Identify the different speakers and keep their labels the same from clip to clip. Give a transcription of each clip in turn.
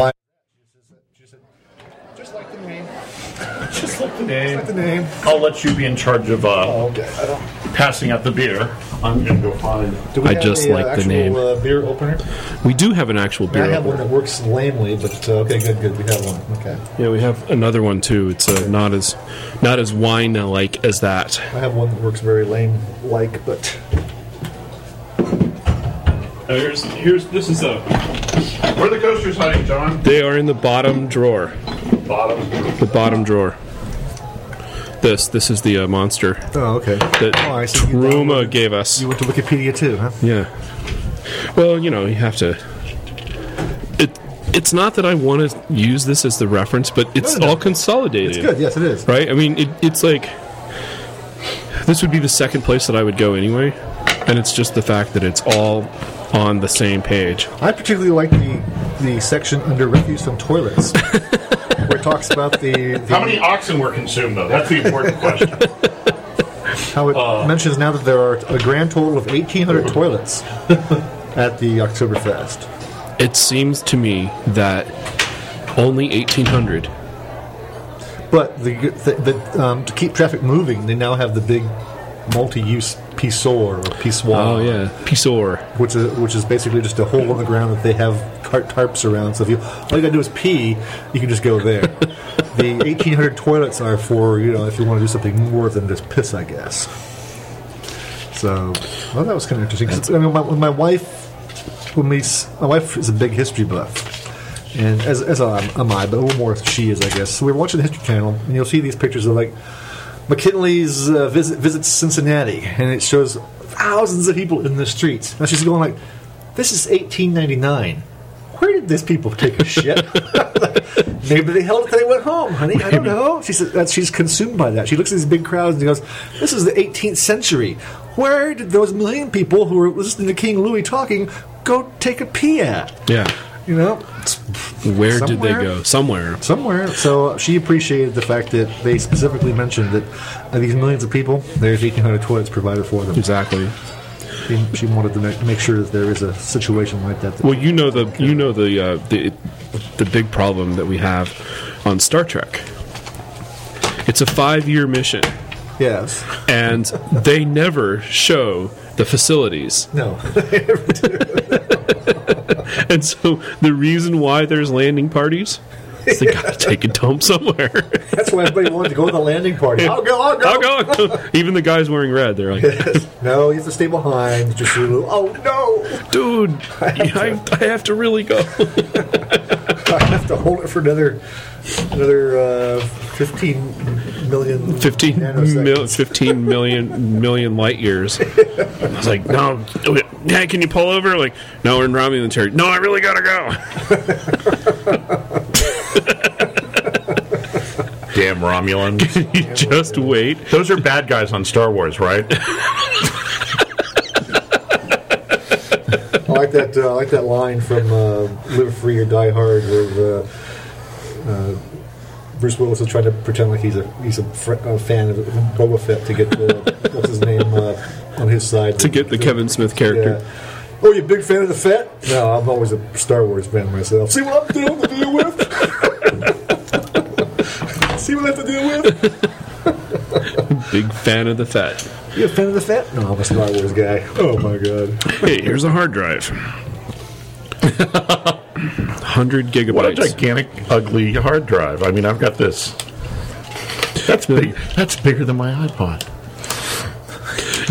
Speaker 1: Just like the name.
Speaker 2: Got the name.
Speaker 1: I'll let you be in charge of uh,
Speaker 2: Okay. I don't.
Speaker 1: passing out the beer. I'm gonna go find.
Speaker 2: Do we
Speaker 3: I
Speaker 2: have
Speaker 3: just
Speaker 2: a, uh,
Speaker 3: like the
Speaker 2: actual,
Speaker 3: name.
Speaker 2: Uh, beer opener.
Speaker 3: We do have an actual beer.
Speaker 2: I have
Speaker 3: opener.
Speaker 2: one that works lamely, but uh, okay, good, good. We have one. Okay.
Speaker 3: Yeah, we have another one too. It's uh, not as not as wine like as that.
Speaker 2: I have one that works very lame like, but
Speaker 1: Now here's here's this is a. Where are the coasters hiding, John?
Speaker 3: They are in the bottom drawer.
Speaker 1: Bottom.
Speaker 3: The bottom drawer. This this is the uh, monster
Speaker 2: oh okay.
Speaker 3: that
Speaker 2: Oh, I see. You
Speaker 3: Truma gave us.
Speaker 2: You went to Wikipedia too, huh?
Speaker 3: Yeah. Well, you know, you have to. It it's not that I want to use this as the reference, but it's
Speaker 2: no, no.
Speaker 3: all consolidated.
Speaker 2: It's good. Yes, it is.
Speaker 3: right? I mean, it, it's like this would be the second place that I would go anyway, and it's just the fact that it's all on the same page.
Speaker 2: I particularly like the the section under refuse from toilets, where it talks about the, the
Speaker 1: How many oxen were consumed though? That's the important question.
Speaker 2: how it mentions now that there are a grand total of eighteen hundred toilets at the Oktoberfest.
Speaker 3: It seems to me that only 1800.
Speaker 2: But the, the, the um, to keep traffic moving, they now have the big multi-use pisor or
Speaker 3: Oh
Speaker 2: pissoir,
Speaker 3: yeah, Pisor.
Speaker 2: which is which is basically just a hole in the ground that they have tar- tarps around. So if you all you gotta do is pee, you can just go there. the eighteen hundred toilets are for you know if you want to do something more than just piss, I guess. So, well, that was kind of interesting. 'Cause, I mean, my, when my wife, when we, s- my wife is a big history buff, and as, as am, am I, but a little more she is, I guess. So we were watching the History Channel, and you'll see these pictures of like McKinley's uh, visit visits Cincinnati, and it shows thousands of people in the streets. Now she's going like, "This is 1899." Where did these people take a shit? Maybe they held it till they went home, honey. I don't know. She says that she's consumed by that. She looks at these big crowds and goes, "This is the 18th century. Where did those million people who were listening to King Louis talking go take a pee at?"
Speaker 3: Yeah.
Speaker 2: You know, it's
Speaker 3: Where did they
Speaker 2: Somewhere.
Speaker 3: go? Somewhere.
Speaker 2: somewhere. So she appreciated the fact that they specifically mentioned that of these millions of people, there's 1,800 toilets provided for them.
Speaker 3: Exactly.
Speaker 2: She, she wanted to make, make sure that there is a situation like that.
Speaker 3: Well, you know the you know the uh, the the big problem that we have on Star Trek. It's a 5-year mission.
Speaker 2: yes.
Speaker 3: and they never show the facilities.
Speaker 2: No.
Speaker 3: And so the reason why there's landing parties is they gotta take a dump somewhere.
Speaker 2: That's why everybody wanted to go to the landing party. I'll go, I'll go.
Speaker 3: I'll go, I'll go. Even the guys wearing red, they're like,
Speaker 2: No, you have to stay behind. Just a little, oh, no.
Speaker 3: dude, I, I have to really go.
Speaker 2: I have to hold it for another another uh, 15 million
Speaker 3: 15,
Speaker 2: nanoseconds.
Speaker 3: mil, 15 million, million light years. I was like, no, hey, can you pull over? Like, no, we're in Romulan territory. No, I really gotta go.
Speaker 1: Damn Romulans.
Speaker 3: you just wait.
Speaker 1: Those are bad guys on Star Wars, right?
Speaker 2: I like that. Uh, I like that line from uh, "Live Free or Die Hard," where uh, uh, Bruce Willis is trying to pretend like he's a he's a, fr- a fan of Boba Fett to get uh, what's his name uh, on his side
Speaker 3: To get the Kevin Smith
Speaker 2: Yeah.
Speaker 3: character.
Speaker 2: Oh, you a big fan of the Fett? No, I'm always a Star Wars fan myself. See what I'm dealing to deal with. See what I have to deal with?
Speaker 3: Big fan of the fat.
Speaker 2: You a fan of the Fett? No, I'm a Star Wars guy. Oh my god.
Speaker 3: Hey, here's a hard drive. 100
Speaker 1: What a
Speaker 3: gigabytes.
Speaker 1: gigantic, ugly hard drive. I mean, I've got this. That's big. That's bigger than my iPod.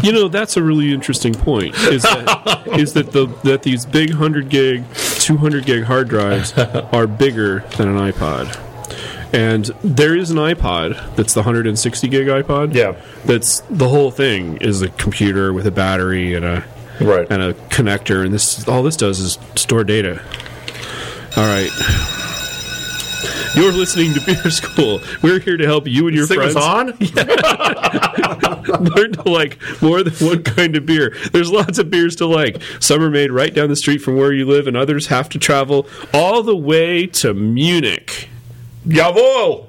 Speaker 3: you know, that's a really interesting point. Is that, is that the that these big 100 gig, 200 gig hard drives are bigger than an iPod. And there is an iPod that's the 160 gig iPod.
Speaker 1: Yeah.
Speaker 3: That's the whole thing is a computer with a battery and a
Speaker 1: Right.
Speaker 3: and a connector and this all this does is store data. All right. You're listening to Beer School. We're here to help you and your
Speaker 1: This thing
Speaker 3: friends
Speaker 1: was on.
Speaker 3: learn to like more than one kind of beer. There's lots of beers to like. Some are made right down the street from where you live, and others have to travel all the way to Munich.
Speaker 1: Jawohl!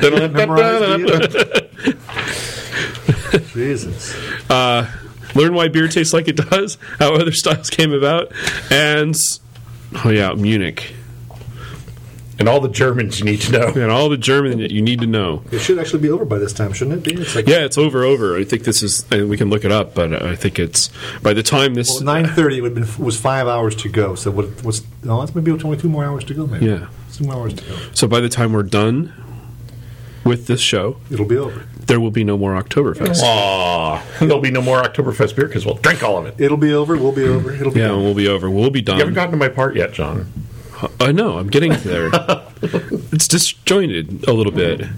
Speaker 2: Memorize the- Jesus.
Speaker 3: Learn why beer tastes like it does, how other styles came about, and oh yeah, Munich.
Speaker 1: and all the Germans you need to know.
Speaker 3: and all the German that you need to know.
Speaker 2: It should actually be over by this time, shouldn't it be? It's like
Speaker 3: Yeah, it's over. Over. I think this is. and We can look it up, but I think it's by the time this.
Speaker 2: nine thirty. It would have been was five hours to go. So what? What's? Oh, that's maybe only two more hours to go. Maybe.
Speaker 3: Yeah.
Speaker 2: Two more hours to go.
Speaker 3: So by the time we're done with this show,
Speaker 2: It'll be over.
Speaker 3: there will be no more Oktoberfest.
Speaker 1: Aw, there'll be no more Oktoberfest beer because we'll drink all of it.
Speaker 2: It'll be over. We'll be over. It'll be
Speaker 3: Yeah,
Speaker 2: over.
Speaker 3: we'll be over. We'll be
Speaker 1: You haven't
Speaker 3: done.
Speaker 1: gotten to my part yet, John.
Speaker 3: I know. I'm getting there. it's disjointed a little bit.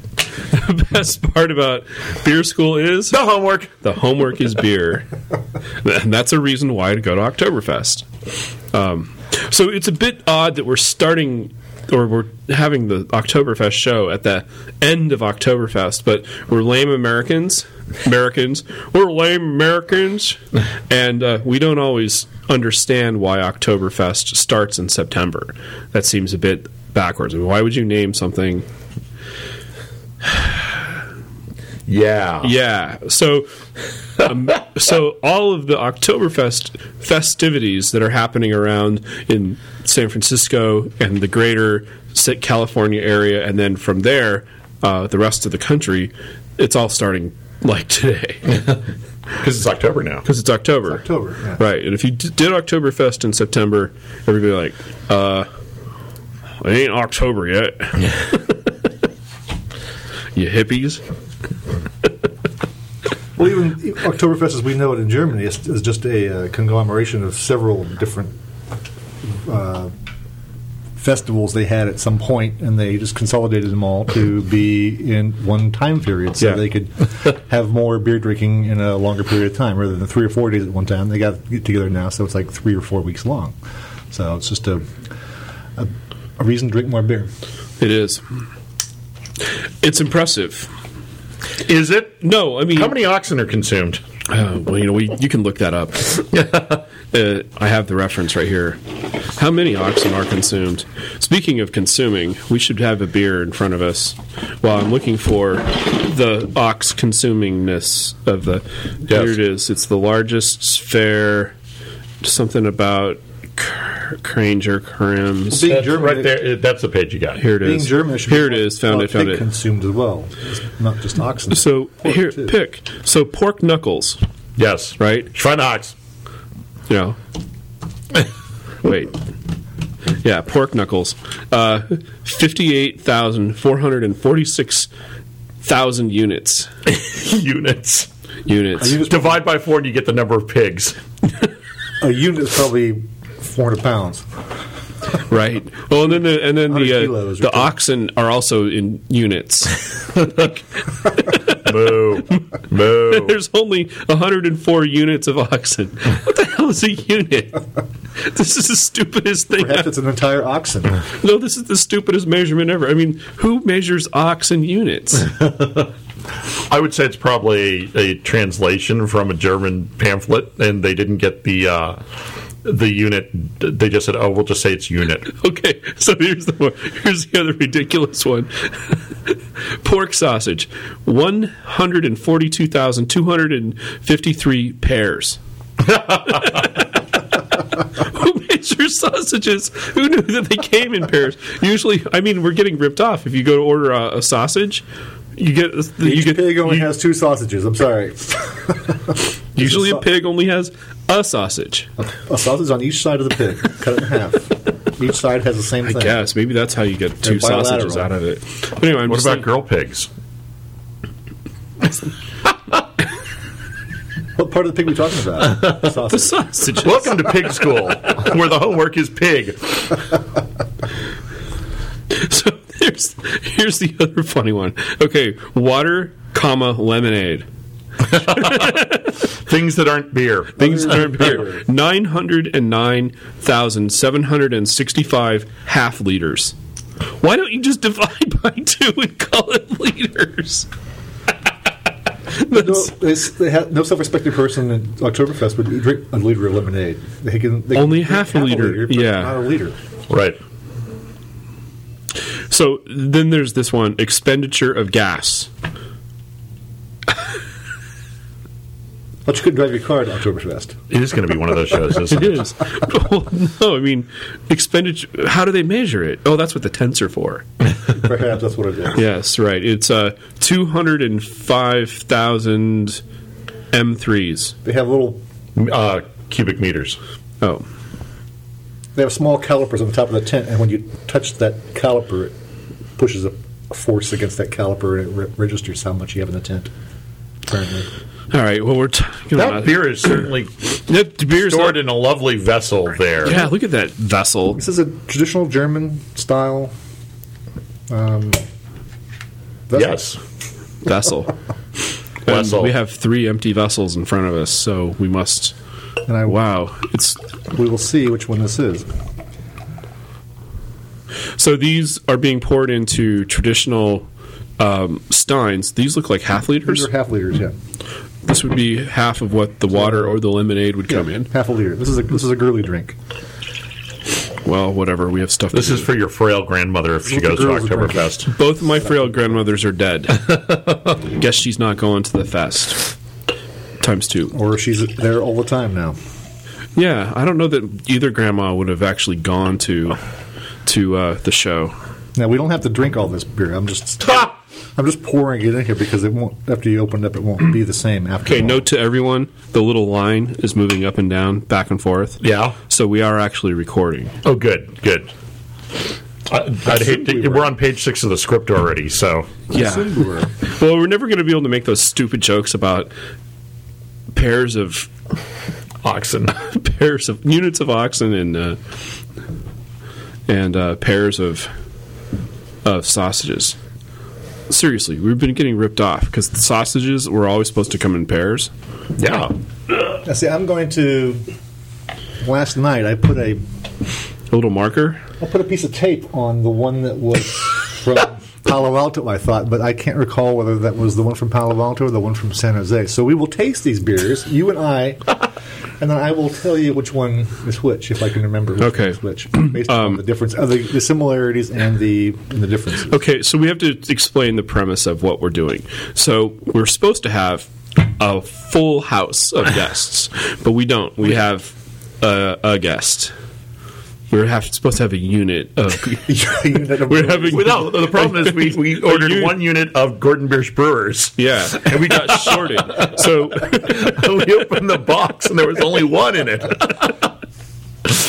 Speaker 3: The best part about beer school is
Speaker 1: The homework.
Speaker 3: the homework is beer, and that's a reason why to go to Oktoberfest. Um, so it's a bit odd that we're starting or we're having the Oktoberfest show at the end of Oktoberfest, but we're lame Americans. Americans, we're lame Americans, and uh, we don't always understand why Oktoberfest starts in September. That seems a bit backwards. I mean, why would you name something
Speaker 1: Yeah.
Speaker 3: Yeah. So, um, so all of the Oktoberfest festivities that are happening around in San Francisco and the greater Sa- California area, and then from there, uh, the rest of the country, it's all starting like today
Speaker 1: Because it's October now.
Speaker 3: because it's October.
Speaker 2: October, yeah.
Speaker 3: Right. And if you d- did Oktoberfest in September, everybody like, uh, it ain't October yet. you hippies.
Speaker 2: Well, even Oktoberfest, as we know it in Germany, is, is just a uh, conglomeration of several different uh, festivals they had at some point, and they just consolidated them all to be in one time period, so
Speaker 3: Yeah.
Speaker 2: they could have more beer drinking in a longer period of time, rather than three or four days at one time. They got to get together now, so it's like three or four weeks long. So it's just a a, a reason to drink more beer.
Speaker 3: It is. It's impressive.
Speaker 1: Is it?
Speaker 3: No, I mean,
Speaker 1: How many oxen are consumed?
Speaker 3: Uh, well, you know, we, you can look that up. uh, I have the reference right here. How many oxen are consumed? Speaking of consuming, we should have a beer in front of us while I'm looking for the ox consumingness of the. Here it is. It's the largest fair. Something about cr- Cranger Crims.
Speaker 2: Being
Speaker 1: That's
Speaker 2: German,
Speaker 1: right there. That's the page you got.
Speaker 3: Here it
Speaker 2: Being
Speaker 3: is.
Speaker 2: German, it should
Speaker 3: Here it
Speaker 2: be
Speaker 3: is. Found
Speaker 2: uh,
Speaker 3: it. Found
Speaker 2: pig
Speaker 3: it.
Speaker 2: Consumed as well, It's not just oxen.
Speaker 3: So
Speaker 2: Pork,
Speaker 3: here,
Speaker 2: too.
Speaker 3: pick. So pork knuckles,
Speaker 1: Yes.
Speaker 3: right?
Speaker 1: Schweinox.
Speaker 3: You know. Wait. Yeah, pork knuckles. Uh, Fifty-eight thousand four hundred and forty-six thousand units.
Speaker 1: Units.
Speaker 3: Units.
Speaker 2: Units-
Speaker 1: Divide by four and you get the number of pigs.
Speaker 2: A unit is probably 400 pounds.
Speaker 3: Right. Well, and then the and then
Speaker 2: 100
Speaker 3: the uh,
Speaker 2: kilos,
Speaker 3: the
Speaker 2: right?
Speaker 3: oxen are also in units.
Speaker 1: Moo.
Speaker 2: Oh.
Speaker 1: Moo.
Speaker 3: There's only 104 units of oxen. What the hell is a unit? This is the stupidest thing.
Speaker 2: Perhaps it's an entire oxen.
Speaker 3: No, this is the stupidest measurement ever. I mean, who measures oxen units?
Speaker 1: I would say it's probably a, a translation from a German pamphlet, and they didn't get the uh, the unit. They just said, "Oh, we'll just say it's unit."
Speaker 3: Okay, so here's the one. Here's the other ridiculous one. Pork sausage, one hundred and forty-two thousand two hundred and fifty-three pairs. Who measures sausages? Who knew that they came in pairs? Usually, I mean, we're getting ripped off. If you go to order a, a sausage, you get uh, you
Speaker 2: Each
Speaker 3: get
Speaker 2: pig only
Speaker 3: you-
Speaker 2: has two sausages. I'm sorry.
Speaker 3: usually
Speaker 2: a
Speaker 3: a
Speaker 2: sau-
Speaker 3: pig only has a sausage.
Speaker 2: A sausage on each side of the pig. Cut it in half. Each side has the same
Speaker 3: I
Speaker 2: thing.
Speaker 3: guess maybe that's how you get two
Speaker 2: bilateral.
Speaker 3: sausages out of it. But anyway, I'm
Speaker 1: What
Speaker 3: just
Speaker 1: about
Speaker 3: saying-
Speaker 1: girl pigs?
Speaker 2: What part of the pig are we talking about?
Speaker 3: the
Speaker 2: Sausage.
Speaker 3: sausages?
Speaker 1: Welcome to pig school, where the homework is pig.
Speaker 3: So there's here's the other funny one. Okay, water, comma lemonade.
Speaker 1: Things that aren't beer.
Speaker 3: Things that aren't beer. Nine hundred and nine thousand seven hundred and sixty-five half liters. Why don't you just divide by two and call it liters?
Speaker 2: No,
Speaker 3: That's
Speaker 2: it's- they ha- no self-respecting person at Oktoberfest would drink a liter of lemonade. They can, they can
Speaker 3: Only
Speaker 2: drink
Speaker 3: half a liter,
Speaker 2: but
Speaker 3: yeah.
Speaker 2: not a liter.
Speaker 1: Right.
Speaker 3: so. Then there's this one: expenditure of gas.
Speaker 2: But you couldn't drive your car to Oktoberfest.
Speaker 1: It is going to be one of those shows. Isn't
Speaker 3: It
Speaker 1: it?
Speaker 3: is. well, no, I mean, expenditure. How do they measure it? Oh, that's what the tents are for.
Speaker 2: Perhaps that's what it is.
Speaker 3: Yes, right. It's uh, 205,000 M3s.
Speaker 2: They have little,
Speaker 1: Uh, cubic meters.
Speaker 3: Oh,
Speaker 2: they have small calipers on the top of the tent, and when you touch that caliper, it pushes a a force against that caliper, and it re- registers how much you have in the tent. Apparently,
Speaker 3: all right. Well, we're talking
Speaker 1: That
Speaker 3: about
Speaker 1: beer is certainly
Speaker 3: That beer's
Speaker 1: stored
Speaker 3: not-
Speaker 1: in a lovely vessel there.
Speaker 3: yeah, look at that vessel.
Speaker 2: this is a traditional German style. Um, vessel.
Speaker 1: Yes.
Speaker 3: Vessel. And
Speaker 1: Vessel.
Speaker 3: we have three empty vessels in front of us, so we must.
Speaker 2: and I
Speaker 3: Wow, it's
Speaker 2: we will see which one this is.
Speaker 3: so these are being poured into traditional um, steins. These look like half liters.
Speaker 2: These are half liters, yeah.
Speaker 3: This would be half of what the water or the lemonade would come
Speaker 2: Yeah,
Speaker 3: in.
Speaker 2: half a liter. This is a this is a girly drink.
Speaker 3: Well, whatever. We have stuff.
Speaker 1: This
Speaker 3: to
Speaker 1: is
Speaker 3: do.
Speaker 1: for your frail grandmother if she
Speaker 2: Look at
Speaker 1: goes to
Speaker 2: girls drinking.
Speaker 1: Oktoberfest.
Speaker 3: both of my frail grandmothers are dead. Guess she's not going to the fest. Times two.
Speaker 2: Or she's there all the time now.
Speaker 3: Yeah, I don't know that either grandma would have actually gone to to uh, the show.
Speaker 2: Now we don't have to drink all this beer. I'm just
Speaker 1: Ha!
Speaker 2: I'm just pouring it in here because it won't after you open it up it won't be the same after.
Speaker 3: Okay,
Speaker 2: all.
Speaker 3: note to everyone: the little line is moving up and down, back and forth.
Speaker 1: Yeah.
Speaker 3: So we are actually recording.
Speaker 1: Oh, good, good. I, I'd hate to,
Speaker 2: we were.
Speaker 1: we're on page six of the script already, so
Speaker 3: Yeah. Well, we're never going to be able to make those stupid jokes about pairs of
Speaker 1: oxen.
Speaker 3: pairs of units of oxen and uh, and uh, pairs of of sausages. Seriously, we've been getting ripped off because the sausages were always supposed to come in pairs.
Speaker 1: Yeah.
Speaker 2: Now, see, I'm going to. Last night I put a
Speaker 3: A little marker.
Speaker 2: I put a piece of tape on the one that was from Palo Alto, I thought, but I can't recall whether that was the one from Palo Alto or the one from San Jose. So we will taste these beers, you and I, and then I will tell you which one is which, if I can remember. Which
Speaker 3: Okay.
Speaker 2: one
Speaker 3: Um,
Speaker 2: is which based on the difference, uh, the, the similarities and the and the differences.
Speaker 3: Okay, so we have to explain the premise of what we're doing. So we're supposed to have a full house of guests, but we don't. We have a, a guest. We're have, supposed to have a unit of.
Speaker 2: You ended up-
Speaker 3: We're having
Speaker 1: Well, no, the problem is we, we ordered
Speaker 3: you-
Speaker 1: one unit of Gordon Biersch Brewers.
Speaker 3: yeah, and we got shorted. So
Speaker 1: we opened the box and there was only one in it.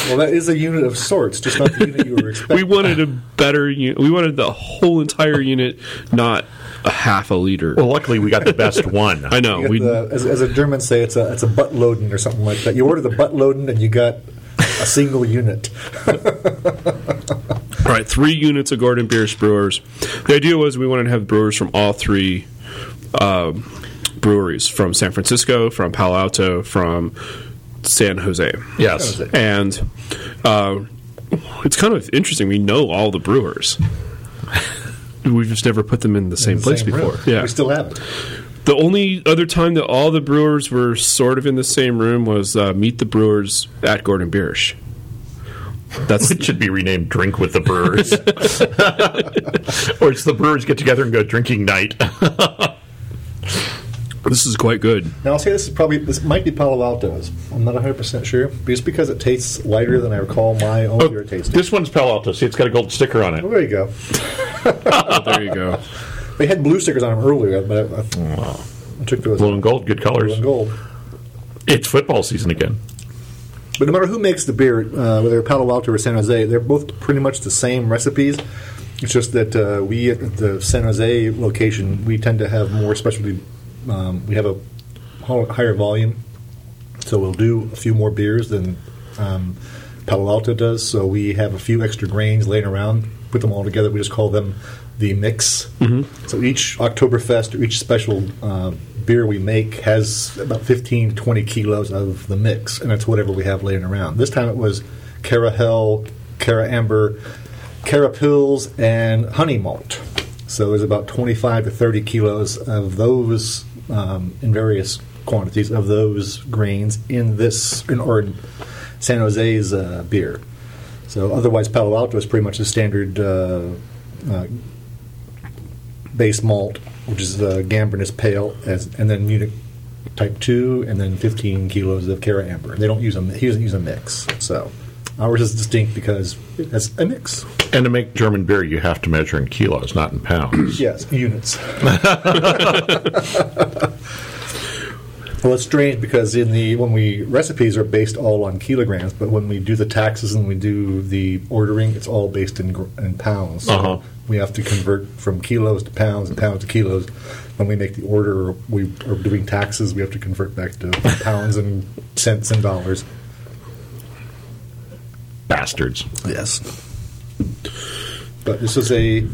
Speaker 2: well, that is a unit of sorts, just not the unit you were expecting.
Speaker 3: we wanted a better unit. We wanted the whole entire unit, not a half a liter.
Speaker 1: Well, luckily we got the best one.
Speaker 3: I know
Speaker 2: You got
Speaker 3: Oh, we
Speaker 2: the- as, as a German say, it's a it's a butt loaden or something like that. You order the butt loaden and you got a single unit.
Speaker 3: All right, three units of Gordon Biersch brewers. The idea was we wanted to have brewers from all three um, breweries from San Francisco, from Palo Alto, from San Jose.
Speaker 1: Yes.
Speaker 3: And uh, it's kind of interesting. We know all the brewers. We've just never put them in the same place
Speaker 2: Same room.
Speaker 3: before. Yeah.
Speaker 2: We still have it.
Speaker 3: The only other time that all the brewers were sort of in the same room was uh, Meet the Brewers at Gordon Biersch. That's
Speaker 1: It should be renamed Drink with the Brewers. or it's the Brewers get together and go drinking night.
Speaker 3: this is quite good.
Speaker 2: Now I'll say this is probably this might be Palo Alto's. I'm not 100 percent sure, but just because it tastes lighter than I recall my own beer tasting.
Speaker 1: this one's Palo Alto. See, it's got a gold sticker on it.
Speaker 2: Well, there you go.
Speaker 3: Oh, there you go.
Speaker 2: They had blue stickers on them earlier, but I, I, I took those
Speaker 1: Blue and gold, good
Speaker 2: blue
Speaker 1: colors.
Speaker 2: and gold.
Speaker 1: It's football season again.
Speaker 2: But no matter who makes the beer, uh, whether Palo Alto or San Jose, they're both pretty much the same recipes. It's just that uh, we at the San Jose location, we tend to have more specialty. Um, we have a ho- higher volume, so we'll do a few more beers than um, Palo Alto does. So we have a few extra grains laying around. Put them all together. We just call them the mix. So each Oktoberfest or each special uh, beer we make has about 15 to 20 kilos of the mix, and it's whatever we have laying around. This time it was Cara Hell, Cara Amber, Cara Pills, and Honey Malt. So there's about 25 to 30 kilos of those um, in various quantities of those grains in this, in, or in San Jose's uh, beer. So otherwise, Palo Alto is pretty much the standard uh, uh, uh, base malt, which is the gambrinus pale, as, and then Munich Type Two, and then 15 kilos of Cara Amber. They don't use a mi- he doesn't use a mix, so ours is distinct because it's a mix.
Speaker 1: And to make German beer, you have to measure in kilos, not in pounds.
Speaker 2: Yes, units. well, it's strange because in the when we recipes are based all on kilograms, but when we do the taxes and we do the ordering, it's all based in gr- in pounds. So
Speaker 1: Uh-huh.
Speaker 2: We have to convert from kilos to pounds and pounds to kilos. When we make the order, or we are doing taxes. We have to convert back to pounds and cents and dollars.
Speaker 1: Bastards.
Speaker 2: Yes. But this is a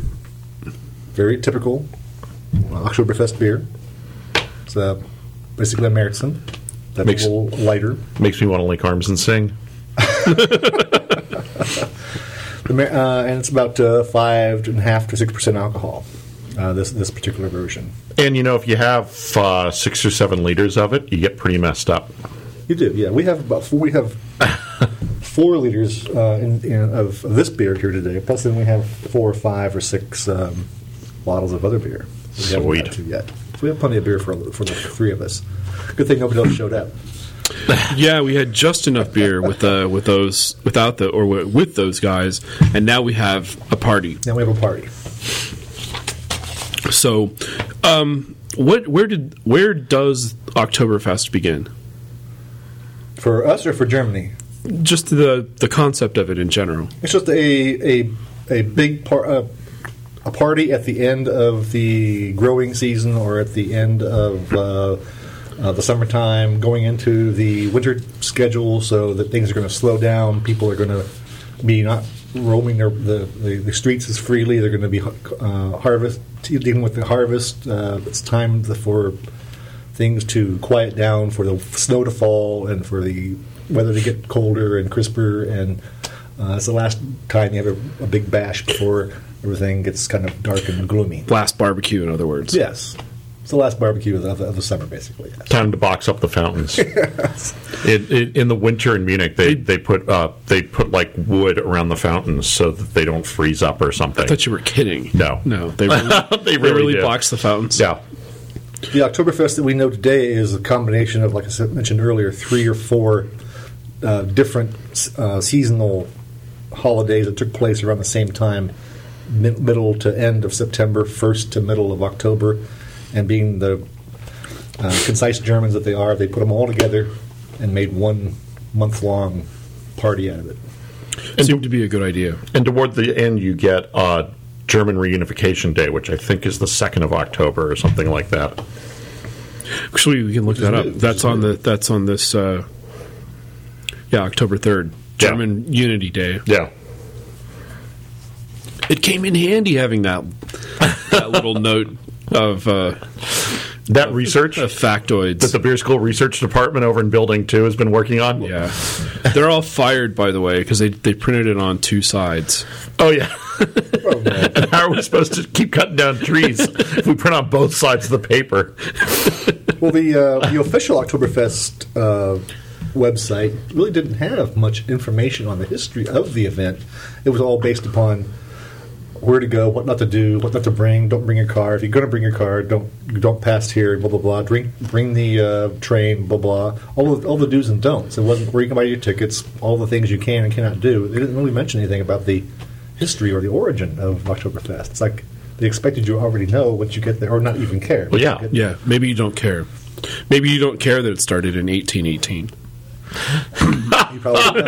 Speaker 2: very typical Oktoberfest beer. It's uh, basically a Märzen. That's
Speaker 1: Makes-
Speaker 2: a little lighter.
Speaker 1: Makes me want to link arms and sing.
Speaker 2: The Mer- uh, and it's about uh, five and a half to six percent alcohol. Uh, this this particular version.
Speaker 1: And you know, if you have uh, six or seven liters of it, you get pretty messed up.
Speaker 2: You do, yeah. We have about four, we have four liters uh, in, in, of this beer here today. Plus, then we have four or five or six um, bottles of other beer. We haven't
Speaker 1: Sweet.
Speaker 2: got to yet. So we have plenty of beer for for the three of us. Good thing nobody else showed up.
Speaker 3: Yeah, we had just enough beer with uh, with those without the or wi- with those guys, and now we have a party.
Speaker 2: Now we have a party.
Speaker 3: So, um, what where did where does Oktoberfest begin?
Speaker 2: For us or for Germany?
Speaker 3: Just the the concept of it in general.
Speaker 2: It's just a a a big par- uh, a party at the end of the growing season or at the end of uh, uh, the summertime, going into the winter schedule, so that things are going to slow down. People are going to be not roaming their, the, the the streets as freely. They're going to be uh, harvest dealing with the harvest. Uh, it's time for things to quiet down, for the snow to fall, and for the weather to get colder and crisper. And uh, it's the last time you have a, a big bash before everything gets kind of dark and gloomy.
Speaker 3: Last barbecue, in other words.
Speaker 2: Yes, it's the last barbecue of the, of the summer, basically. yes.
Speaker 1: Time to box up the fountains. it, it, in the winter in Munich, they, they put uh, they put like wood around the fountains so that they don't freeze up or something.
Speaker 3: I thought you were kidding.
Speaker 1: No.
Speaker 3: no, they really,
Speaker 1: They
Speaker 3: they
Speaker 1: really
Speaker 3: really
Speaker 1: did.
Speaker 3: boxed the fountains.
Speaker 1: yeah,
Speaker 2: The Oktoberfest that we know today is a combination of, like I said, mentioned earlier, three or four uh, different uh, seasonal holidays that took place around the same time, mid- middle to end of September, first to middle of October, and being the uh, concise Germans that they are, they put them all together and made one month-long party out of it.
Speaker 3: seemed to be a good idea.
Speaker 1: and toward the end, you get uh, German Reunification Day, which I think is the second of October or something like that.
Speaker 3: Actually, we can look that up.
Speaker 2: new, which
Speaker 3: That's
Speaker 2: is
Speaker 3: on
Speaker 2: new.
Speaker 3: the that's on this. Uh, yeah, October third,
Speaker 1: Yeah.
Speaker 3: German Unity Day.
Speaker 1: Yeah,
Speaker 3: It came in handy having that that little note of uh,
Speaker 1: that research
Speaker 3: of
Speaker 1: that
Speaker 3: factoids.
Speaker 1: the beer school research department over in Building Two has been working on.
Speaker 3: yeah, they're all fired by the way because they they printed it on two sides.
Speaker 1: Oh yeah.
Speaker 2: Oh, no.
Speaker 1: And how are we supposed to keep cutting down trees if we print on both sides of the paper?
Speaker 2: Well, the uh, the official Oktoberfest uh, website really didn't have much information on the history of the event. It was all based upon where to go, what not to do, what not to bring. Don't bring your car. If you're going to bring your car, don't don't pass here. Blah blah blah. Drink, bring the uh, train. Blah blah. All of, all the do's and don'ts. It wasn't where you can buy your tickets. All the things you can and cannot do. They didn't really mention anything about the history or the origin of Oktoberfest. It's like they expected you to already know once you get there, or not even care.
Speaker 1: Well, yeah.
Speaker 3: Yeah, maybe you don't care. Maybe you don't care that it started in 1818.
Speaker 2: You probably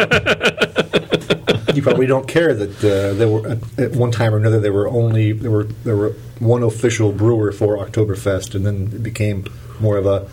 Speaker 2: don't. you probably don't care that uh, there were at, at one time or another there were only there were there were one official brewer for Oktoberfest, and then it became more of a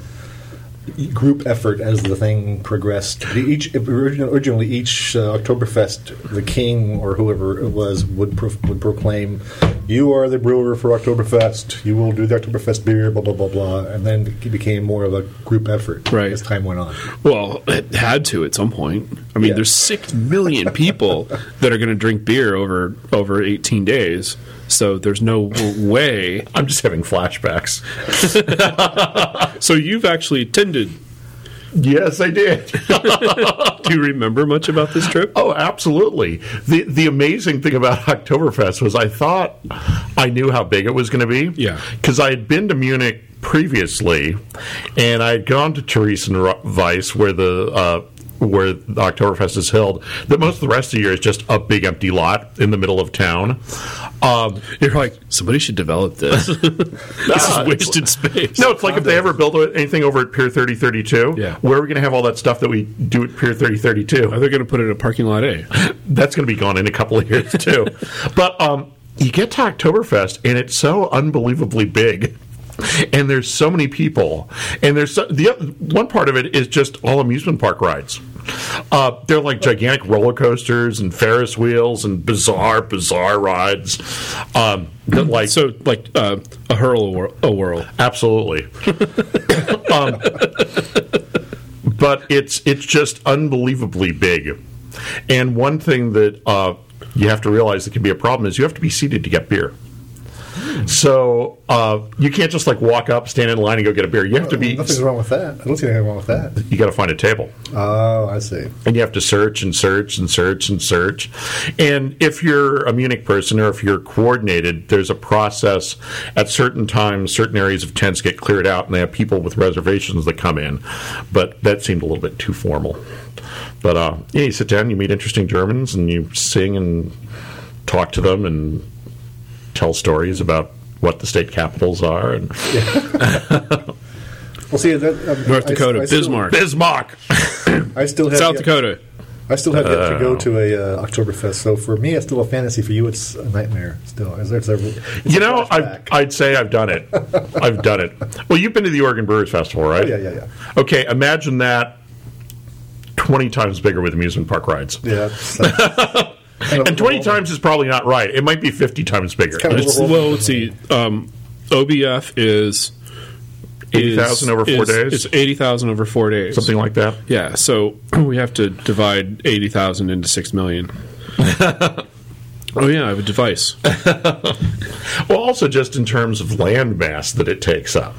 Speaker 2: group effort as the thing progressed. The- Each originally, originally each uh, Oktoberfest, the king or whoever it was would pro- would proclaim, "You are the brewer for Oktoberfest. You will do the Oktoberfest beer." Blah blah blah blah, and then it became more of a group effort
Speaker 3: Right.
Speaker 2: as time went on.
Speaker 3: Well, it had to at some point. I mean,
Speaker 2: Yeah.
Speaker 3: there's six million people that are going to drink beer over over 18 days. So there's no way.
Speaker 1: I'm just having flashbacks.
Speaker 3: So you've actually attended
Speaker 1: Yes, I did.
Speaker 3: Do you remember much about this trip?
Speaker 1: Oh, absolutely. The the amazing thing about Oktoberfest was I thought I knew how big it was going to be.
Speaker 3: Yeah.
Speaker 1: Because I had been to Munich previously, and I had gone to Theresienwiese where the uh, where the Oktoberfest is held. That most of the rest of the year is just a big empty lot in the middle of town. Um,
Speaker 3: You're like, somebody should develop this. this is
Speaker 1: Ah,
Speaker 3: wasted space.
Speaker 1: No, it's like if they ever build a- anything over at Pier 3032,
Speaker 3: Yeah.
Speaker 1: where are we going to have all that stuff that we do at Pier 3032?
Speaker 3: Are they going to put it in a parking lot eh? A?
Speaker 1: that's going to be gone in a couple of years too. but um, you get to Oktoberfest, and it's so unbelievably big. And there's so many people, and there's so, the oth- one part of it is just all amusement park rides. Uh, they're like gigantic roller coasters and Ferris wheels and bizarre, bizarre rides. Um, that like
Speaker 3: So, like uh, a hurl, a whirl. A whirl.
Speaker 1: Absolutely. um, but it's it's just unbelievably big. And one thing that uh, you have to realize that can be a problem is you have to be seated to get beer. So uh, you can't just like walk up, stand in line, and go get a beer. You have to be.
Speaker 2: Nothing's wrong with that. I don't see anything wrong with that.
Speaker 1: You got to find a table
Speaker 2: Oh, I see.
Speaker 1: and you have to search and search and search and search. And if you're a Munich person or if you're coordinated, there's a process at certain times, certain areas of tents get cleared out, and they have people with reservations that come in. But that seemed a little bit too formal. But uh, yeah, you sit down, you meet interesting Germans, and you sing and talk to them and tell stories about what the state capitals are and
Speaker 2: Well, see, that, um,
Speaker 3: North
Speaker 2: I-
Speaker 3: Dakota,
Speaker 2: I still-
Speaker 3: Bismarck.
Speaker 1: Bismarck.
Speaker 2: I still have
Speaker 3: South
Speaker 2: yet-
Speaker 3: Dakota.
Speaker 2: I still have yet to go to a uh, Oktoberfest. So for me, it's still a fantasy. For you, it's a nightmare. Still, it's, it's a, it's
Speaker 1: You
Speaker 2: a
Speaker 1: know, I,
Speaker 2: flashback.
Speaker 1: I'd say I've done it. I've done it. Well, you've been to the Oregon Brewers Festival, right?
Speaker 2: yeah, yeah, yeah.
Speaker 1: Okay, imagine that 20 times bigger with amusement park rides.
Speaker 2: yeah. it's, uh, kind of
Speaker 1: And 20
Speaker 2: overwhelming.
Speaker 1: times is probably not right. It might be 50 times bigger.
Speaker 2: kind of-
Speaker 3: It's, well, let's see. Um, OBF is. is-
Speaker 1: 80,000 over four
Speaker 3: is-
Speaker 1: days?
Speaker 3: It's 80,000 over four days.
Speaker 1: Something like that.
Speaker 3: Yeah, so we have to divide 80,000 into 6 million. oh, yeah, I have a device.
Speaker 1: Well, also just in terms of land mass that it takes up.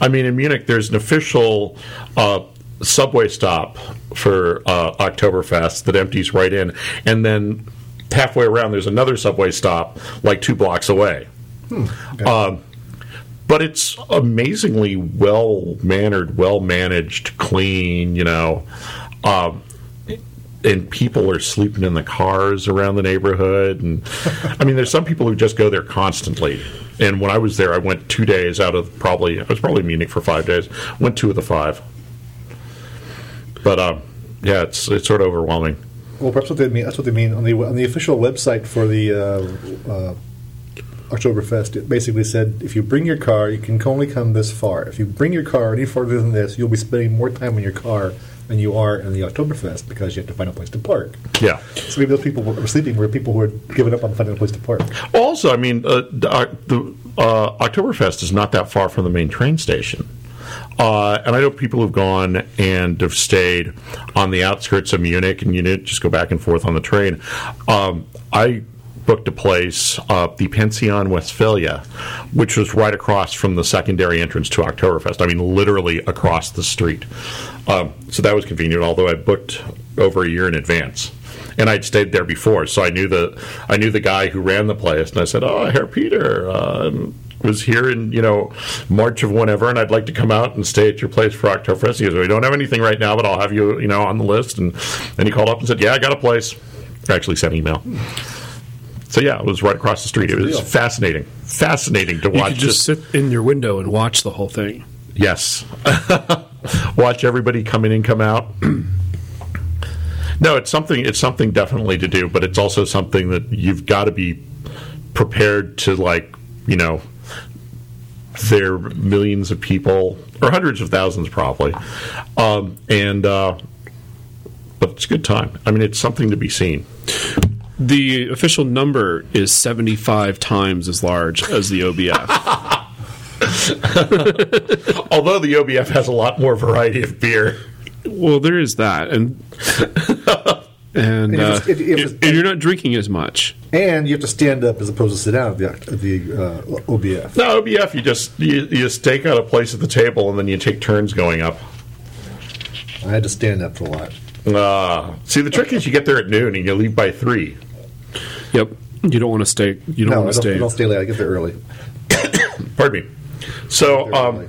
Speaker 1: I mean, in Munich, there's an official uh, subway stop for uh, Oktoberfest that empties right in, and then halfway around, there's another subway stop like two blocks away. Um, but it's amazingly well mannered, well managed, clean. You know. Um, and people are sleeping in the cars around the neighborhood and i mean there's some people who just go there constantly and when i was there i went two days out of probably i was probably in munich for five days went two of the five but um yeah it's it's sort of overwhelming
Speaker 2: Well, perhaps what they mean, that's what they mean on the on the official website for the uh, uh, Oktoberfest. It basically said if you bring your car, you can only come this far. If you bring your car any further than this, you'll be spending more time in your car than you are in the Oktoberfest because you have to find a place to park.
Speaker 1: yeah
Speaker 2: So maybe those people who were sleeping were people who had given up on finding a place to park.
Speaker 1: also i mean uh, the, uh, the uh, oktoberfest is not that far from the main train station uh, and I know people who've gone and have stayed on the outskirts of Munich, and you know, just go back and forth on the train. Um, I booked a place, uh, the Pension Westphalia, which was right across from the secondary entrance to Oktoberfest. I mean, literally across the street. Um, so that was convenient. Although I booked over a year in advance. And I'd stayed there before, so I knew the I knew the guy who ran the place, and I said, "Oh, Herr Peter, um, was here in you know March of whenever, and I'd like to come out and stay at your place for Oktoberfest. He goes, "We don't have anything right now, but I'll have you you know on the list." And then he called up and said, "Yeah, I got a place." Actually, sent an email. So yeah, it was right across the street. It was
Speaker 2: deal.
Speaker 1: fascinating, fascinating to
Speaker 3: You
Speaker 1: watch.
Speaker 3: could just sit in your window and watch the whole thing.
Speaker 1: this- yes, watch everybody come in and come out. no, it's something. It's something definitely to do, but it's also something that you've got to be prepared to like you know there are millions of people or hundreds of thousands probably um, and uh, but it's a good time i mean it's something to be seen
Speaker 3: The official number is 75 times as large as the OBF.
Speaker 1: although the obf has a lot more variety of beer
Speaker 3: well, there is that. And. And,
Speaker 2: And
Speaker 3: uh,
Speaker 2: if it's- if it's-
Speaker 3: and you're not drinking as much.
Speaker 2: And you have to stand up as opposed to sit down at the, Oct- at the uh, OBF.
Speaker 1: no obf you just you, you just take out a place at the table and then you take turns going up
Speaker 2: I had to stand up a lot.
Speaker 1: Uh, see, the trick is you get there at noon and you leave by three.
Speaker 3: Yep. You don't want to stay. You don't
Speaker 2: No,
Speaker 3: want
Speaker 2: I don't,
Speaker 3: to
Speaker 2: I
Speaker 3: stay.
Speaker 2: don't stay late. I get there early.
Speaker 1: Pardon me. So, um,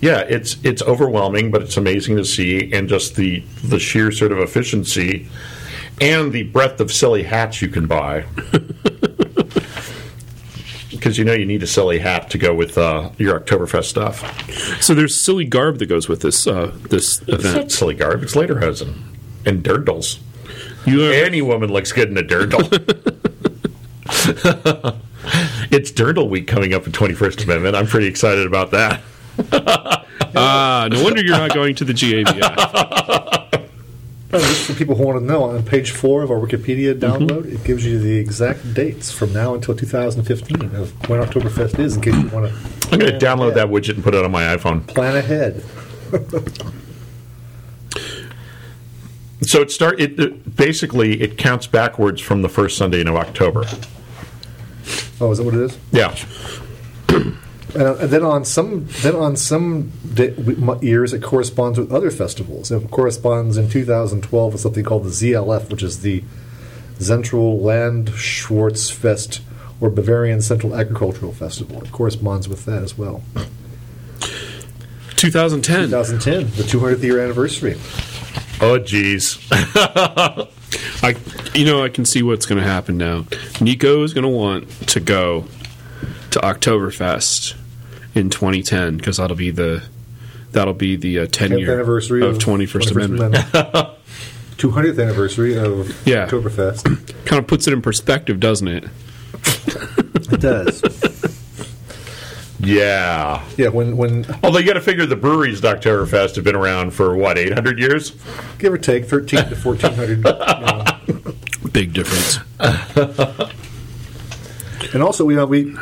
Speaker 1: yeah, it's it's overwhelming, but it's amazing to see, and just the the sheer sort of efficiency and the breadth of silly hats you can buy. Because you know you need a silly hat to go with uh, your Oktoberfest stuff.
Speaker 3: So there's silly garb that goes with this uh, this
Speaker 1: It's
Speaker 3: event.
Speaker 1: not silly garb. It's lederhosen and dirndls.
Speaker 3: You are,
Speaker 1: Any woman looks good in a dirndl. it's dirndl week coming up in 21st Amendment. I'm pretty excited about that.
Speaker 3: ah, no wonder you're not going to the GABF.
Speaker 2: Well, just for people who want to know, on page four of our Wikipedia download, it gives you the exact dates from now until 2015 of when Oktoberfest is, in case you want to
Speaker 1: I'm going to download that widget and put it on my iPhone.
Speaker 2: plan ahead.
Speaker 1: So it start it, it- basically it counts backwards from the first Sunday in October.
Speaker 2: Oh, is that what it is?
Speaker 1: Yeah.
Speaker 2: And, uh, and then on some, then on some da- w- mo- years, it corresponds with other festivals. It corresponds in 2012 with something called the ZLF, which is the Zentral Land Schwarz Fest or Bavarian Central Agricultural Festival. It corresponds with that as well.
Speaker 3: 2010.
Speaker 2: 2010, the 200th year anniversary.
Speaker 1: Oh geez.
Speaker 3: I, you know, I can see what's going to happen now. Nico is going to want to go to Oktoberfest in 2010 because that'll be the that'll be the uh, 10
Speaker 2: 10th
Speaker 3: year
Speaker 2: anniversary
Speaker 3: of 21st, Amendment.
Speaker 2: 200th anniversary of
Speaker 3: Yeah.
Speaker 2: Oktoberfest.
Speaker 3: Kind of puts it in perspective, doesn't it?
Speaker 2: It does.
Speaker 1: Yeah.
Speaker 2: yeah, when when
Speaker 1: Although you got to figure the breweries at Oktoberfest have been around for what 800 years.
Speaker 2: give or take 13 to 1400. you know.
Speaker 3: Big difference.
Speaker 2: And also, you know, we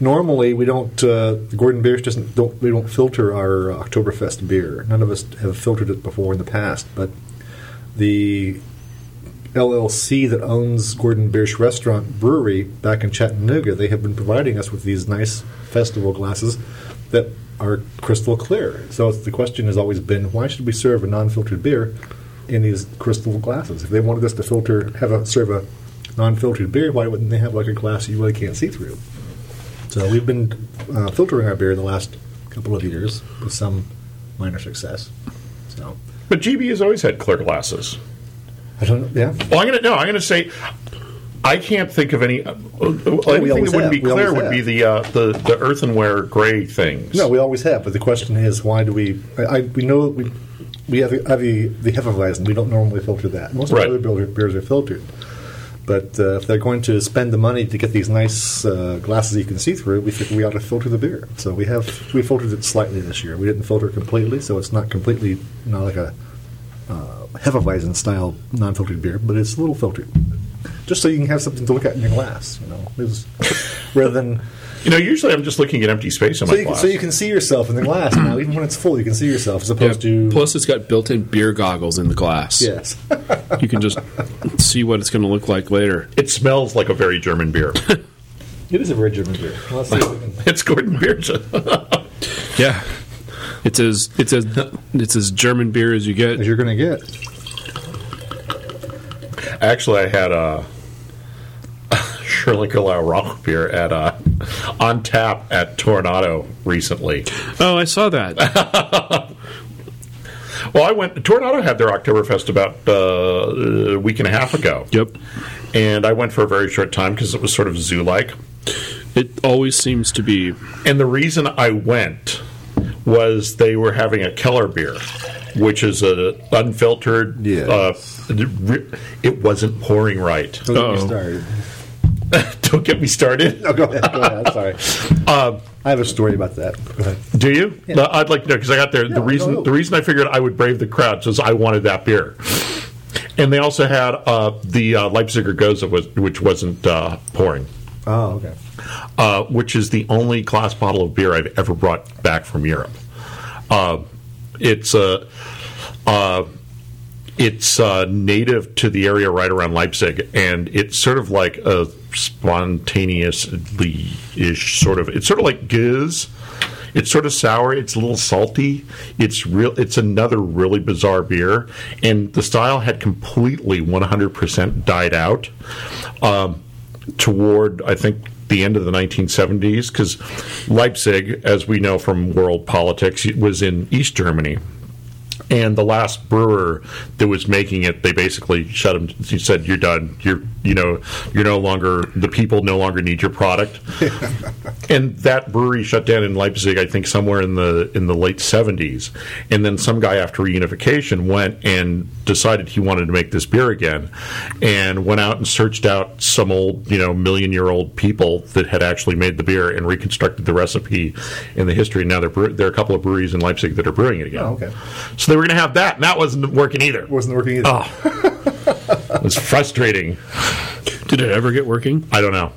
Speaker 2: normally we don't uh, Gordon Beers doesn't don't we don't filter our uh, Oktoberfest beer. None of us have filtered it before in the past, but the LLC that owns Gordon Biersch Restaurant Brewery back in Chattanooga, they have been providing us with these nice festival glasses that are crystal clear. So it's, the question has always been, why should we serve a non-filtered beer in these crystal glasses? If they wanted us to filter, have a serve a non-filtered beer, why wouldn't they have like a glass you really can't see through? So we've been uh, filtering our beer the last couple of years with some minor success. So
Speaker 1: But GB has always had clear glasses.
Speaker 2: I don't, yeah.
Speaker 1: Well, I'm going to no. I'm going to say I can't think of any. Uh, anything
Speaker 2: always
Speaker 1: that wouldn't
Speaker 2: have.
Speaker 1: be
Speaker 2: We
Speaker 1: clear
Speaker 2: always
Speaker 1: would be
Speaker 2: have.
Speaker 1: the uh, the the earthenware gray things.
Speaker 2: No, we always have. But the question is, why do we? I, I we know that we we have, have the the Hefeweizen. We don't normally filter that. Most
Speaker 1: Right.
Speaker 2: of the other beer- beers are filtered. But uh, if they're going to spend the money to get these nice uh, glasses you can see through, we think we ought to filter the beer. So we have we filtered it slightly this year. We didn't filter it completely, so it's not completely not like a uh, Hefeweizen style non-filtered beer, but it's a little filtered, just so you can have something to look at in your glass. You know, It's- rather than
Speaker 1: you know, usually I'm just looking at empty space
Speaker 2: so
Speaker 1: in my
Speaker 2: you, can,
Speaker 1: glass.
Speaker 2: so you can see yourself in the glass now, even when it's full, you can see yourself as opposed to
Speaker 3: Plus, it's got built-in beer goggles in the glass.
Speaker 2: yes.
Speaker 3: You can just see what it's going to look like later.
Speaker 1: it smells like a very German beer.
Speaker 2: it is a very German beer. Well, let's see if we can-
Speaker 1: it's Gordon Bierchen.
Speaker 3: Yeah. It's as it's as it's as German beer as you
Speaker 2: as
Speaker 3: get.
Speaker 2: you're going to get.
Speaker 1: Actually, I had a Sherlinker Lau Rock beer at uh, on tap at Tornado recently.
Speaker 3: Oh, I saw that.
Speaker 1: Well, I went. Tornado had their Oktoberfest about uh, a week and a half ago.
Speaker 3: yep.
Speaker 1: And I went for a very short time because it was sort of zoo like.
Speaker 3: It always seems to be
Speaker 1: And the reason I went was they were having a Keller beer, which is a unfiltered.
Speaker 2: Yes.
Speaker 1: Uh, it wasn't pouring right.
Speaker 2: Don't get me
Speaker 3: Uh-oh.
Speaker 2: started.
Speaker 1: Don't get me started.
Speaker 2: No, go ahead. Go ahead. I'm sorry. I have a story about that. Go ahead.
Speaker 1: Do you? No, I'd like to know because I got there. the
Speaker 2: I
Speaker 1: reason
Speaker 2: know.
Speaker 1: the reason I figured I would brave the crowds is I wanted that beer. And they also had uh, the uh, Leipziger Goza, was, which wasn't uh, pouring,
Speaker 2: Oh, okay.
Speaker 1: uh, which is the only glass bottle of beer I've ever brought back from Europe. Uh, it's uh, uh, it's uh, native to the area right around Leipzig, and it's sort of like a spontaneously ish sort of. It's sort of like Giz. It's sort of sour. It's a little salty. It's real. It's another really bizarre beer, and the style had completely 100% died out um, toward I think the end of the 1970s because Leipzig, as we know from world politics, was in East Germany and the last brewer that was making it, they basically shut him. He said, "You're done. You're you know you're no longer the people no longer need your product." and that brewery shut down in Leipzig, I think, somewhere in the in the late seventies. And then some guy after reunification went and decided he wanted to make this beer again, and went out and searched out some old you know million year old people that had actually made the beer and reconstructed the recipe and the history. And now there bre- there are a couple of breweries in Leipzig that are brewing it again.
Speaker 2: Oh, okay.
Speaker 1: So they were going to have that, and that wasn't working either. It
Speaker 2: Wasn't working either.
Speaker 1: Oh. it was frustrating.
Speaker 3: Did it ever get working?
Speaker 1: I don't know.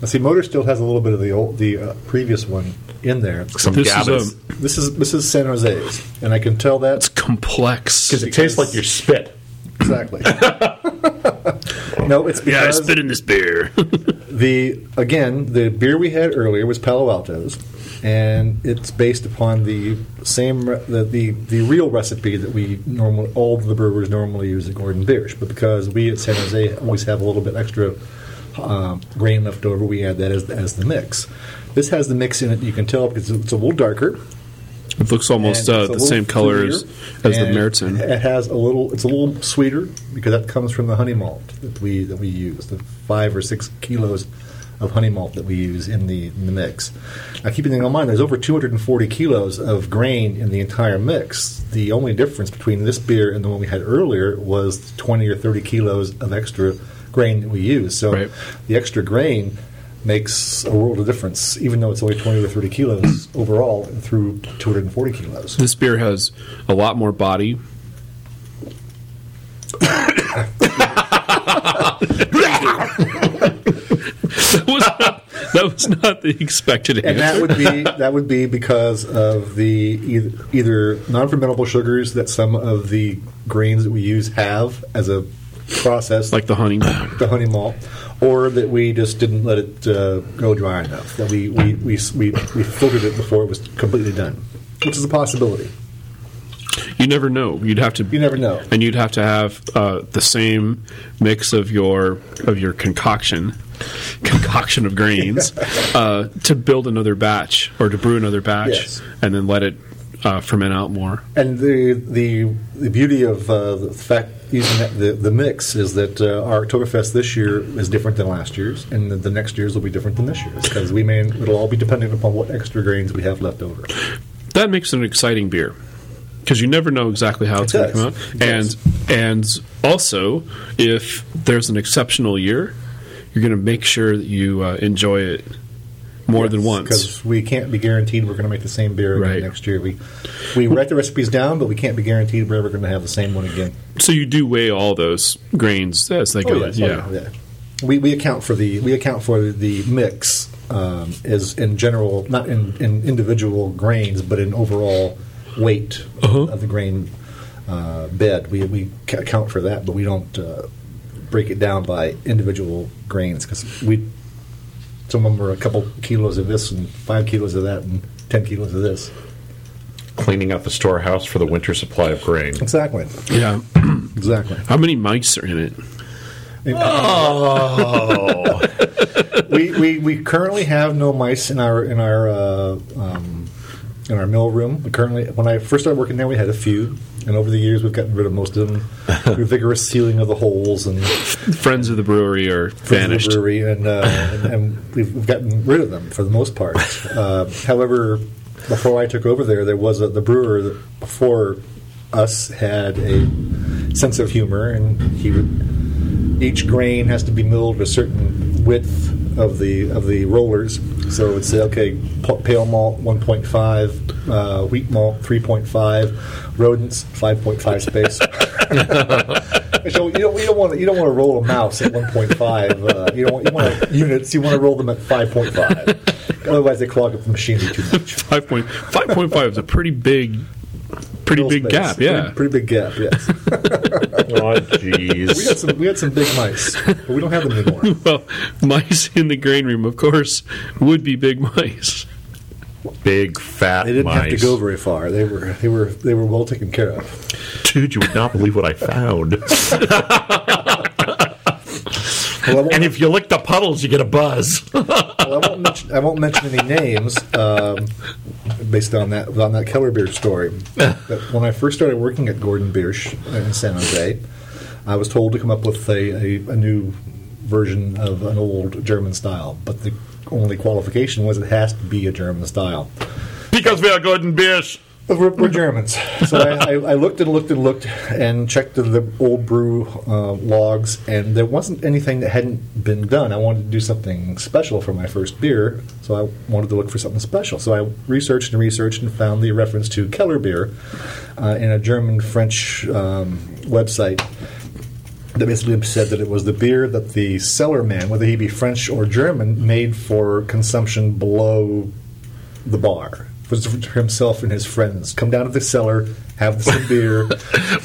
Speaker 2: Now, See, Motor still has a little bit of the old, the uh, previous one in there.
Speaker 1: Some
Speaker 3: This is
Speaker 1: gabbas.
Speaker 2: This is this is San Jose's, and I can tell that
Speaker 3: It's complex.
Speaker 1: Because it tastes like your spit.
Speaker 2: exactly. no, it's because
Speaker 3: in this beer.
Speaker 2: the again the beer we had earlier was Palo Alto's, and it's based upon the same re- the the, the real recipe that we normally all the brewers normally use at Gordon Biersch. But because we at San Jose always have a little bit extra um, grain left over, we add that as as the mix. This has the mix in it. You can tell because it's a little darker.
Speaker 3: It looks almost
Speaker 2: And
Speaker 3: uh,
Speaker 2: it's a
Speaker 3: the
Speaker 2: little
Speaker 3: same color as,
Speaker 2: fruitier,
Speaker 3: as the
Speaker 2: and
Speaker 3: Märzen.
Speaker 2: It has a little. It's a little sweeter because that comes from the honey malt that we that we use. The five or six kilos of honey malt that we use in the, in the mix. Now, keeping in mind, there's over 240 kilos of grain in the entire mix. The only difference between this beer and the one we had earlier was 20 or 30 kilos of extra grain that we use. So
Speaker 3: Right.
Speaker 2: the extra grain makes a world of difference, even though it's only 20 or 30 kilos overall through 240 kilos.
Speaker 3: This beer has a lot more body. that, was not, that was not the expected
Speaker 2: and
Speaker 3: answer.
Speaker 2: that would be that would be because of the either, either non-fermentable sugars that some of the grains that we use have as a process,
Speaker 3: Like the honey.
Speaker 2: the honey malt, or that we just didn't let it uh, go dry enough. That we we, we we we filtered it before it was completely done, which is a possibility.
Speaker 3: You never know. You'd have to.
Speaker 2: You never know.
Speaker 3: And you'd have to have uh, the same mix of your of your concoction, concoction of grains, uh, to build another batch or to brew another batch,
Speaker 2: Yes.
Speaker 3: and then let it uh, ferment out more.
Speaker 2: And the the the beauty of uh, the fact using that, the the mix is that uh, our Oktoberfest this year is different than last year's, and the, the next year's will be different than this year's because we may it'll all be dependent upon what extra grains we have left over.
Speaker 3: that makes it an exciting beer because you never know exactly how it's going to
Speaker 2: does.
Speaker 3: come out
Speaker 2: It
Speaker 3: and
Speaker 2: does.
Speaker 3: and also if there's an exceptional year you're going to make sure that you uh, enjoy it more than once
Speaker 2: because we can't be guaranteed we're going to make the same beer again
Speaker 3: Right.
Speaker 2: next year. We we write the recipes down, but we can't be guaranteed we're ever going to have the same one again.
Speaker 3: so you do weigh all those grains as
Speaker 2: Oh,
Speaker 3: they go yeah,
Speaker 2: We, we account for the we account for the mix um, is in general not in, in individual grains but in overall weight
Speaker 3: Uh-huh.
Speaker 2: of the grain uh, bed. We we ca- account for that, but we don't uh, break it down by individual grains because we some of them are a couple kilos of this and five kilos of that and ten kilos of this.
Speaker 1: Cleaning out the storehouse for the winter supply of grain.
Speaker 2: Exactly.
Speaker 3: yeah
Speaker 2: Exactly.
Speaker 3: how many mics are in it
Speaker 1: Oh.
Speaker 2: we, we, we currently have no mice in our in our uh, um, in our mill room. We currently, when I first started working there, we had a few, and over the years we've gotten rid of most of them through vigorous sealing of the holes and
Speaker 3: friends of the brewery are vanished
Speaker 2: the brewery, and, uh, and, and we've, we've gotten rid of them for the most part. Uh, however, before I took over there, there was a, the brewer that before us had a sense of humor, and he would, each grain has to be milled a certain width of the of the rollers. So it would say, okay, p- pale malt 1.5, uh, wheat malt 3.5, rodents 5.5 space. So you don't, you don't want to, you don't want to roll a mouse at 1.5. Uh, you don't want, you want to, units. You want to roll them at 5.5. Otherwise, they clog up the machinery too much.
Speaker 3: 5.5 5.5 is a pretty big pretty
Speaker 2: Little
Speaker 3: big
Speaker 2: space.
Speaker 3: gap yeah
Speaker 2: Pretty, pretty big gap. Yes.
Speaker 3: Oh,
Speaker 2: we had
Speaker 1: jeez.
Speaker 2: some we had some big mice, but we don't have them anymore.
Speaker 3: well mice in the grain room of course would be big mice
Speaker 1: big fat
Speaker 2: They didn't have to
Speaker 1: mice.
Speaker 2: go very far. They were they were they were well taken care of.
Speaker 1: Dude, you would not believe what I found.
Speaker 2: Well, I won't,
Speaker 1: and if you lick the puddles, you get a buzz.
Speaker 2: well, I won't mention I won't mention any names um, based on that on that Keller Beer story. But when I first started working at Gordon Beer sh- in San Jose, I was told to come up with a, a, a new version of an old German style, but the only qualification was it has to be a German style.
Speaker 1: because we are good and bish.
Speaker 2: We're, we're Germans. So I, I, I looked and looked and looked and checked the, the old brew uh, logs, and there wasn't anything that hadn't been done. I wanted to do something special for my first beer, so I wanted to look for something special. So I researched and researched and found the reference to Keller beer uh, in a German French um, website that basically said that it was the beer that the cellar man, whether he be French or German, made for consumption below the bar. It Was for himself and his friends come down to the cellar, have some beer.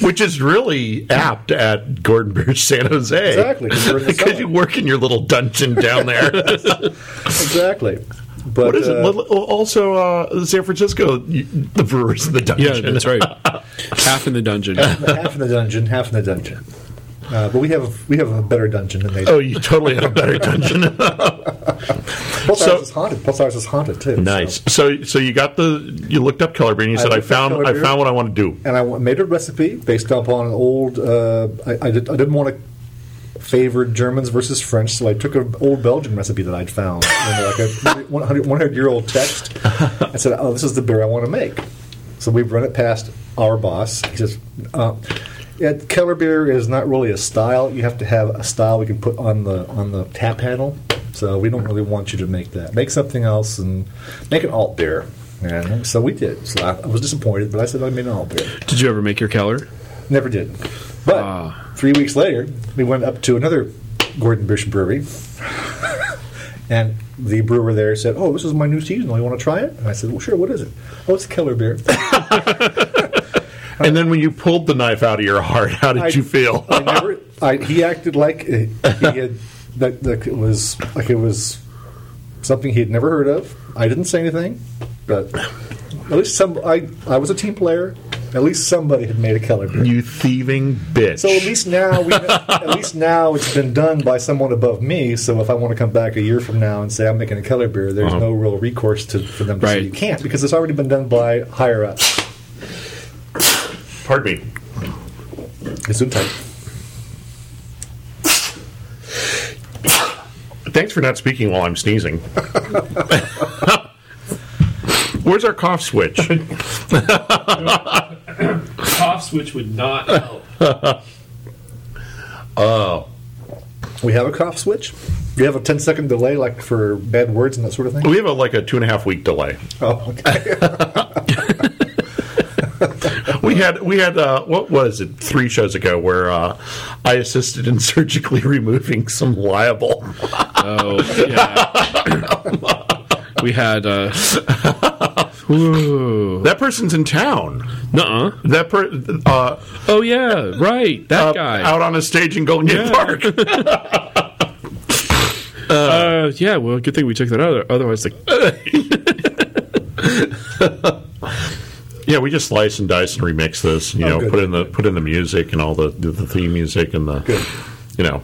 Speaker 1: Which is really apt at Gordon Beach San Jose.
Speaker 2: Exactly, 'cause we're in the
Speaker 1: Because
Speaker 2: cellar.
Speaker 1: you work in your little dungeon down there.
Speaker 2: exactly. But
Speaker 1: what is it?
Speaker 2: uh,
Speaker 1: Little- Also, uh, San Francisco, you- the brewers in the
Speaker 3: Yeah,
Speaker 1: dungeon.
Speaker 3: that's right. Half in the dungeon.
Speaker 2: half in the dungeon, half in the dungeon. Uh, but we have we have a better dungeon than they.
Speaker 1: Oh,
Speaker 2: do.
Speaker 1: you totally had a better dungeon.
Speaker 2: Plus
Speaker 1: so-
Speaker 2: ours is haunted. Plus ours is haunted too. so.
Speaker 1: nice. So, so you got the you looked up Keller Beer and you said I,
Speaker 2: looked up
Speaker 1: found
Speaker 2: Keller
Speaker 1: I
Speaker 2: Beer.
Speaker 1: found what I want to do.
Speaker 2: and I wa- made a recipe based upon an old. Uh, I, I, did, I didn't want to favor Germans versus French, so I took an old Belgian recipe that I'd found, you know, like a 100, 100 year old text, and said, "Oh, this is the beer I want to make." So we run it past our boss. He says, uh, yeah, "Keller beer is not really a style. You have to have a style we can put on the on the tap handle." So we don't really want you to make that. Make something else and make an alt beer. And so we did. So I, I was disappointed, but I said I made an alt beer.
Speaker 3: Did you ever make your Keller?
Speaker 2: Never did. But
Speaker 3: Ah.
Speaker 2: three weeks later, we went up to another Gordon Bush brewery, and the brewer there said, "Oh, this is my new seasonal. You want to try it?" And I said, "Well, sure. What is it? Oh, it's Keller beer."
Speaker 1: And then when you pulled the knife out of your heart, how did
Speaker 2: I-
Speaker 1: you feel?
Speaker 2: I never. I, he acted like he had that, that it was like it was something he had never heard of. I didn't say anything, but at least some. I I was a team player. At least somebody had made a Keller beer.
Speaker 1: you thieving bitch.
Speaker 2: So at least now, we, at least now it's been done by someone above me. So if I want to come back a year from now and say I'm making a Keller beer, there's no real recourse to, for them to
Speaker 3: Right.
Speaker 2: say you can't because it's already been done by higher up.
Speaker 1: Pardon me.
Speaker 2: Gesundheit.
Speaker 1: Thanks for not speaking while I'm sneezing. Where's our cough switch?
Speaker 3: Cough switch would not help.
Speaker 2: We have a cough switch. We have a 10 second delay, like for bad words and that sort of thing.
Speaker 1: We have a, like a two and a half week delay.
Speaker 2: Oh, okay.
Speaker 1: We had we had uh, what was it three shows ago where uh, I assisted in surgically removing some liable.
Speaker 3: Oh, yeah. we had. Uh, Ooh.
Speaker 1: That person's in town.
Speaker 3: Nuh-uh.
Speaker 1: That per- uh,
Speaker 3: Oh, yeah. Right.
Speaker 2: Uh,
Speaker 3: That
Speaker 1: up-
Speaker 3: guy.
Speaker 1: out on a stage in Golden Gate
Speaker 3: Yeah.
Speaker 1: Park.
Speaker 3: Uh, yeah, well, good thing we took that out. Otherwise, like,
Speaker 1: yeah, we just slice and dice and remix this. You
Speaker 2: Oh,
Speaker 1: know,
Speaker 2: good.
Speaker 1: put in the put in the music and all the the, the theme music and the
Speaker 2: Good.
Speaker 1: you know.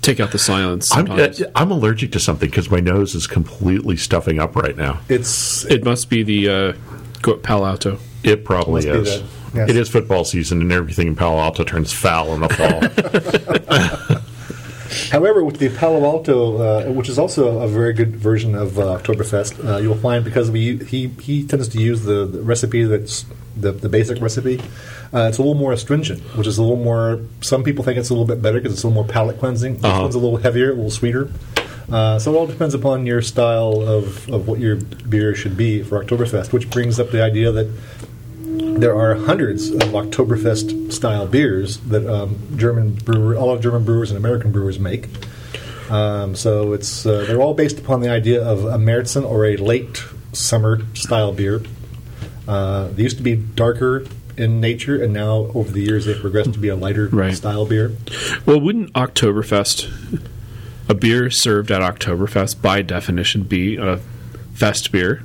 Speaker 3: take out the silence.
Speaker 1: I'm uh,
Speaker 3: sometimes.
Speaker 1: I'm allergic to something because my nose is completely stuffing up right now.
Speaker 2: it's
Speaker 3: it must be the uh, go- Palo Alto.
Speaker 1: It
Speaker 2: Must
Speaker 1: probably
Speaker 2: be
Speaker 1: is.
Speaker 2: that. Yes.
Speaker 1: It is football season, and everything in Palo Alto turns foul in the fall.
Speaker 2: However, with the Palo Alto, uh, which is also a very good version of uh, Oktoberfest, uh, you'll find because we he he tends to use the, the recipe that's the, the basic recipe. Uh, it's a little more astringent, which is a little more. Some people think it's a little bit better because it's a little more palate cleansing. This one's a little heavier, a little sweeter. Uh, so it all depends upon your style of, of what your beer should be for Oktoberfest, which brings up the idea that there are hundreds of Oktoberfest style beers that um, German brewer, all of German brewers and American brewers make. Um, so it's uh, they're all based upon the idea of a Märzen or a late summer style beer. Uh, they used to be darker in nature, and now over the years they've progressed to be a lighter
Speaker 3: Right.
Speaker 2: style beer.
Speaker 3: Well, wouldn't Oktoberfest A beer served at Oktoberfest, by definition, be a fest beer.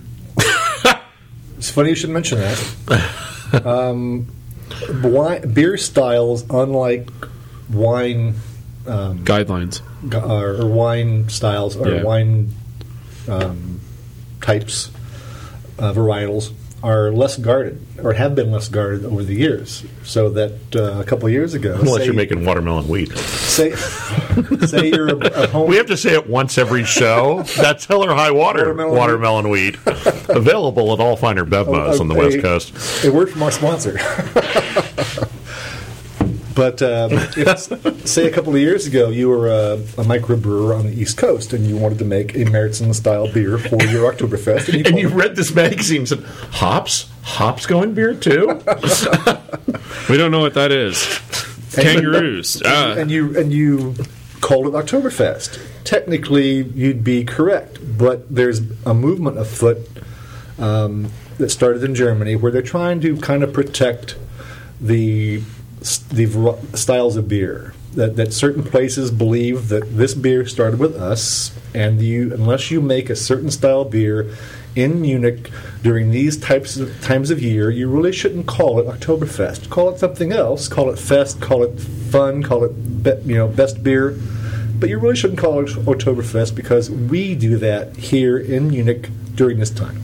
Speaker 2: It's funny you should mention that. um, wine, beer styles, unlike wine
Speaker 3: Guidelines.
Speaker 2: gu- uh, or wine styles or
Speaker 3: Yeah.
Speaker 2: wine um, types, uh, varietals, are less guarded or have been less guarded over the years. So that uh, a couple of years ago,
Speaker 1: Unless
Speaker 2: say,
Speaker 1: you're making watermelon wheat.
Speaker 2: say, say you're a, a home
Speaker 1: We have to say it once every show. That's hell or high water. Watermelon,
Speaker 2: Watermelon
Speaker 1: wheat. Available at all finer bevmos on the West
Speaker 2: a-
Speaker 1: Coast.
Speaker 2: A word from our sponsor. but um, if, say a couple of years ago, you were a, a microbrewer on the East Coast and you wanted to make a Meritzen style beer for your Oktoberfest. And you,
Speaker 1: And
Speaker 2: told-
Speaker 1: you read this magazine and said, Hops? Hops going beer too?
Speaker 3: We don't know what that is. Kangaroos. Ah.
Speaker 2: and you and you called it Oktoberfest. Technically, you'd be correct, but there's a movement afoot um, that started in Germany where they're trying to kind of protect the the var- styles of beer. That, that certain places believe that this beer started with us, and you unless you make a certain style beer in Munich during these types of times of year, you really shouldn't call it Oktoberfest. Call it something else. Call it fest. Call it fun. Call it be, you know best beer. But you really shouldn't call it Oktoberfest because we do that here in Munich during this time.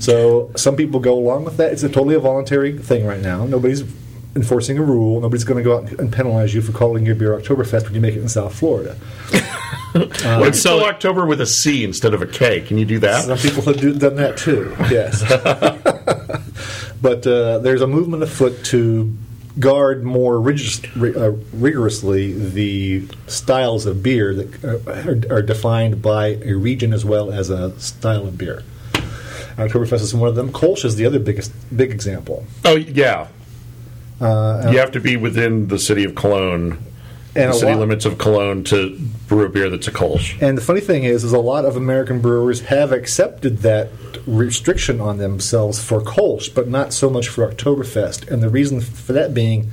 Speaker 2: So some people go along with that. It's a totally a voluntary thing right now. Nobody's enforcing a rule. Nobody's going to go out and penalize you for calling your beer Oktoberfest when you make it in South Florida.
Speaker 1: what if you
Speaker 3: so-
Speaker 1: spell October with a C instead of a K? Can you do
Speaker 2: Some
Speaker 1: that?
Speaker 2: people have do, done that too. Yes, but uh, there's a movement afoot to guard more rigis, ri- uh, rigorously the styles of beer that uh, are, are defined by a region as well as a style of beer. Oktoberfest is one of them. Kolsch is the other biggest big example.
Speaker 1: Oh, yeah. you have to be within the city of Cologne,
Speaker 2: And
Speaker 1: the
Speaker 2: a
Speaker 1: city
Speaker 2: lot-
Speaker 1: limits of Cologne, to brew a beer that's a Kolsch.
Speaker 2: And the funny thing is, is a lot of American brewers have accepted that restriction on themselves for Kolsch, but not so much for Oktoberfest. And the reason for that being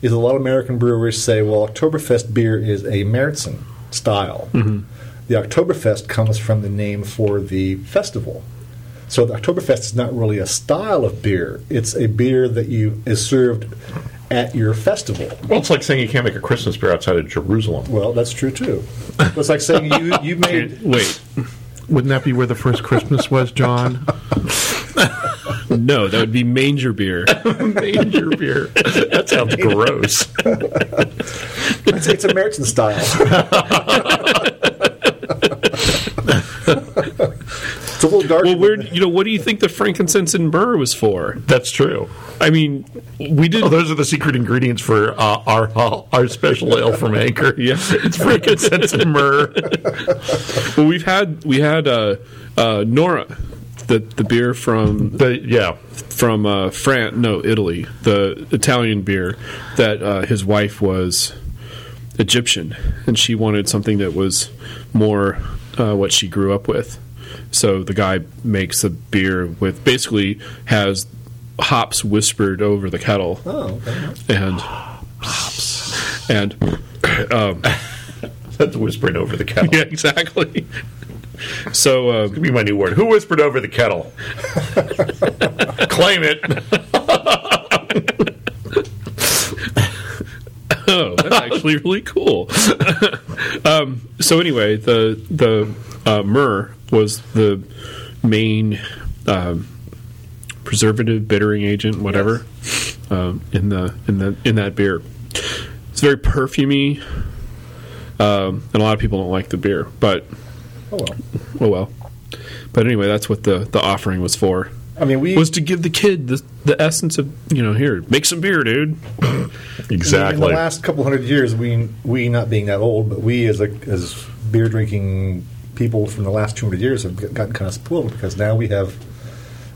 Speaker 2: is a lot of American brewers say, well, Oktoberfest beer is a Märzen style. The Oktoberfest comes from the name for the festival. So the Oktoberfest is not really a style of beer. It's a beer that you is served at your festival.
Speaker 1: Well, it's like saying you can't make a Christmas beer outside of Jerusalem.
Speaker 2: Well, that's true too. It's like saying you you made
Speaker 3: Wait.
Speaker 1: Wouldn't that be where the first Christmas was, John?
Speaker 3: No, that would be manger beer.
Speaker 1: Major beer. That sounds gross.
Speaker 2: It's, it's American style. it's a little dark.
Speaker 3: Well, where you know what do you think the frankincense and myrrh was for?
Speaker 1: That's true.
Speaker 3: I mean, we did.
Speaker 1: Oh, those are the secret ingredients for uh, our our special ale from Anchor.
Speaker 3: Yeah.
Speaker 1: it's frankincense and myrrh. Oh.
Speaker 3: Well, we've had we had uh, uh, Nora, the the beer from
Speaker 1: But yeah,
Speaker 3: from uh, France, no Italy, the Italian beer that uh, his wife was Egyptian, and she wanted something that was more uh, what she grew up with. So the guy makes a beer with basically has hops whispered over the kettle.
Speaker 2: Oh, okay.
Speaker 3: and and um,
Speaker 1: that's whispering over the kettle.
Speaker 3: yeah, exactly. So um,
Speaker 1: Could be my new word. Who whispered over the kettle? Claim it.
Speaker 3: oh, that's actually really cool. um, so anyway, the the uh, myrrh was the main um, preservative, bittering agent, whatever, um, in the in the in that beer. It's very perfumey, um, and a lot of people don't like the beer, but
Speaker 2: Oh well.
Speaker 3: oh well. But anyway, that's what the the offering was for.
Speaker 2: I mean, we
Speaker 3: was to give the kid the, the essence of you know here make some beer dude
Speaker 2: in the last couple hundred years, we we not being that old, but we as a as beer drinking people from the last two hundred years have gotten kind of spoiled because now we have.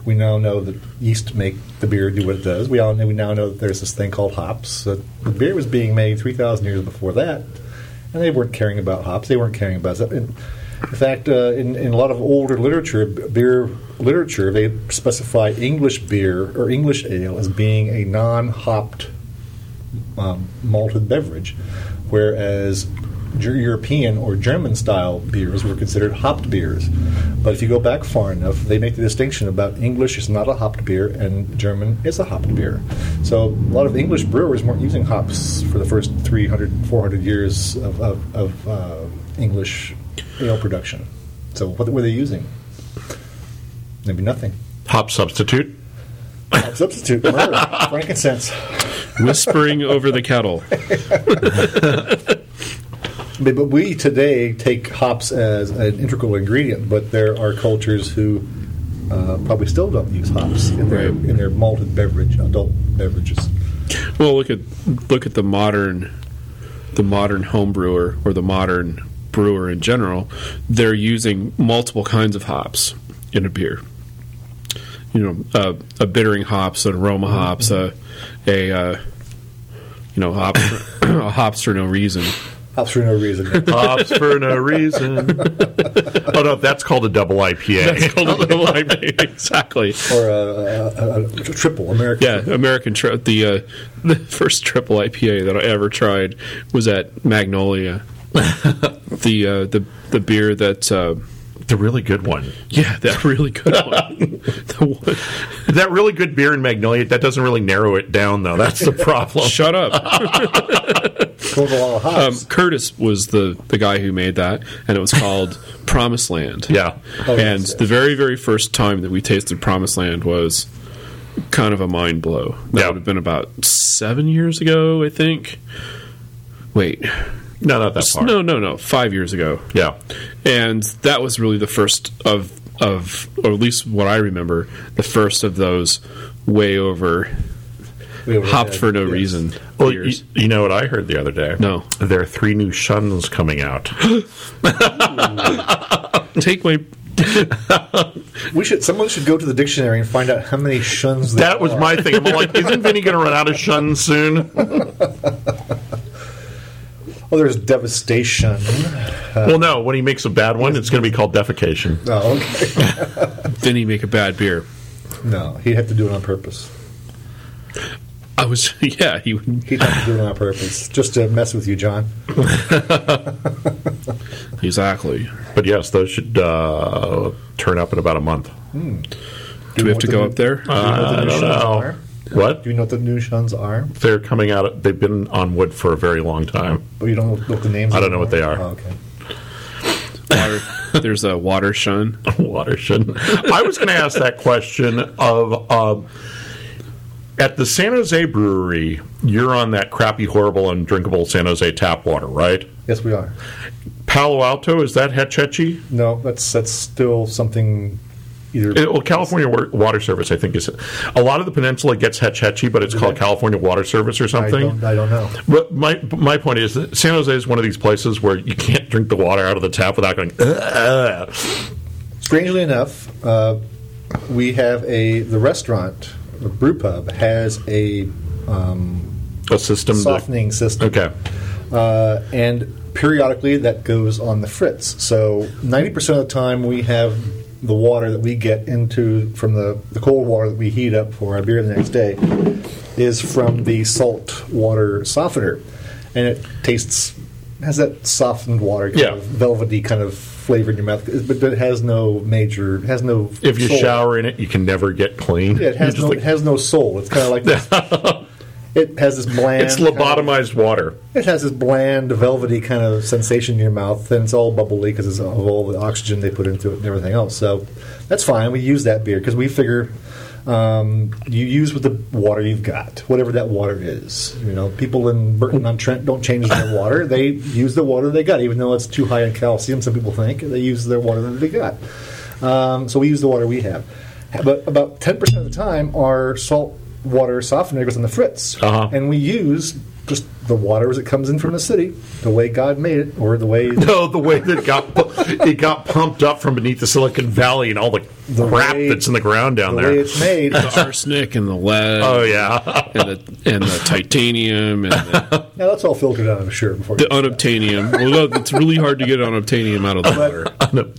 Speaker 2: We now know that yeast make the beer do what it does. We all we now know that there's this thing called hops. That the beer was being made three thousand years before that, and they weren't caring about hops. They weren't caring about that. In, in fact, uh, in, in a lot of older literature, b- beer literature, they specify English beer or English ale as being a non-hopped um, malted beverage, whereas Ger- European or German style beers were considered hopped beers. But if you go back far enough, they make the distinction about English is not a hopped beer and German is a hopped beer. So a lot of English brewers weren't using hops for the first 300, 400 years of, of, of uh, English ale production. So what were they using? Maybe nothing.
Speaker 1: Hop substitute.
Speaker 2: Hop substitute, myrrh, frankincense.
Speaker 3: Whispering over the kettle.
Speaker 2: But but we today take hops as an integral ingredient, but there are cultures who uh, probably still don't use hops in their
Speaker 3: Right.
Speaker 2: in their malted beverage, adult beverages.
Speaker 3: Well, look at look at the modern the modern home brewer or the modern brewer in general. They're using multiple kinds of hops in a beer. You know, uh, a bittering hops, an aroma hops, a a uh, you know hop a hops for no reason.
Speaker 2: Hops for no reason.
Speaker 1: Hops for no reason. oh no, that's called a double IPA.
Speaker 3: That's called a double IPA. exactly.
Speaker 2: or a, a, a, a uh, triple American.
Speaker 3: Yeah, American tri- the uh, the first triple IPA that I ever tried was at Magnolia, the uh, the the beer that uh,
Speaker 1: the really good one.
Speaker 3: yeah that really good one. the one.
Speaker 1: That really good beer in Magnolia. That doesn't really narrow it down though. That's the problem.
Speaker 3: Shut up,
Speaker 2: Goes a lot of
Speaker 3: um,
Speaker 2: hops.
Speaker 3: Curtis was the the guy who made that, and it was called Promised Land.
Speaker 1: yeah.
Speaker 2: Oh,
Speaker 3: and
Speaker 2: yes, yes.
Speaker 3: the very very first time that we tasted Promised Land was kind of a mind blow. That
Speaker 1: Yeah.
Speaker 3: would have been about seven years ago, I think. Wait,
Speaker 1: No, not that far.
Speaker 3: no, no, no, five years ago.
Speaker 1: Yeah.
Speaker 3: and that was really the first of of or at least what I remember the first of those way over
Speaker 2: We have-
Speaker 3: hopped for no
Speaker 2: yes.
Speaker 3: reason
Speaker 1: Well, you,
Speaker 3: beers.
Speaker 1: you know what I heard the other day?
Speaker 3: No.
Speaker 1: There are three new shuns coming out.
Speaker 3: Take my
Speaker 2: We should. Someone should go to the dictionary and find out how many shuns. there
Speaker 1: That was
Speaker 2: are.
Speaker 1: my thing. I'm like, isn't Vinny going to run out of shuns soon?
Speaker 2: Oh, there's devastation.
Speaker 1: well, no. When he makes a bad one, it's going to be called defecation.
Speaker 2: No, Oh, okay.
Speaker 3: Vinny make a bad beer.
Speaker 2: no, he'd have to do it on purpose.
Speaker 3: I was yeah he would-
Speaker 2: He'd have to do it on purpose just to mess with you, John.
Speaker 3: exactly.
Speaker 1: But yes, those should uh, turn up in about a month.
Speaker 3: Do we have to go up there?
Speaker 2: Do you
Speaker 1: Uh-huh.
Speaker 2: know what the new
Speaker 1: I don't
Speaker 2: shuns
Speaker 1: know.
Speaker 2: are?
Speaker 1: What?
Speaker 2: Do you know what the new shuns are?
Speaker 1: They're coming out. They've been on wood for a very long time.
Speaker 2: But you don't know what the names.
Speaker 1: I don't know what they are.
Speaker 2: Oh, okay.
Speaker 3: Uh, Water, there's a water shun.
Speaker 1: Water shouldn't. I was going to ask that question of um, at the San Jose brewery. You're on that crappy, horrible, undrinkable San Jose tap water, right?
Speaker 2: Yes, we are.
Speaker 1: Palo Alto is that Hetch
Speaker 2: No, that's that's still something. Either
Speaker 1: It, well, California Wa- Water Service, I think, is a lot of the peninsula gets Hetch Hetchy, but it's called California Water Service or
Speaker 2: I
Speaker 1: something.
Speaker 2: don't, I don't know.
Speaker 1: But my my point is, that San Jose is one of these places where you can't drink the water out of the tap without going. Ugh.
Speaker 2: Strangely enough, uh, we have a the restaurant, the brew pub, has a um,
Speaker 1: A system. that-
Speaker 2: softening system.
Speaker 1: okay.
Speaker 2: uh, and periodically that goes on the fritz. So ninety percent of the time we have the water that we get into from the, the cold water that we heat up for our beer the next day is from the salt water softener, and it tastes has that softened water, kind
Speaker 1: Yeah.
Speaker 2: of velvety kind of flavor in your mouth, but it has no major, it has no.
Speaker 1: If you
Speaker 2: soul.
Speaker 1: shower in it, you can never get clean.
Speaker 2: Yeah, it
Speaker 1: You're
Speaker 2: has
Speaker 1: just
Speaker 2: no,
Speaker 1: like-
Speaker 2: it has no soul. It's kind of like this. It has this bland.
Speaker 1: it's
Speaker 2: kind of-
Speaker 1: lobotomized water.
Speaker 2: it has this bland, velvety kind of sensation in your mouth, and it's all bubbly because of all the oxygen they put into it and everything else. So that's fine. We use that beer because we figure um, you use with the water you've got, whatever that water is. You know, people in Burton on Trent don't change their water; they use the water they got, even though it's too high in calcium. Some people think they use their water that they got. Um, so we use the water we have, but about ten percent of the time, our salt water softener goes on the fritz,
Speaker 1: Uh-huh.
Speaker 2: and we use just the water as it comes in from the city, the way God made it, or the way the
Speaker 1: No, Oh, the way that it got pu- it got pumped up from beneath the Silicon Valley and all the,
Speaker 2: The
Speaker 1: crap
Speaker 2: way-
Speaker 1: that's in the ground down
Speaker 2: way
Speaker 1: there.
Speaker 2: it's made.
Speaker 3: The arsenic and the lead
Speaker 1: Uh-huh. Oh yeah,
Speaker 3: and the and the titanium and the,
Speaker 2: Now that's all filtered out, I'm sure. Before
Speaker 3: the unobtainium. Well, no, it's really hard to get unobtainium out of the water.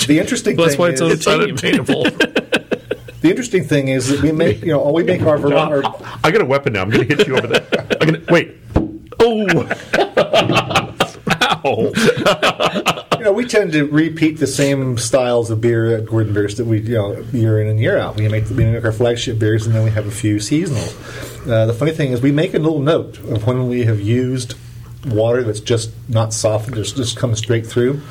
Speaker 2: the interesting
Speaker 3: Well, that's
Speaker 2: thing
Speaker 3: why
Speaker 2: is,
Speaker 3: it's on-
Speaker 1: it's unobtainable.
Speaker 2: the interesting thing is that we make you know all we make our, ver- our
Speaker 1: I got a weapon now. I'm going to hit you over the. I'm going to wait. Oh, Wow.
Speaker 2: You know, we tend to repeat the same styles of beer at Gordon Beers that we, you know, year in and year out. We make, we make our flagship beers, and then we have a few seasonals. Uh, the funny thing is, we make a little note of when we have used water that's just not softened, just just comes straight through.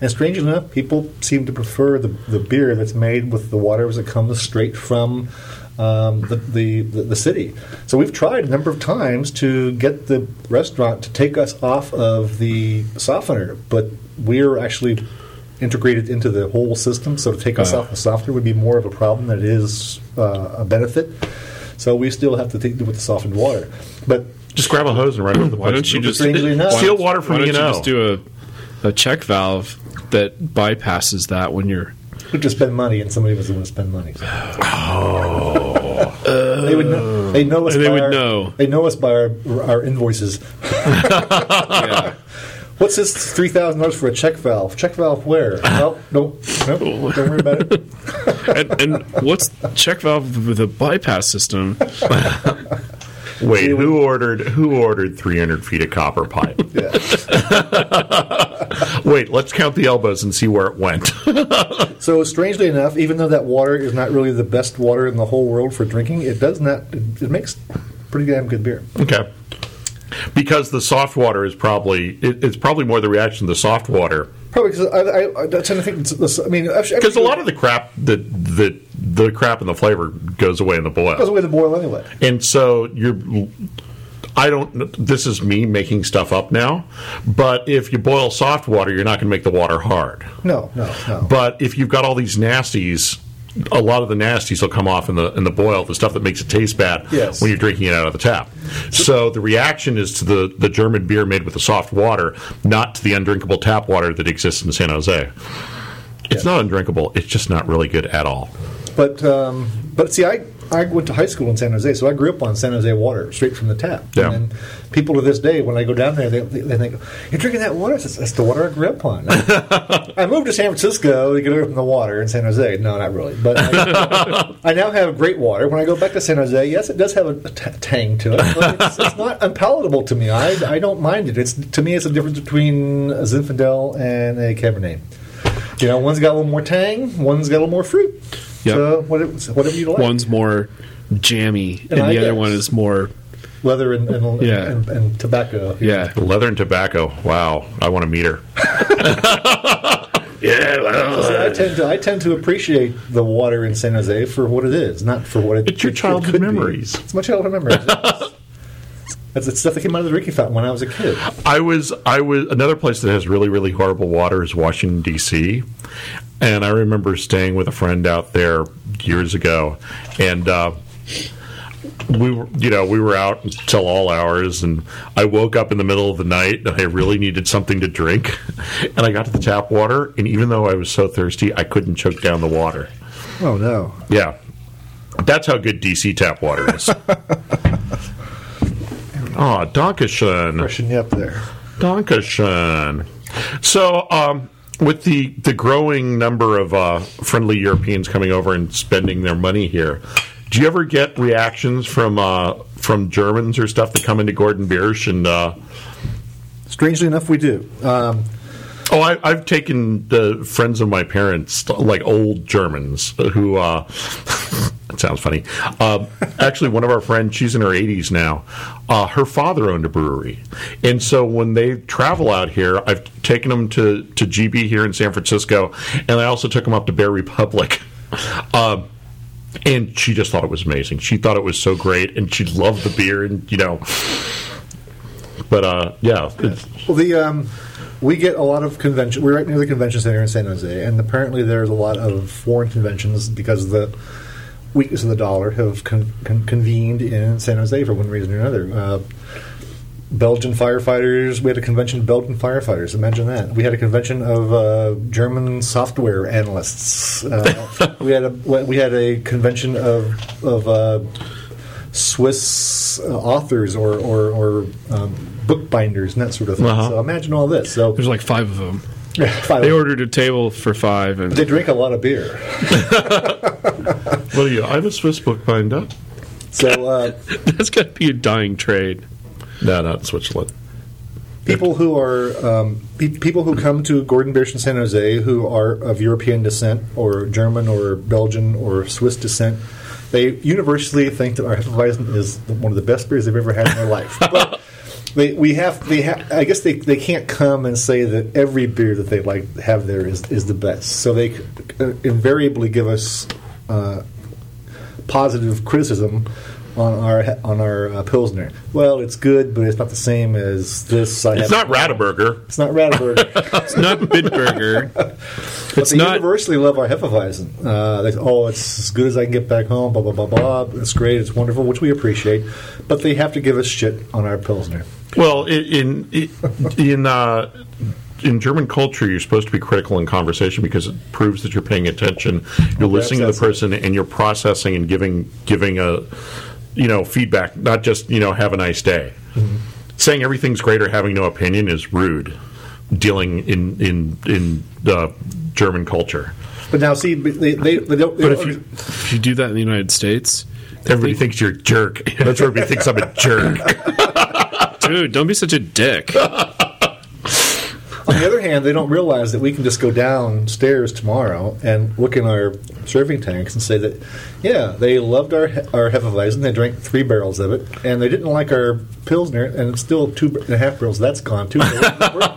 Speaker 2: And strangely enough, people seem to prefer the, the beer that's made with the water that comes straight from um, the, the, the, the city. So we've tried a number of times to get the restaurant to take us off of the softener, but we're actually integrated into the whole system. So to take us off the softener would be more of a problem than it is uh, a benefit. So we still have to take, do with the softened water. But
Speaker 1: Just grab a hose and run it with the
Speaker 3: Why don't you just
Speaker 2: Strangely enough.
Speaker 1: Steal water from
Speaker 3: why don't
Speaker 1: you know.
Speaker 3: just do a, a check valve that bypasses that when you're
Speaker 2: who just spend money, and somebody was going to spend money. Oh, they would
Speaker 1: Oh.
Speaker 2: know. They know us.
Speaker 3: They
Speaker 2: by
Speaker 3: would
Speaker 2: our,
Speaker 3: know.
Speaker 2: They know us by our, our invoices. What's this three thousand dollars for a check valve? Check valve where? Well, don't nope, don't worry about it.
Speaker 3: and, and what's check valve with a bypass system?
Speaker 1: Wait, who ordered who ordered 300 feet of copper pipe?
Speaker 2: Yeah.
Speaker 1: Wait, let's count the elbows and see where it went.
Speaker 2: So strangely enough, even though that water is not really the best water in the whole world for drinking, it does not. It, it makes pretty damn good beer.
Speaker 1: okay. Because the soft water is probably it, it's probably more the reaction to the soft water.
Speaker 2: Probably because I, I, I tend to think. It's, this, I mean,
Speaker 1: Because a lot of the crap that that the crap and the flavor goes away in the boil.
Speaker 2: goes away the boil anyway.
Speaker 1: And so you're. I don't. This is me making stuff up now, but if you boil soft water, you're not going to make the water hard.
Speaker 2: No, no, no.
Speaker 1: But if you've got all these nasties, a lot of the nasties will come off in the in the boil, the stuff that makes it taste bad
Speaker 2: Yes.
Speaker 1: when you're drinking it out of the tap. So the reaction is to the the German beer made with the soft water, not to the undrinkable tap water that exists in San Jose. It's not undrinkable. It's just not really good at all.
Speaker 2: But um, but see, I I went to high school in San Jose, so I grew up on San Jose water straight from the tap.
Speaker 1: Yeah.
Speaker 2: And then people to this day, when I go down there, they, they, they think you're drinking that water. I says, That's the water I grew up on. I moved to San Francisco to get away from the water in San Jose. No, not really. But I, I now have great water. When I go back to San Jose, yes, it does have a t- tang to it. But it's, it's not unpalatable to me. I, I don't mind it. It's to me, it's the difference between a Zinfandel and a Cabernet. You know, one's got a little more tang, one's got a little more fruit.
Speaker 3: Yep.
Speaker 2: So whatever, whatever you like,
Speaker 3: One's more jammy, and,
Speaker 2: And I
Speaker 3: the other
Speaker 2: guess-
Speaker 3: one is more
Speaker 2: leather and and,
Speaker 3: Yeah.
Speaker 2: and, and tobacco.
Speaker 3: yeah.
Speaker 1: Leather and tobacco. Wow, I want to meet her. yeah, well,
Speaker 2: So I tend to I tend to appreciate the water in San Jose for what it is, not for what it.
Speaker 1: It's your
Speaker 2: it
Speaker 1: childhood
Speaker 2: could be.
Speaker 1: memories.
Speaker 2: It's my childhood memories. That's the stuff that came out of the Ricky Fountain when I was a kid.
Speaker 1: I was I was another place that has really really horrible water is Washington D.C. And I remember staying with a friend out there years ago, and uh, we were you know we were out until all hours, and I woke up in the middle of the night and I really needed something to drink, and I got to the tap water, and even though I was so thirsty, I couldn't choke down the water.
Speaker 2: Oh no!
Speaker 1: Yeah, that's how good D.C. tap water is. Aw, Donkashun.
Speaker 2: Brushing you up there.
Speaker 1: Dankeschön. So, um, with the, the growing number of uh, friendly Europeans coming over and spending their money here, do you ever get reactions from uh, from Germans or stuff that come into Gordon Biersch? And uh,
Speaker 2: Strangely enough, we do. Um,
Speaker 1: oh, I, I've taken the friends of my parents, like old Germans, who. Uh, that sounds funny. Uh, actually, one of our friends, she's in her 80s now. Uh, her father owned a brewery, and so when they travel out here, I've taken them to to GB here in San Francisco, and I also took them up to Bear Republic. Uh, and she just thought it was amazing. She thought it was so great, and she loved the beer, and you know. But uh, yeah, it's,
Speaker 2: Well, the um, we get a lot of convention. We're right near the convention center in San Jose, and apparently there's a lot of foreign conventions because the weakness of the dollar have con- con- convened in San Jose for one reason or another. Uh, Belgian firefighters. We had a convention of Belgian firefighters. Imagine that. We had a convention of uh, German software analysts. Uh, we had a we had a convention of of uh, Swiss uh, authors or or, or um, bookbinders and that sort of thing.
Speaker 1: Uh-huh.
Speaker 2: So imagine all this. So
Speaker 3: There's like five of them.
Speaker 2: Fine.
Speaker 3: They ordered a table for five, and
Speaker 2: They drink a lot of beer.
Speaker 1: what are you? I'm a Swiss bookbinder.
Speaker 2: So uh,
Speaker 3: that's got to be a dying trade.
Speaker 1: No, not in Switzerland.
Speaker 2: people who are um, pe- people who come to Gordon Biersch in San Jose who are of European descent or German or Belgian or Swiss descent. They universally think that our Hefeweizen is one of the best beers they've ever had in their life. But they, we have, they ha- I guess they, they can't come and say that every beer that they like have there is, is the best. So they c- uh, invariably give us uh, positive criticism on our on our uh, pilsner. Well, it's good, but it's not the same as this. I
Speaker 1: It's
Speaker 2: have-
Speaker 1: not Rataburger.
Speaker 2: It's not Rataburger.
Speaker 3: It's not Bitburger.
Speaker 2: but
Speaker 3: It's
Speaker 2: they
Speaker 3: not-
Speaker 2: universally love our Hefeweizen. Uh, they, oh, it's as good as I can get back home. Blah blah blah blah. It's great. It's wonderful, which we appreciate. But they have to give us shit on our pilsner.
Speaker 1: Well, i- in i- in uh, in German culture, you're supposed to be critical in conversation because it proves that you're paying attention, you're listening to the
Speaker 2: that's it.
Speaker 1: person, and you're processing and giving giving a you know feedback, not just you know have a nice day. Saying everything's great or having no opinion is rude. Dealing in in in uh, German culture,
Speaker 2: But now, see, but they, they, they don't. They
Speaker 1: but
Speaker 2: don't
Speaker 1: if you,
Speaker 3: If you do that in the United States,
Speaker 1: everybody thinks you're a jerk. That's where everybody thinks I'm a jerk.
Speaker 3: dude, don't be such a dick.
Speaker 2: On the other hand, they don't realize that we can just go downstairs tomorrow and look in our serving tanks and say that, yeah, they loved our our hefeweizen. They drank three barrels of it, and they didn't like our pilsner, and it's still two and a half barrels. That's gone too. Where would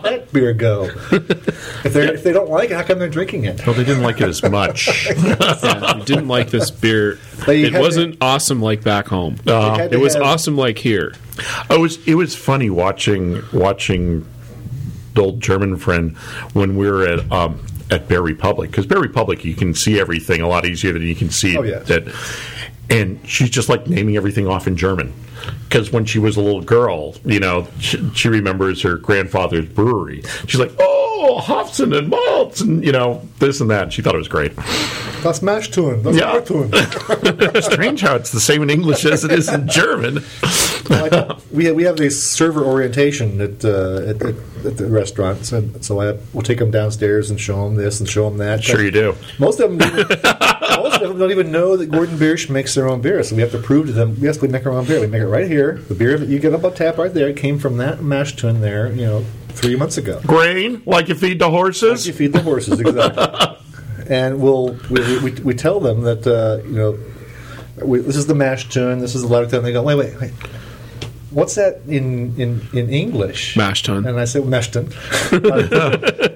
Speaker 2: that beer go? If they if they don't like it, how come they're drinking it?
Speaker 1: Well, they didn't like it as much.
Speaker 3: Yeah, we didn't like this beer.
Speaker 2: They
Speaker 3: it
Speaker 2: had
Speaker 3: wasn't awesome like back home.
Speaker 2: They had
Speaker 3: it
Speaker 2: to
Speaker 3: was
Speaker 2: have-
Speaker 3: awesome like here.
Speaker 1: I was it was funny watching watching the old German friend when we were at um, at Bear Republic because Bear Republic you can see everything a lot easier than you can see
Speaker 2: Oh, yeah.
Speaker 1: that and she's just like naming everything off in German because when she was a little girl you know she, she remembers her grandfather's brewery she's like oh Hopfen and malts and you know this and that she thought it was great
Speaker 2: That's mash tune. That's
Speaker 1: Yeah.
Speaker 2: yeah. tune.
Speaker 1: strange how it's the same in English as it is in German
Speaker 2: like, we have, we have this server orientation at uh, at, at, at the restaurants, and so I we'll take them downstairs and show them this and show them that.
Speaker 1: sure you do
Speaker 2: Most of them, don't even, most of them don't even know that Gordon Biersch makes their own beer. So we have to prove to them, yes, we make our own beer. We make it right here. The beer that you get up on tap right there came from that mash tun there, you know, three months ago.
Speaker 1: grain like you feed the horses
Speaker 2: You feed the horses, exactly. and we'll we, we, we tell them that uh, you know we, this is the mash tun, this is the lager tun. They go, wait, wait, wait. What's that in, in, in English?
Speaker 3: Mash tun.
Speaker 2: And I said, mash tun. I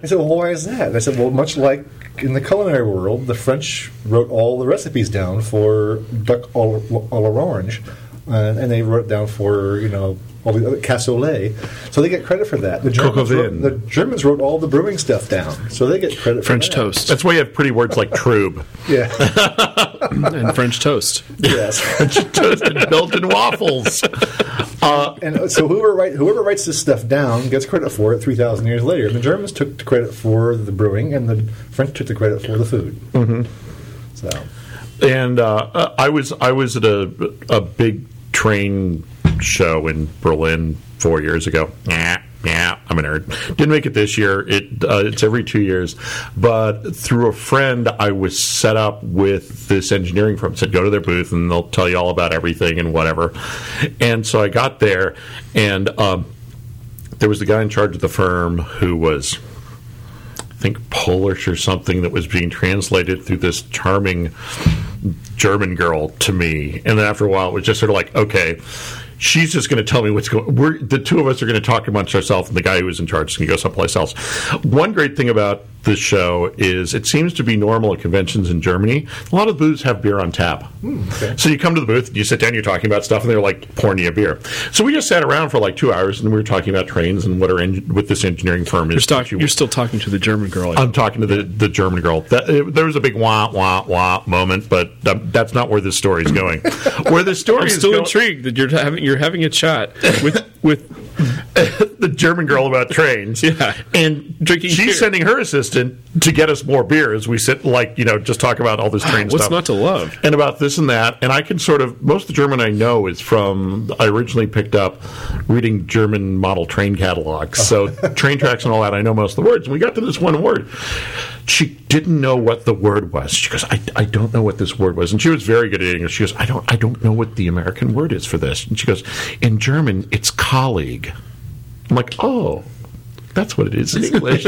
Speaker 2: said, well, why is that? And I said, well, much like in the culinary world, the French wrote all the recipes down for duck au à l'orange, uh, and they wrote it down for, you know, all the other cassoulet. So they get credit for that. The Germans,
Speaker 1: Coq au
Speaker 2: wrote,
Speaker 1: vin.
Speaker 2: the Germans wrote all the brewing stuff down, so they get credit for
Speaker 3: French
Speaker 2: that.
Speaker 3: toast
Speaker 1: That's why you have pretty words like Troob,
Speaker 2: Yeah.
Speaker 3: and French toast.
Speaker 2: yes.
Speaker 1: toasted Belgian waffles.
Speaker 2: And uh, so whoever, write, whoever writes this stuff down gets credit for it 3,000 years later. The Germans took the credit for the brewing, and the French took the credit for the food. Mm-hmm. So.
Speaker 1: And uh, I was I was at a a big train show in Berlin four years ago. Yeah, yeah, I'm a nerd. Didn't make it this year. It uh, it's every two years, but through a friend, I was set up with this engineering firm. Said go to their booth and they'll tell you all about everything and whatever. And so I got there, and um, there was the guy in charge of the firm who was I think Polish or something that was being translated through this charming German girl to me. And then after a while, it was just sort of like, okay, she's just going to tell me what's going. We're the two of us are going to talk amongst ourselves, and the guy who was in charge is going to go someplace else. One great thing about this show is it seems to be normal at conventions in Germany. A lot of booths have beer on tap.
Speaker 3: Hmm,
Speaker 1: So you come to the booth, you sit down, you're talking about stuff, and they're like pouring you a beer. So we just sat around for like two hours, and we were talking about trains and what our en- what this engineering firm is.
Speaker 3: You're, talk- you're still talking to the German girl.
Speaker 1: I'm talking to the, the German girl. That, it, there was a big wah wah wah moment, but um, that's not where this story is going. Where the story
Speaker 3: I'm
Speaker 1: is
Speaker 3: still
Speaker 1: going,
Speaker 3: intrigued that you're having you're having a chat with with
Speaker 1: the German girl about trains,
Speaker 3: Yeah.
Speaker 1: and
Speaker 3: Drinking
Speaker 1: She's
Speaker 3: beer.
Speaker 1: sending her assistant to get us more beer as we sit, like you know, just talk about all this train
Speaker 3: what's
Speaker 1: stuff.
Speaker 3: not to love.
Speaker 1: and about this and that. And I can sort of most of the German I know is from I originally picked up reading German model train catalogs, so train tracks and all that. I know most of the words. And we got to this one word. She didn't know what the word was. She goes, I, I don't know what this word was. And she was very good at English. She goes, I don't I don't know what the American word is for this. And she goes, in German, it's colleague. I'm like, oh, that's what it is in English.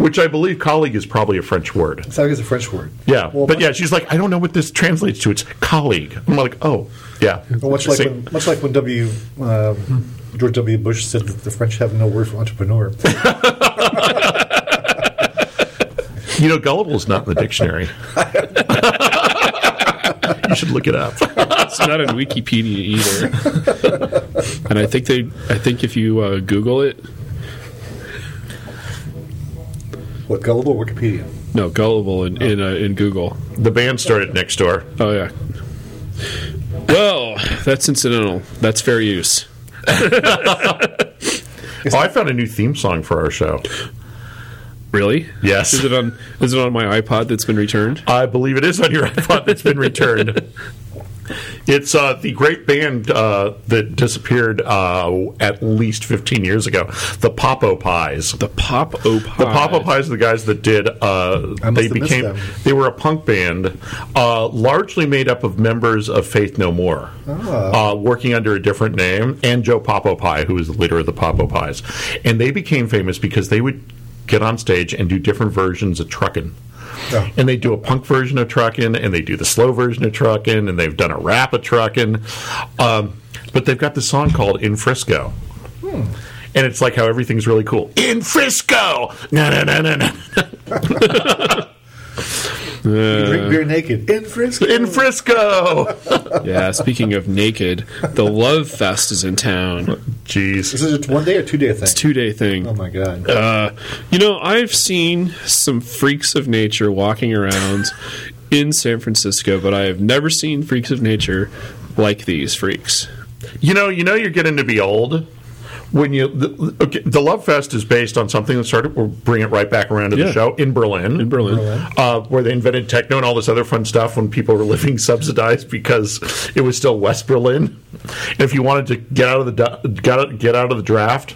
Speaker 1: Which I believe colleague is probably a French word.
Speaker 2: So I guess a French word.
Speaker 1: Yeah,
Speaker 2: Well,
Speaker 1: but
Speaker 2: much-
Speaker 1: yeah, she's like, I don't know what this translates to. It's colleague. I'm like, oh, yeah.
Speaker 2: Well, much like
Speaker 1: See?
Speaker 2: when, much like when W. Um, George W. Bush said that the French have no word for entrepreneur.
Speaker 1: you know, gullible is not in the dictionary. you should look it up.
Speaker 3: It's not on Wikipedia either. and I think they, I think if you uh, Google it,
Speaker 2: what gullible Wikipedia?
Speaker 3: no, gullible in in, uh, in Google.
Speaker 1: The band started next door.
Speaker 3: Oh yeah. Well, that's incidental. That's fair use.
Speaker 1: Oh, I found a new theme song for our show.
Speaker 3: Really?
Speaker 1: Yes.
Speaker 3: Is it on? Is it on my iPod that's been returned?
Speaker 1: I believe it is on your iPod that's been returned. It's uh, the great band uh, that disappeared uh, at least 15 years ago, the Popo Pies.
Speaker 3: The Pop O
Speaker 1: The Papa Pies are the guys that did. Uh,
Speaker 2: I must
Speaker 1: they
Speaker 2: have missed
Speaker 1: became.
Speaker 2: them.
Speaker 1: They were a punk band, uh, largely made up of members of Faith No More,
Speaker 2: Ah.
Speaker 1: uh, working under a different name, and Joe Popo Pie, who was the leader of the Popo Pies, and they became famous because they would get on stage and do different versions of truckin'.
Speaker 2: Oh.
Speaker 1: And they do a punk version of truckin', and they do the slow version of truckin', and they've done a rap of truckin'. Um, but they've got this song called In Frisco and it's like how everything's really cool in Frisco. No, no, no, no, no.
Speaker 2: You drink beer naked in Frisco.
Speaker 1: In Frisco.
Speaker 3: Yeah. Speaking of naked, the Love Fest is in town.
Speaker 2: Is
Speaker 1: Jeez.
Speaker 2: it a one day or two day thing?
Speaker 3: Two day thing.
Speaker 2: Oh my god!
Speaker 3: Uh, you know, I've seen some freaks of nature walking around in San Francisco, but I have never seen freaks of nature like these freaks.
Speaker 1: You know, you know, you're getting to be old when you. The, okay, the Love Fest is based on something that started. We'll bring it right back around to
Speaker 3: Yeah.
Speaker 1: the show in Berlin.
Speaker 3: In Berlin.
Speaker 1: Uh, where they invented techno and all this other fun stuff when people were living subsidized because it was still West Berlin. And if you wanted to get out of the du- get out, get out of the draft,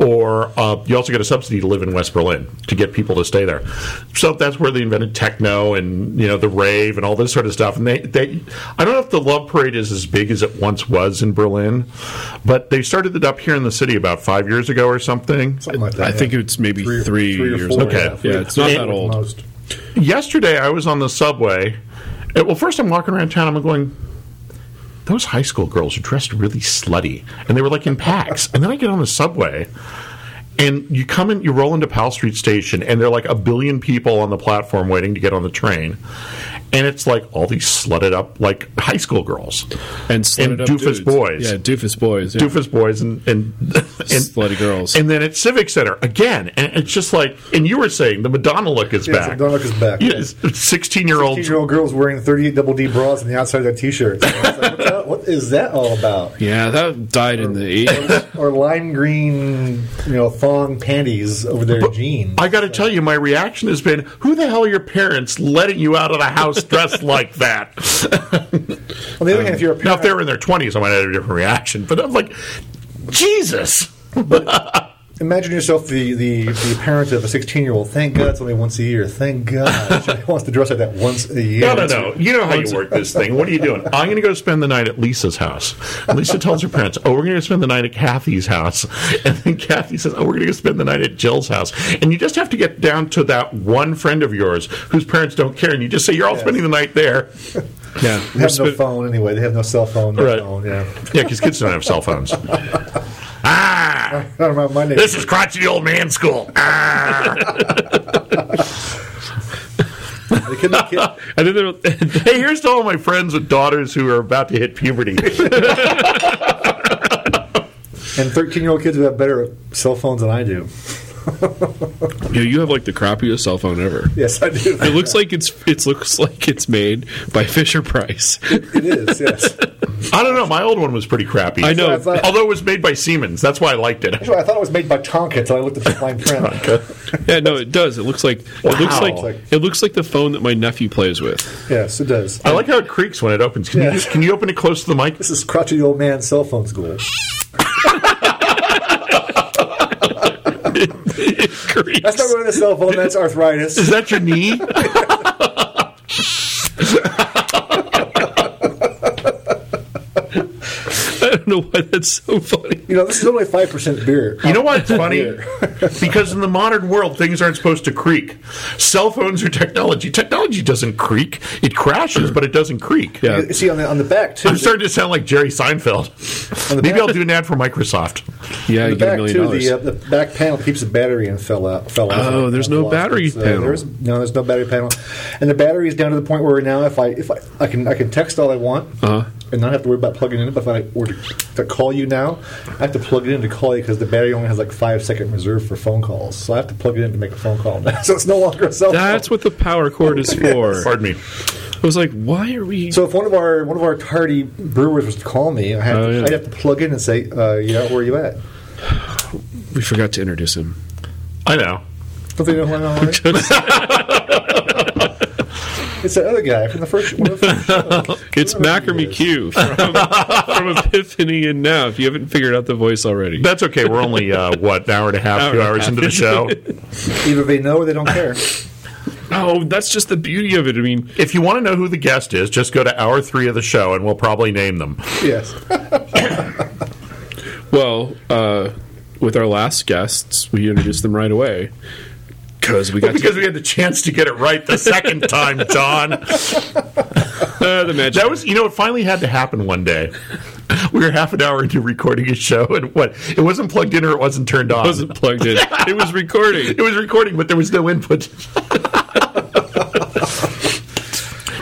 Speaker 1: or uh, you also get a subsidy to live in West Berlin to get people to stay there. So that's where they invented techno and you know the rave and all this sort of stuff. And they, they I don't know if the Love Parade is as big as it once was in Berlin, but they started it up here in the city about five years ago or something.
Speaker 2: Something like that.
Speaker 3: I
Speaker 2: yeah.
Speaker 3: think it's maybe three,
Speaker 2: or- three or
Speaker 3: years
Speaker 2: four,
Speaker 3: old.
Speaker 1: Okay.
Speaker 3: Yeah, it's not
Speaker 2: Three or
Speaker 3: that
Speaker 2: four
Speaker 3: old.
Speaker 2: at Most.
Speaker 1: yesterday I was on the subway. and- well, first I'm walking around town. I'm going. Those high school girls are dressed really slutty, and they were like in packs. And then I get on the subway, and you come in, you roll into Powell Street Station, and there are like a billion people on the platform waiting to get on the train. And it's like all these slutted up like high school girls,
Speaker 3: And, slutted up
Speaker 1: doofus
Speaker 3: dudes.
Speaker 1: boys.
Speaker 3: Yeah, doofus boys. Yeah.
Speaker 1: doofus boys, and and, and
Speaker 3: Slutty girls.
Speaker 1: And then at Civic Center again, and it's just like. And you were saying the Madonna look is
Speaker 2: Yeah,
Speaker 1: back.
Speaker 2: Don't look his back.
Speaker 1: Yes, sixteen year olds
Speaker 2: Sixteen-year-old girls wearing thirty-eight double D bras on the outside of their T-shirts. I was like, what, the- what is that all about?
Speaker 3: Yeah, that died in the 80s.
Speaker 2: Or lime green, you know, thong panties over their jeans.
Speaker 1: I got to tell you, my reaction has been, "Who the hell are your parents letting you out of the house dressed like that?"
Speaker 2: On the other hand, if you're a
Speaker 1: now, if
Speaker 2: parent,
Speaker 1: they were in their twenties, I might have had a different reaction. But I'm like, Jesus.
Speaker 2: imagine yourself the, the, the parent of a 16-year-old. Thank God it's only once a year. Thank God she wants to dress like that once a year.
Speaker 1: No, no, no. You know how you work this thing. What are you doing? I'm going to go spend the night at Lisa's house. And Lisa tells her parents, "Oh, we're going to spend the night at Kathy's house," and then Kathy says, "Oh, we're going to go spend the night at Jill's house." And you just have to get down to that one friend of yours whose parents don't care, and you just say, "You're all spending the night there."
Speaker 3: Yeah.
Speaker 2: They have no phone anyway. They have no cell phone. No
Speaker 1: Right.
Speaker 2: phone, yeah.
Speaker 1: Yeah, because kids don't have cell phones. ah,
Speaker 2: I don't remember my name.
Speaker 1: this is crotchety old man school. Ah.
Speaker 2: They couldn't- kid-
Speaker 3: and then there,
Speaker 1: hey, here's to all my friends with daughters who are about to hit puberty.
Speaker 2: and 13-year-old kids who have better cell phones than I do.
Speaker 3: you, you have like the crappiest cell phone ever.
Speaker 2: Yes, I do.
Speaker 3: It looks like it's it looks like it's made by Fisher Price.
Speaker 2: it is, yes.
Speaker 1: I don't know. My old one was pretty crappy.
Speaker 3: I know.
Speaker 2: I thought-
Speaker 1: Although it was made by Siemens, that's why I liked it.
Speaker 2: Actually, I thought it was made by Tonka until I looked at the fine print.
Speaker 3: Yeah, no, it does. It looks like it looks
Speaker 1: Wow.
Speaker 3: like it looks like the phone that my nephew plays with.
Speaker 2: Yes, it does.
Speaker 1: I like how it creaks when it opens. Can,
Speaker 2: Yeah.
Speaker 1: you, just, can you open it close to the mic?
Speaker 2: This is crotchety old man cell phone school.
Speaker 3: it creaks.
Speaker 2: That's not really a cell phone. That's arthritis.
Speaker 1: Is that your knee?
Speaker 3: don't know why that's so funny.
Speaker 2: You know, this is only five percent beer.
Speaker 1: You know what's funny? because in the modern world, things aren't supposed to creak. Cell phones are technology. Technology doesn't creak. It crashes, but it doesn't creak.
Speaker 3: Yeah.
Speaker 2: You See on the on the back too.
Speaker 1: I'm starting to sound like Jerry Seinfeld.
Speaker 2: the
Speaker 1: Maybe
Speaker 2: back-
Speaker 1: I'll do an ad for Microsoft.
Speaker 3: Yeah, you
Speaker 2: the
Speaker 3: get a
Speaker 2: back
Speaker 3: million
Speaker 2: too.
Speaker 3: dollars.
Speaker 2: The, uh, the back panel keeps the battery and fell out. Fell out.
Speaker 3: Oh, there's no
Speaker 2: Fell off.
Speaker 3: battery
Speaker 2: It's, uh,
Speaker 3: panel.
Speaker 2: There's, no, there's no battery panel, and the battery is down to the point where now, if I if I, I can I can text all I want
Speaker 3: Uh-huh.
Speaker 2: and not have to worry about plugging it in. But if I were to, to call you now, I have to plug it in to call you because the battery only has like five second reserve for phone calls. So I have to plug it in to make a phone call now. so it's no longer a cell phone.
Speaker 3: That's what the power cord is for.
Speaker 1: Pardon me.
Speaker 3: I was like, why are we?
Speaker 2: So if one of our one of our tardy brewers was to call me, I had
Speaker 3: Oh,
Speaker 2: to,
Speaker 3: yeah.
Speaker 2: I'd have to plug in and say, uh, "Yeah, where are you at?"
Speaker 3: we forgot to introduce him.
Speaker 1: I know.
Speaker 2: Don't they know who I am? already? it's that other guy from the first one. Of the first shows.
Speaker 3: It's
Speaker 2: Whoever he
Speaker 3: Macrame
Speaker 2: is.
Speaker 3: Q from, from Epiphany and Now. If you haven't figured out the voice already,
Speaker 1: That's okay. We're only, uh, what, an hour and a half,
Speaker 3: Hour
Speaker 1: two
Speaker 3: and a
Speaker 1: hours
Speaker 3: half.
Speaker 1: into the show?
Speaker 2: Either they know or they don't care.
Speaker 3: oh, that's just the beauty of it. I mean,
Speaker 1: if you want to know who the guest is, just go to hour three of the show and we'll probably name them.
Speaker 2: yes.
Speaker 3: well, uh, with our last guests, we introduced them right away because we got
Speaker 1: Because we had the chance to get it right the second time, John.
Speaker 3: to, uh, the magic.
Speaker 1: That was, you know, it finally had to happen one day. We were half an hour into recording a show, and what? It wasn't plugged in or it wasn't turned on.
Speaker 3: wasn't plugged in. It was recording.
Speaker 1: It was recording, but there was no input.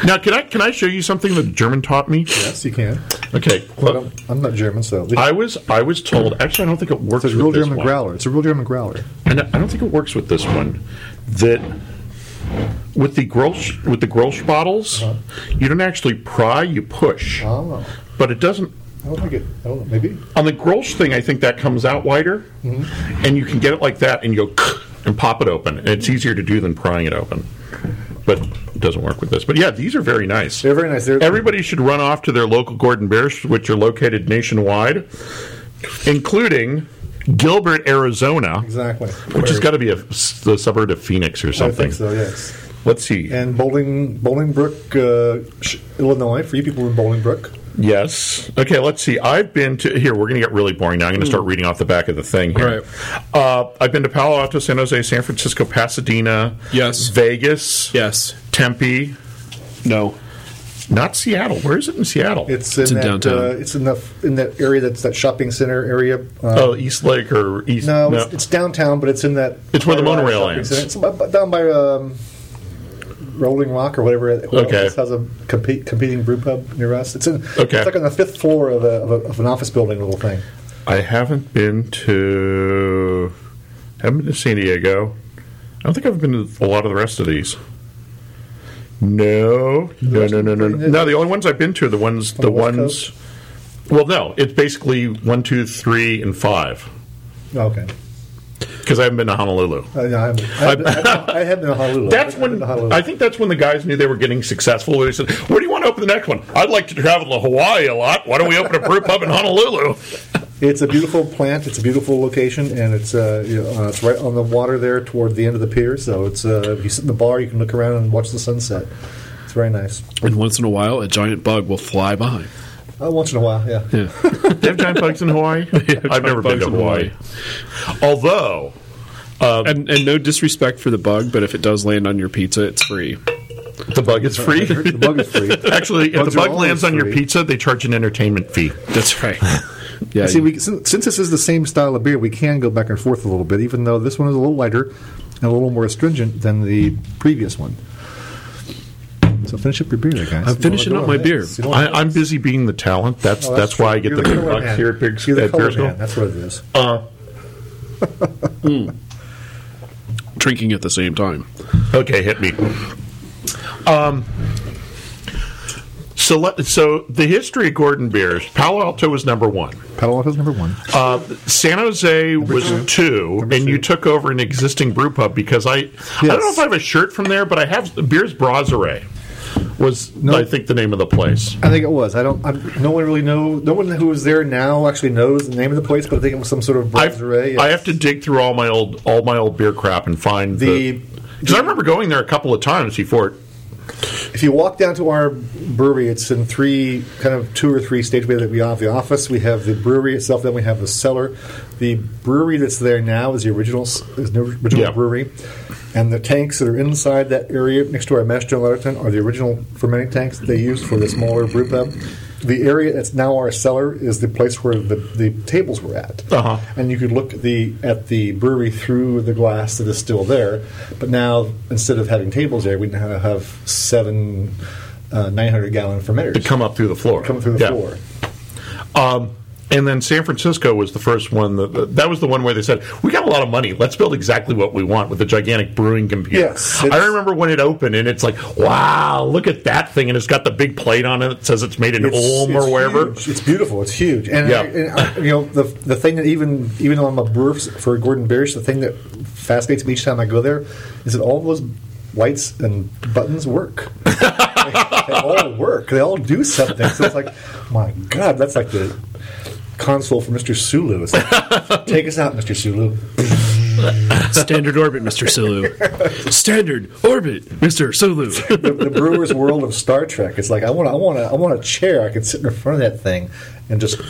Speaker 1: now, can I can I show you something that a German taught me?
Speaker 2: Yes, you can.
Speaker 1: Okay,
Speaker 2: But I'm, I'm not German, so
Speaker 1: I was I was told. Actually, I don't think it works.
Speaker 2: it's a
Speaker 1: with
Speaker 2: real
Speaker 1: this
Speaker 2: German
Speaker 1: one.
Speaker 2: growler. It's a real German growler.
Speaker 1: And I don't think it works with this one. That with the Grolsch, with the Grolsch bottles, you don't actually pry; you push.
Speaker 2: Oh,
Speaker 1: But it doesn't.
Speaker 2: I don't think it. I don't know. Maybe.
Speaker 1: On the Grolsch thing, I think that comes out wider, and you can get it like that, and you go and pop it open. And it's easier to do than prying it open. But it doesn't work with this. But yeah, these are very nice.
Speaker 2: They're very nice. They're,
Speaker 1: Everybody should run off to their local Gordon Bears, which are located nationwide, including Gilbert, Arizona,
Speaker 2: exactly.
Speaker 1: which has got to be a, the suburb of Phoenix or
Speaker 2: I
Speaker 1: something.
Speaker 2: think so. Yes.
Speaker 1: Let's see.
Speaker 2: And Bowling Bolingbrook, uh, sh- Illinois, for you people in Bolingbrook.
Speaker 1: yes. Okay, let's see. I've been to, here, we're going to get really boring now. I'm going to
Speaker 2: Hmm.
Speaker 1: start reading off the back of the thing here. Uh, I've been to Palo Alto, San Jose, San Francisco, Pasadena,
Speaker 3: Yes.
Speaker 1: Vegas,
Speaker 3: Yes.
Speaker 1: Tempe,
Speaker 3: No.
Speaker 1: not Seattle. Where is it in Seattle?
Speaker 2: It's in,
Speaker 3: in
Speaker 2: that,
Speaker 3: downtown.
Speaker 2: Uh, it's in the in that area that's that shopping center area. Uh,
Speaker 1: oh, East Lake or East.
Speaker 2: No, It's, it's downtown, but it's in that.
Speaker 1: It's where the monorail
Speaker 2: shopping
Speaker 1: ends.
Speaker 2: center. It's about- about down by um, Rolling Rock or whatever. it- who
Speaker 1: Okay.
Speaker 2: else has a compete, competing brew pub near us. It's in.
Speaker 1: Okay.
Speaker 2: It's like on the fifth floor of, a, of, a, of an office building, little thing.
Speaker 1: I haven't been to haven't been to San Diego. I don't think I've been to a lot of the rest of these. No, no, no, no, no, no. No, The only ones I've been to are the ones the,
Speaker 2: the West
Speaker 1: ones. Well, no, it's basically one, two, three, and five
Speaker 2: Oh, okay.
Speaker 1: because I haven't been to Honolulu.
Speaker 2: Uh, no, I, haven't- I, haven't- I, haven't- I have been to Honolulu.
Speaker 1: That's
Speaker 2: I've been
Speaker 1: when
Speaker 2: to Honolulu.
Speaker 1: I think that's when the guys knew they were getting successful. They said, "Where do you want to open the next one? I'd like to travel to Hawaii a lot. Why don't we open a brew pub in Honolulu?"
Speaker 2: It's a beautiful plant. It's a beautiful location, and it's uh, you know, uh, it's right on the water there toward the end of the pier. So it's uh, if you sit in the bar, you can look around and watch the sunset. It's very nice.
Speaker 3: And once in a while, a giant bug will fly by.
Speaker 2: Uh, once in a while, yeah.
Speaker 3: Yeah.
Speaker 1: They have giant bugs in Hawaii. I've never been
Speaker 3: Bugs
Speaker 1: to
Speaker 3: in
Speaker 1: Hawaii. Although
Speaker 3: And, and no disrespect for the bug, but if it does land on your pizza, it's free.
Speaker 1: the bug is free.
Speaker 2: The bug is free.
Speaker 1: Actually, if the
Speaker 2: Bugs are
Speaker 1: bug
Speaker 2: always
Speaker 1: lands on your
Speaker 2: free.
Speaker 1: pizza, they charge an entertainment fee.
Speaker 3: That's right. Yeah.
Speaker 2: See, we, since, since this is the same style of beer, we can go back and forth a little bit, even though this one is a little lighter and a little more astringent than the previous one. So finish up your beer, there, guys.
Speaker 3: I'm finishing up my beer.
Speaker 2: You know what
Speaker 1: I, I'm busy being the talent. That's
Speaker 2: Oh,
Speaker 1: that's, why
Speaker 2: true.
Speaker 1: I get
Speaker 2: You're
Speaker 1: the big
Speaker 2: color
Speaker 1: bucks
Speaker 2: man.
Speaker 1: here at Big
Speaker 2: You're the
Speaker 1: at
Speaker 2: color
Speaker 1: Bears Hill.
Speaker 2: man. That's what it is.
Speaker 3: drinking at the same time.
Speaker 1: Okay, hit me. Um, so let, so the history of Gordon Beers. Palo Alto was number one.
Speaker 2: Palo Alto's number one.
Speaker 1: Uh, San Jose was two, and you took over an existing brew pub because I I don't know
Speaker 2: Yes.
Speaker 1: if I have a shirt from there, but I have Beers Brasserie was I think the name of the place.
Speaker 2: I think it was. I don't. I'm, no one really know. No one who is there now actually knows the name of the place, but I think it was some sort of
Speaker 1: I've-
Speaker 2: brasserie.
Speaker 1: I have to dig through all my old all my old beer crap and find
Speaker 2: The-
Speaker 1: the because I remember going there a couple of times before. it-
Speaker 2: If you walk down to our brewery, it's in three, kind of two or three stages. We have the office, we have the brewery itself, then we have the cellar. The brewery that's there now is the original, s- is the original
Speaker 1: Yeah.
Speaker 2: brewery, and the tanks that are inside that area next to our mash and Letterton are the original fermenting tanks that they used for the smaller brew pub. The area that's now our cellar is the place where the, the tables were at
Speaker 1: Uh-huh.
Speaker 2: and you could look at the at the brewery through the glass that is still there. But now, instead of having tables there, we now have seven uh, 900 gallon fermenters
Speaker 1: Come up through the floor.
Speaker 2: coming through the
Speaker 1: Yeah.
Speaker 2: floor.
Speaker 1: Um, and then San Francisco was the first one that that was the one where they said we got a lot of money. Let's build exactly what we want with a gigantic brewing computer.
Speaker 2: Yes, it's-
Speaker 1: I remember when it opened, and it's like, wow, look at that thing, and it's got the big plate on it that says it's made in Ulm or wherever.
Speaker 2: huge. It's beautiful. It's huge. And,
Speaker 1: Yeah.
Speaker 2: and I- you know, the, the thing that even even though I'm a brewer for Gordon Biersch, the thing that fascinates me each time I go there is that all those lights and buttons work. they all work. They all do something. So it's like, my God, that's like the console for Mr. Sulu. It's like, take us out, Mr. Sulu.
Speaker 3: Standard orbit, Mr. Sulu. Standard orbit, Mr. Sulu.
Speaker 2: The, the brewer's world of Star Trek. It's like I want, I want, a, I want a chair I can sit in front of that thing and just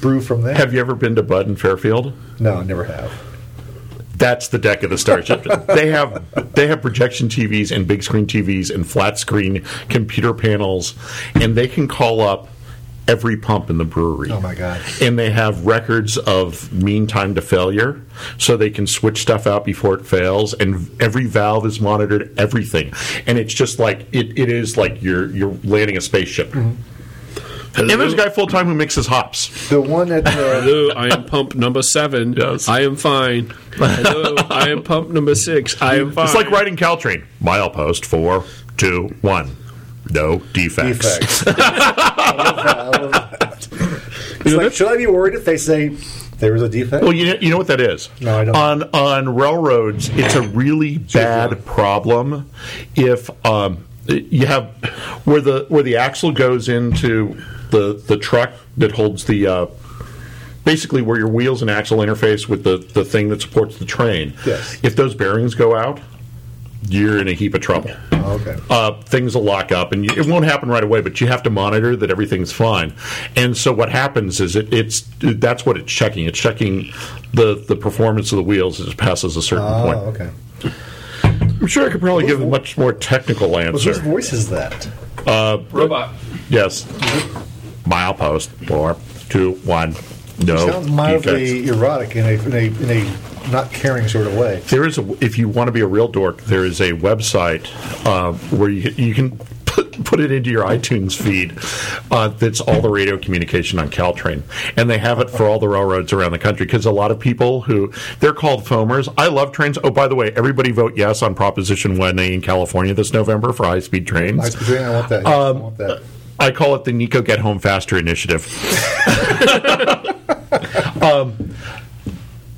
Speaker 2: brew from there.
Speaker 1: Have you ever been to Bud in Fairfield?
Speaker 2: no, I never have.
Speaker 1: That's the deck of the starship. they have they have projection TVs and big screen TVs and flat screen computer panels, and they can call up every pump in the brewery.
Speaker 2: Oh, my God.
Speaker 1: And they have records of mean time to failure, so they can switch stuff out before it fails. And every valve is monitored, everything, and it's just like it, it is like you're you're landing a spaceship.
Speaker 2: Mm-hmm.
Speaker 1: And there's a guy full time who mixes hops.
Speaker 2: The one at the,
Speaker 3: Hello, I am pump number seven.
Speaker 1: Yes.
Speaker 3: I am fine. Hello, I am pump number six. I am fine.
Speaker 1: It's like riding Caltrain. Milepost four, two, one. No defects.
Speaker 2: Defects. I love that. It's
Speaker 3: know,
Speaker 2: like,
Speaker 3: that's-
Speaker 2: should I be worried if they say there was a defect?
Speaker 1: Well, you know, you know what that is.
Speaker 2: No, I don't.
Speaker 1: On on railroads, it's a really bad problem if um, you have where the where the axle goes into the the truck that holds the. Uh, Basically, where your wheels and axle interface with the, the thing that supports the train.
Speaker 2: Yes.
Speaker 1: If those bearings go out, you're in a heap of trouble.
Speaker 2: Oh, okay.
Speaker 1: uh, things will lock up, and you, it won't happen right away. But you have to monitor that everything's fine. And so what happens is it, it's that's what it's checking. It's checking the the performance of the wheels as it passes a certain
Speaker 2: Oh,
Speaker 1: point.
Speaker 2: okay.
Speaker 1: I'm sure I could probably give a much more technical
Speaker 2: Well, whose
Speaker 1: answer.
Speaker 2: voice is that?
Speaker 3: robot.
Speaker 1: Yes, milepost four two one. No
Speaker 2: Sounds mildly
Speaker 1: Oh, defects.
Speaker 2: erotic in a, in a in a not caring sort of way.
Speaker 1: There is a if you want to be a real dork, there is a website uh, where you you can. Put, put it into your iTunes feed. Uh, that's all the radio communication on Caltrain, and they have it for all the railroads around the country. Because a lot of people who they're called foamers. I love trains. Oh, by the way, everybody vote yes on Proposition One A in California this November for high speed trains.
Speaker 2: I, I want that. I want
Speaker 1: Um,
Speaker 2: that.
Speaker 1: I call it the Nico Get Home Faster initiative. um,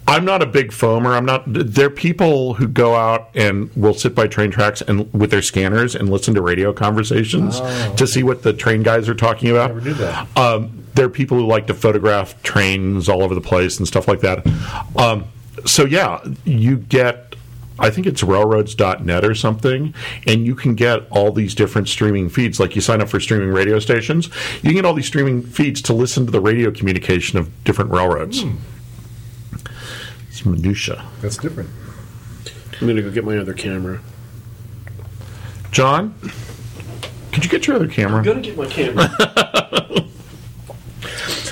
Speaker 1: I'm not a big foamer. I'm not. There are people who go out and will sit by train tracks and with their scanners and listen to radio conversations to see what the train guys are talking about.
Speaker 2: Oh. Never knew that.
Speaker 1: Um, there are people who like to photograph trains all over the place and stuff like that. Um, so yeah, you get. I think it's railroads.net or something, and you can get all these different streaming feeds. Like you sign up for streaming radio stations, you can get all these streaming feeds to listen to the radio communication of different railroads.
Speaker 2: Hmm.
Speaker 1: It's minutia.
Speaker 2: That's different.
Speaker 3: I'm gonna go get my other camera.
Speaker 1: John, could you get your other camera?
Speaker 3: gonna get my camera.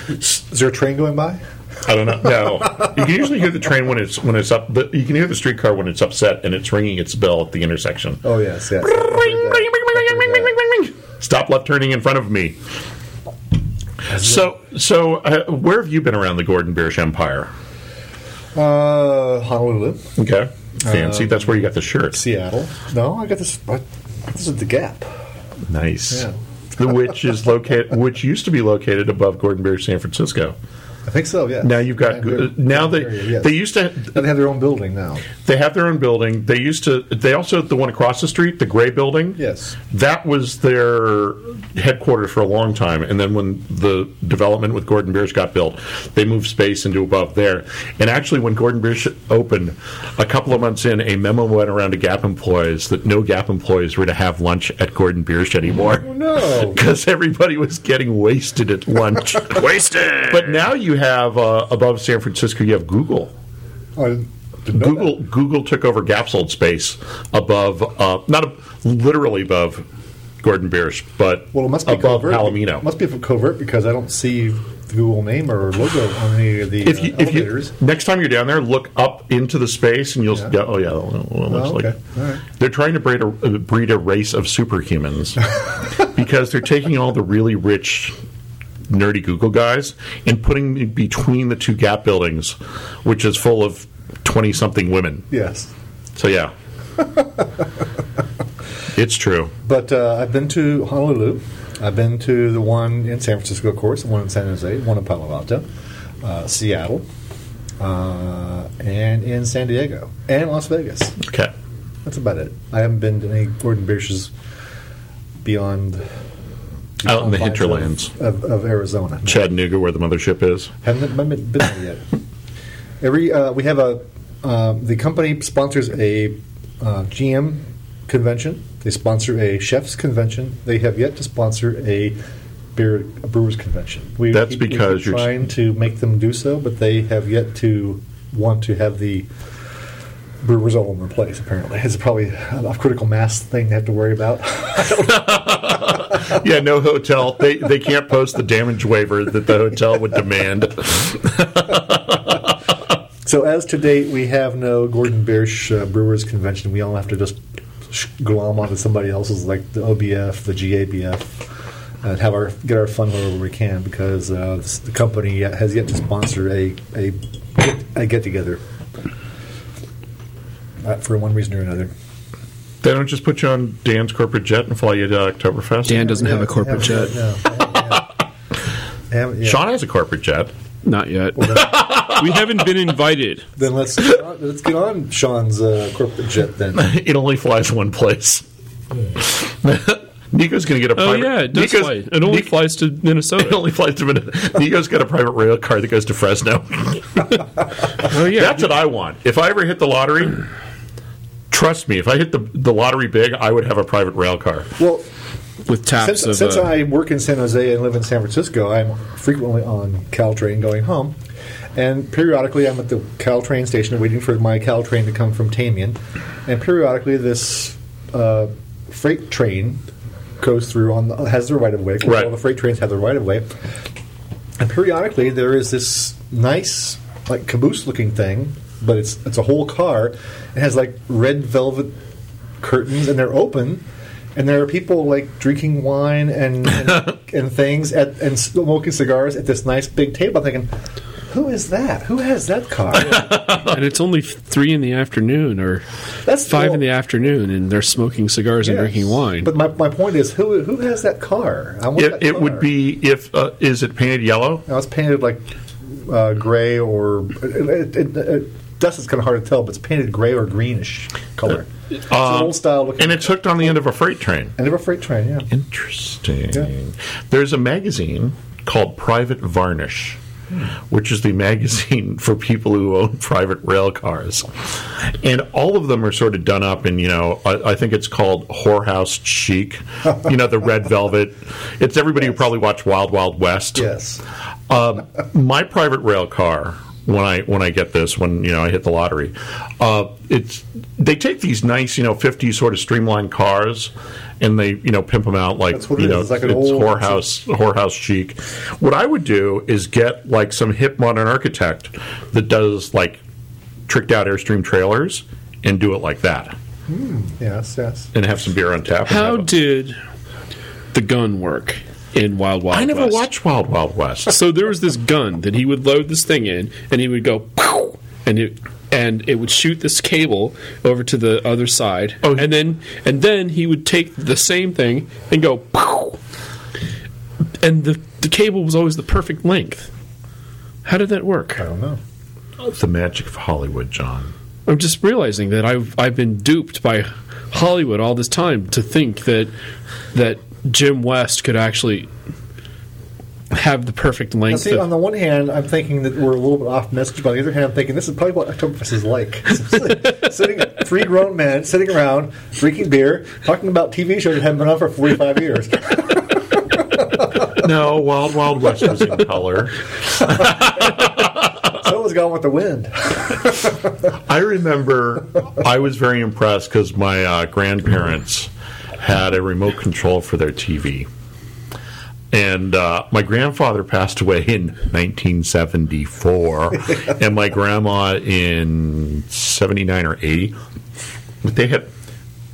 Speaker 2: Is there a train going by?
Speaker 1: I don't know. No, you can usually hear the train when it's when it's up. But you can hear the streetcar when it's upset and it's ringing its bell at the intersection.
Speaker 2: Oh yes, yes. I've heard that.
Speaker 1: Stop left turning in front of me. So, so uh, where have you been around the Gordon Biersch Empire?
Speaker 2: Uh, Honolulu,
Speaker 1: Okay, fancy. That's where you got the shirt.
Speaker 2: Seattle. No, I got this. I, this is the Gap.
Speaker 1: Nice.
Speaker 2: Yeah.
Speaker 1: which is located, which used to be located above Gordon Biersch San Francisco.
Speaker 2: I think so. Yeah.
Speaker 1: Now you've got
Speaker 2: Yeah,
Speaker 1: good.
Speaker 2: they're-
Speaker 1: Now they
Speaker 2: area, yes.
Speaker 1: they used to
Speaker 2: Now they have their own building now.
Speaker 1: they have their own building. They used to they also the one across the street, the gray building.
Speaker 2: Yes.
Speaker 1: That was their headquarters for a long time and then when the development with Gordon Biersch got built, they moved space into above there. And actually when Gordon Biersch opened a couple of months in, a memo went around to Gap employees that no Gap employees were to have lunch at Gordon Biersch anymore.
Speaker 2: Oh, No.
Speaker 1: Because everybody was getting wasted at lunch.
Speaker 4: Wasted.
Speaker 1: but now you have uh, above San Francisco, you have Google.
Speaker 2: I didn't know
Speaker 1: Google Google took over Gap's old space above, uh, not ab literally above Gordon Biersch, but
Speaker 2: Well, it must be
Speaker 1: above
Speaker 2: covert.
Speaker 1: Palomino.
Speaker 2: It must be covert because I don't see the Google name or logo on any of the
Speaker 1: if
Speaker 2: uh,
Speaker 1: you, if you
Speaker 2: elevators.
Speaker 1: next time you're down there, look up into the space, and you'll
Speaker 2: Yeah.
Speaker 1: go, oh yeah, that one- that one looks
Speaker 2: Oh,
Speaker 1: like
Speaker 2: okay. All right.
Speaker 1: they're trying to breed a, uh, breed a race of superhumans because they're taking all the really rich. Nerdy Google guys and putting me between the two Gap buildings, which is full of twenty-something women.
Speaker 2: yes,
Speaker 1: So yeah, it's true.
Speaker 2: but uh, I've been to Honolulu. I've been to the one in San Francisco, of course, the one in San Jose, one in Palo Alto, uh, Seattle, uh, and in San Diego and Las Vegas.
Speaker 1: Okay.
Speaker 2: That's about it. I haven't been to any Gordon Biersch's beyond
Speaker 1: Out in the
Speaker 2: confines of-
Speaker 1: hinterlands.
Speaker 2: of, of Arizona.
Speaker 1: Chattanooga, where the mothership is.
Speaker 2: Haven't been, been there yet. Every uh, we have a uh, the company sponsors a uh, GM convention. They sponsor a chef's convention. They have yet to sponsor a beer a brewers convention. We
Speaker 1: That's
Speaker 2: keep- we keep
Speaker 1: because you're-
Speaker 2: trying to make them do so, but they have yet to want to have the brewers all in one place. Apparently, it's probably a critical mass thing they have to worry about.
Speaker 1: Yeah, no hotel. They they can't post the damage waiver that the hotel would demand.
Speaker 2: So as to date, we have no Gordon Biersch uh, Brewers Convention. We all have to just sh- glom onto somebody else's, like the OBF, the GABF, and have our get our fun wherever we can because uh, this- the company yet- has yet to sponsor a a, a get together uh, for one reason or another.
Speaker 1: They don't just put you on Dan's corporate jet and fly you to Oktoberfest.
Speaker 3: Dan doesn't have a corporate
Speaker 2: Yeah,
Speaker 3: jet.
Speaker 2: No, yeah. Haven't yet.
Speaker 1: Sean has a corporate jet.
Speaker 3: Not yet. we haven't been invited.
Speaker 2: Then let's get on, let's get on Sean's uh, corporate jet then.
Speaker 1: It only flies one place. Nico's going to get a
Speaker 3: Oh
Speaker 1: private.
Speaker 3: yeah, it does
Speaker 1: Nico's-
Speaker 3: fly. It only
Speaker 1: Nic-
Speaker 3: flies to
Speaker 1: It
Speaker 3: Minnesota.
Speaker 1: only flies to Minnesota. Nico's got a private rail car that goes to Fresno.
Speaker 3: Oh yeah,
Speaker 1: That's what I want. If I ever hit the lottery, trust me, if I hit the, the lottery big, I would have a private rail car.
Speaker 2: Well,
Speaker 3: with taps
Speaker 2: Since,
Speaker 3: of.
Speaker 2: since
Speaker 3: uh,
Speaker 2: I work in San Jose and live in San Francisco, I'm frequently on Caltrain going home. And periodically, I'm at the Caltrain station waiting for my Caltrain to come from Tamian. And periodically, this uh, freight train goes through on the, has the right of way. 'cause
Speaker 1: Right.
Speaker 2: All the freight trains have the right of way. And periodically, there is this nice, like caboose-looking thing, but it's it's a whole car. It has like red velvet curtains, and they're open, and there are people like drinking wine and and, and things at, and smoking cigars at this nice big table. I'm thinking, who is that? Who has that car?
Speaker 3: and it's only three in the afternoon or
Speaker 2: That's
Speaker 3: five
Speaker 2: well-
Speaker 3: in the afternoon, and they're smoking cigars and
Speaker 2: Yes.
Speaker 3: drinking wine.
Speaker 2: But my, my point is, who who has that car? I want
Speaker 1: It,
Speaker 2: that
Speaker 1: it would
Speaker 2: car.
Speaker 1: be if uh, is it painted yellow?
Speaker 2: Now it's painted like uh, gray or it, it, it, it, dust is kind of hard to tell, but it's painted gray or greenish color.
Speaker 3: Uh,
Speaker 2: it's an old style looking.
Speaker 1: Um, and it's hooked on the end of a freight train.
Speaker 2: end of a freight train, yeah.
Speaker 1: Interesting.
Speaker 2: Yeah.
Speaker 1: There's a magazine called Private Varnish, which is the magazine for people who own private rail cars, and all of them are sort of done up in you know I, I think it's called whorehouse chic, you know the red velvet. It's everybody who probably watched Wild Wild West.
Speaker 2: Yes.
Speaker 1: Um, my private rail car. When I when I get this, when you know I hit the lottery, uh, it's they take these nice you know fifty sort of streamlined cars, and they you know pimp them out like
Speaker 2: That's what it
Speaker 1: you
Speaker 2: is.
Speaker 1: know
Speaker 2: It's like an old-
Speaker 1: whorehouse whorehouse chic. What I would do is get like some hip modern architect that does like tricked out airstream trailers and do it like that,
Speaker 2: Yes, yes.
Speaker 1: and have some beer on tap. and
Speaker 3: How
Speaker 1: have a-
Speaker 3: did the gun work in Wild Wild?
Speaker 1: I never
Speaker 3: West?
Speaker 1: watched Wild Wild West.
Speaker 3: So there was this gun that he would load this thing in, and he would go, "Pow!" and it and it would shoot this cable over to the other side,
Speaker 1: Oh.
Speaker 3: and then and then he would take the same thing and go, "Pow!" and the the cable was always the perfect length. How did that work?
Speaker 2: I don't know.
Speaker 1: The magic of Hollywood, John.
Speaker 3: I'm just realizing that I've I've been duped by Hollywood all this time to think that that Jim West could actually have the perfect
Speaker 2: Now,
Speaker 3: length.
Speaker 2: see, on
Speaker 3: Of,
Speaker 2: the one hand, I'm thinking that we're a little bit off message, but on the other hand, I'm thinking this is probably what Oktoberfest is like. sitting, three grown men sitting around, drinking beer, talking about TV shows that haven't been on for 45 years.
Speaker 1: No, Wild Wild West was in color.
Speaker 2: Someone's gone with the wind.
Speaker 1: I remember I was very impressed because my uh, grandparents had a remote control for their TV. And uh, my grandfather passed away in 1974, and my grandma in 79 or 80. But they had,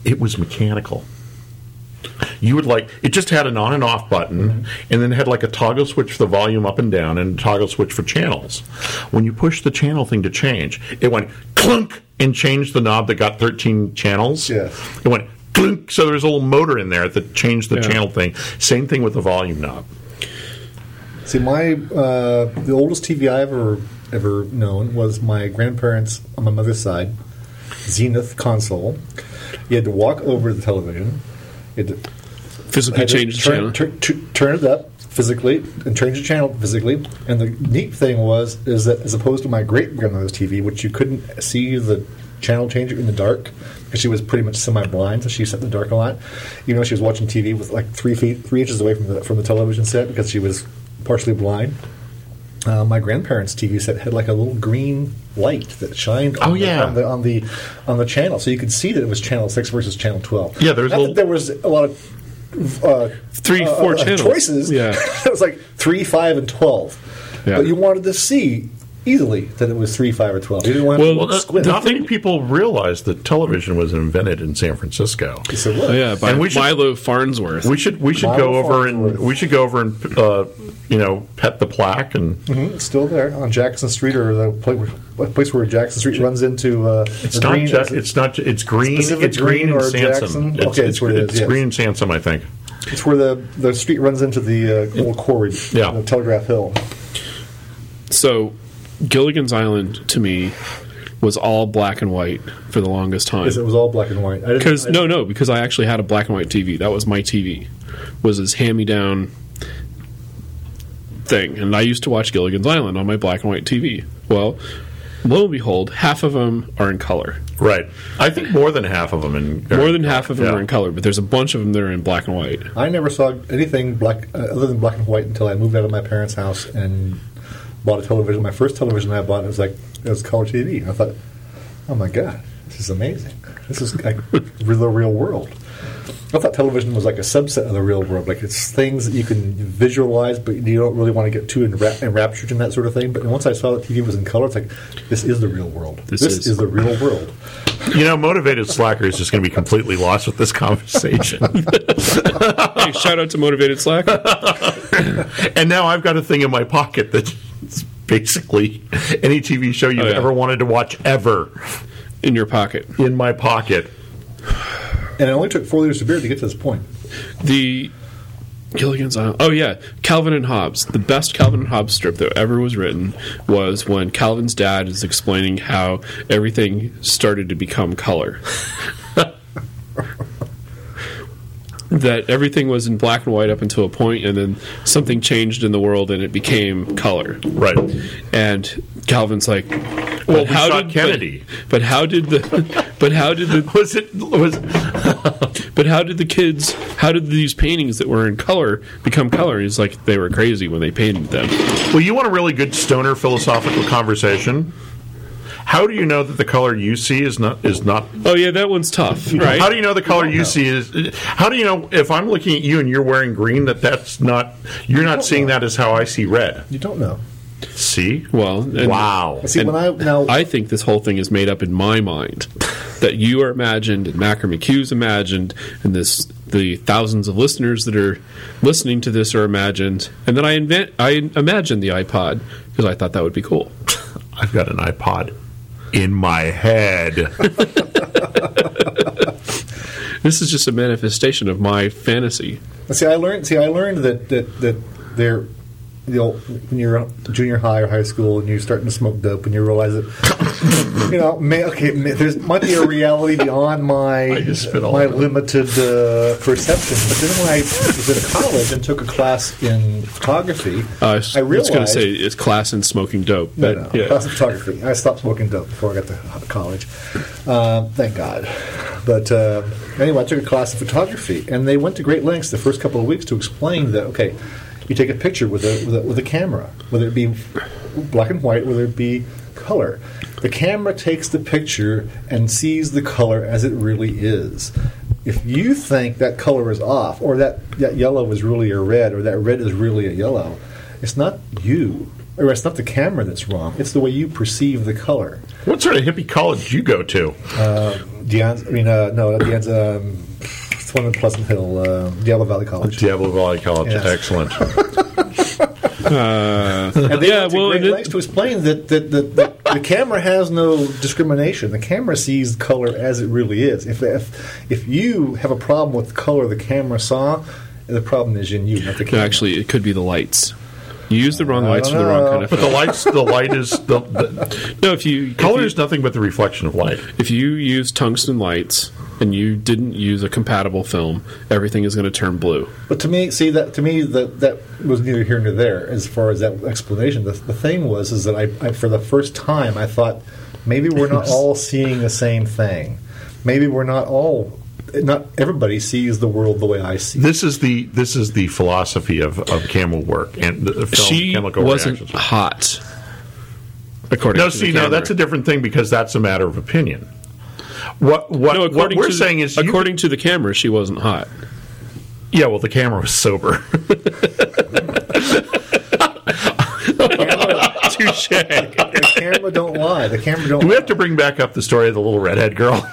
Speaker 1: it was mechanical. You would like, it just had an on and off button, and then had like a toggle switch for the volume up and down, and a toggle switch for channels. When you push the channel thing to change, it went clunk and changed the knob that got 13 channels.
Speaker 2: Yes.
Speaker 1: It went clunk. So there's a little motor in there that changed the
Speaker 3: Yeah.
Speaker 1: channel thing. Same thing with the volume knob.
Speaker 2: See, my uh, the oldest TV I ever ever known was my grandparents on my mother's side, Zenith console. You had to walk over to the television. You had to
Speaker 3: physically
Speaker 2: had to
Speaker 3: change the
Speaker 2: turn,
Speaker 3: channel.
Speaker 2: Turn, tu- turn it up physically and change the channel physically. And the neat thing was is that as opposed to my great grandmother's TV, which you couldn't see the channel changer in the dark because she was pretty much semi-blind, so she sat in the dark a lot. Even though she was watching TV with like three feet, three inches away from the from the television set because she was partially blind. Uh, my grandparents' TV set had like a little green light that shined on,
Speaker 1: Oh,
Speaker 2: the-
Speaker 1: yeah.
Speaker 2: on the, on the on the channel, so you could see that it was channel six versus channel twelve.
Speaker 1: Yeah, there was a
Speaker 2: Not that
Speaker 1: little-
Speaker 2: there was a lot of uh,
Speaker 3: Three,
Speaker 2: uh,
Speaker 3: four
Speaker 2: uh,
Speaker 3: channels.
Speaker 2: choices.
Speaker 3: Yeah.
Speaker 2: it was like three, five, and twelve.
Speaker 3: Yeah.
Speaker 2: But you wanted to see easily that it was three, five, or twelve. You didn't want
Speaker 3: Well, uh,
Speaker 2: to
Speaker 1: Well,
Speaker 2: look
Speaker 1: that-
Speaker 2: squint.
Speaker 1: not many people realize that television was invented in San Francisco.
Speaker 2: So look,
Speaker 3: yeah, by
Speaker 1: And we should-
Speaker 3: Milo Farnsworth.
Speaker 1: We should we should
Speaker 2: Model
Speaker 1: go over and
Speaker 2: Farnsworth.
Speaker 1: we should go over and uh, you know pet the plaque and
Speaker 2: Mhm, it's still there on Jackson Street or the pla- where- place where Jackson Street runs into. Uh,
Speaker 1: it's not
Speaker 2: green,
Speaker 1: just, it's not it's green
Speaker 2: Pacific
Speaker 1: it's green,
Speaker 2: Green
Speaker 1: and
Speaker 2: or Jackson?
Speaker 1: Sansom it's,
Speaker 2: Okay,
Speaker 1: it's,
Speaker 2: that's what it is,
Speaker 1: it's
Speaker 2: yes.
Speaker 1: green and Sansom I think
Speaker 2: It's where the, the street runs into the uh, old quarry,
Speaker 1: Yeah.
Speaker 2: the Telegraph Hill.
Speaker 3: So, Gilligan's Island to me was all black and white for the longest time.
Speaker 2: Because it was all black and white. I didn't-
Speaker 3: Because
Speaker 2: I-
Speaker 3: no, no, because I actually had a black and white TV. That was my TV. Was this hand-me-down thing, and I used to watch Gilligan's Island on my black and white TV. Well, lo and behold, half of them are in color.
Speaker 1: right I think more than half of them in
Speaker 3: More than half of them
Speaker 1: Yeah.
Speaker 3: are in color, but there's a bunch of them that are in black and white.
Speaker 2: I never saw anything black uh, other than black and white until I moved out of my parents' house and bought a television. My first television I bought was like it was color TV. And I thought, oh my god, this is amazing. This is like real, the real world. I thought television was like a subset of the real world, like it's things that you can visualize, but you don't really want to get too enra- enraptured in that sort of thing. But once I saw that TV was in color, it's like this is the real world.
Speaker 3: This
Speaker 2: This,
Speaker 3: is-
Speaker 2: is. the real world.
Speaker 1: you know motivated slacker is just going to be completely lost with this conversation.
Speaker 3: hey, shout out to Motivated Slack.
Speaker 1: And now I've got a thing in my pocket that's basically any TV show you've
Speaker 3: Oh, yeah.
Speaker 1: ever wanted to watch ever
Speaker 3: in your pocket.
Speaker 1: in my pocket.
Speaker 2: And it only took four liters of beer to get to this point.
Speaker 3: The Gilligan's Island. Oh yeah, Calvin and Hobbes. The best Calvin and Hobbes strip that ever was written was when Calvin's dad is explaining how everything started to become color. that everything was in black and white up until a point and then something changed in the world and it became color.
Speaker 1: Right.
Speaker 3: And Calvin's like,
Speaker 1: Well,
Speaker 3: "But
Speaker 1: we shot
Speaker 3: but-
Speaker 1: Kennedy."
Speaker 3: but how did the but how did the
Speaker 1: Was it was
Speaker 3: but how did the kids? How did these paintings that were in color become color? It's like they were crazy when they painted them.
Speaker 1: Well, you want a really good stoner philosophical conversation? How do you know that the color you see is not is not
Speaker 3: Oh yeah, that one's tough, right?
Speaker 1: How do you know the color you see is How do you know if I'm looking at you and you're wearing green that that's not you're not seeing that as how I see red?
Speaker 2: You don't know.
Speaker 1: See?
Speaker 3: well, and
Speaker 1: wow.
Speaker 2: See,
Speaker 3: And
Speaker 2: when I now
Speaker 3: I think this whole thing is made up in my mind that you are imagined and Macro McHugh's imagined, and this the thousands of listeners that are listening to this are imagined, and then I invent I imagined the iPod because I thought that would be cool.
Speaker 1: I've got an iPod in my head.
Speaker 3: This is just a manifestation of my fantasy.
Speaker 2: See, I learned. See, I learned that that that there you know, when you're in junior high or high school and you're starting to smoke dope and you realize that, you know, may, okay, may, there's might be a reality beyond my
Speaker 1: I just spit all
Speaker 2: my
Speaker 1: over.
Speaker 2: limited uh, perception. But then when I was in college and took a class in photography,
Speaker 3: Uh, I,
Speaker 2: I
Speaker 3: was
Speaker 2: realized
Speaker 3: going to say it's class in smoking dope.
Speaker 2: no,
Speaker 3: But
Speaker 2: no,
Speaker 3: yeah.
Speaker 2: class in photography. I stopped smoking dope before I got to college. Uh, thank God. But uh, anyway, I took a class in photography, and they went to great lengths the first couple of weeks to explain that okay, you take a picture with a with a, with a camera, whether it be black and white, whether it be color. The camera takes the picture and sees the color as it really is. If you think that color is off, or that, that yellow is really a red, or that red is really a yellow, it's not you, or it's not the camera that's wrong. It's the way you perceive the color.
Speaker 1: What sort of hippie college do you go to?
Speaker 2: Dean's, I mean, uh, no, not Dean's, um, it's the one in Pleasant Hill, uh, Diablo Valley College.
Speaker 1: Diablo Valley College.
Speaker 2: Yes.
Speaker 1: Excellent.
Speaker 2: And they
Speaker 3: Yeah,
Speaker 2: went to
Speaker 3: well,
Speaker 2: great
Speaker 3: and it-
Speaker 2: lengths to explain that, that, that, that the camera has no discrimination. The camera sees color as it really is. If, if, if you have a problem with the color the camera saw, the problem is in you, not the
Speaker 3: No,
Speaker 2: camera.
Speaker 3: actually, it could be the lights. You use the wrong lights for the
Speaker 2: don't
Speaker 3: wrong
Speaker 2: know.
Speaker 3: kind of
Speaker 1: But the
Speaker 3: film.
Speaker 1: lights, the light is the, the
Speaker 3: No, if you if
Speaker 1: color
Speaker 3: you-
Speaker 1: is nothing but the reflection of light.
Speaker 3: if you use tungsten lights and you didn't use a compatible film, everything is going to turn blue.
Speaker 2: But to me, see that to me that that was neither here nor there as far as that explanation. The, the thing was is that I, I for the first time I thought maybe we're not all seeing the same thing. Maybe we're not all not everybody sees the world the way I see. it.
Speaker 1: This is the this is the philosophy of, of camel work and the the film
Speaker 3: she
Speaker 1: chemical
Speaker 3: wasn't
Speaker 1: reactions.
Speaker 3: hot. According
Speaker 1: No,
Speaker 3: to
Speaker 1: see,
Speaker 3: the
Speaker 1: no,
Speaker 3: camera.
Speaker 1: that's a different thing because that's a matter of opinion. What what,
Speaker 3: no.
Speaker 1: what
Speaker 3: According
Speaker 1: we're
Speaker 3: to
Speaker 1: saying is, you-
Speaker 3: according to the camera, she wasn't hot.
Speaker 1: yeah, well, the camera was sober. Touche. Do
Speaker 2: The camera don't lie. The camera don't.
Speaker 1: we
Speaker 2: lie.
Speaker 1: have to bring back up the story of the little redhead girl?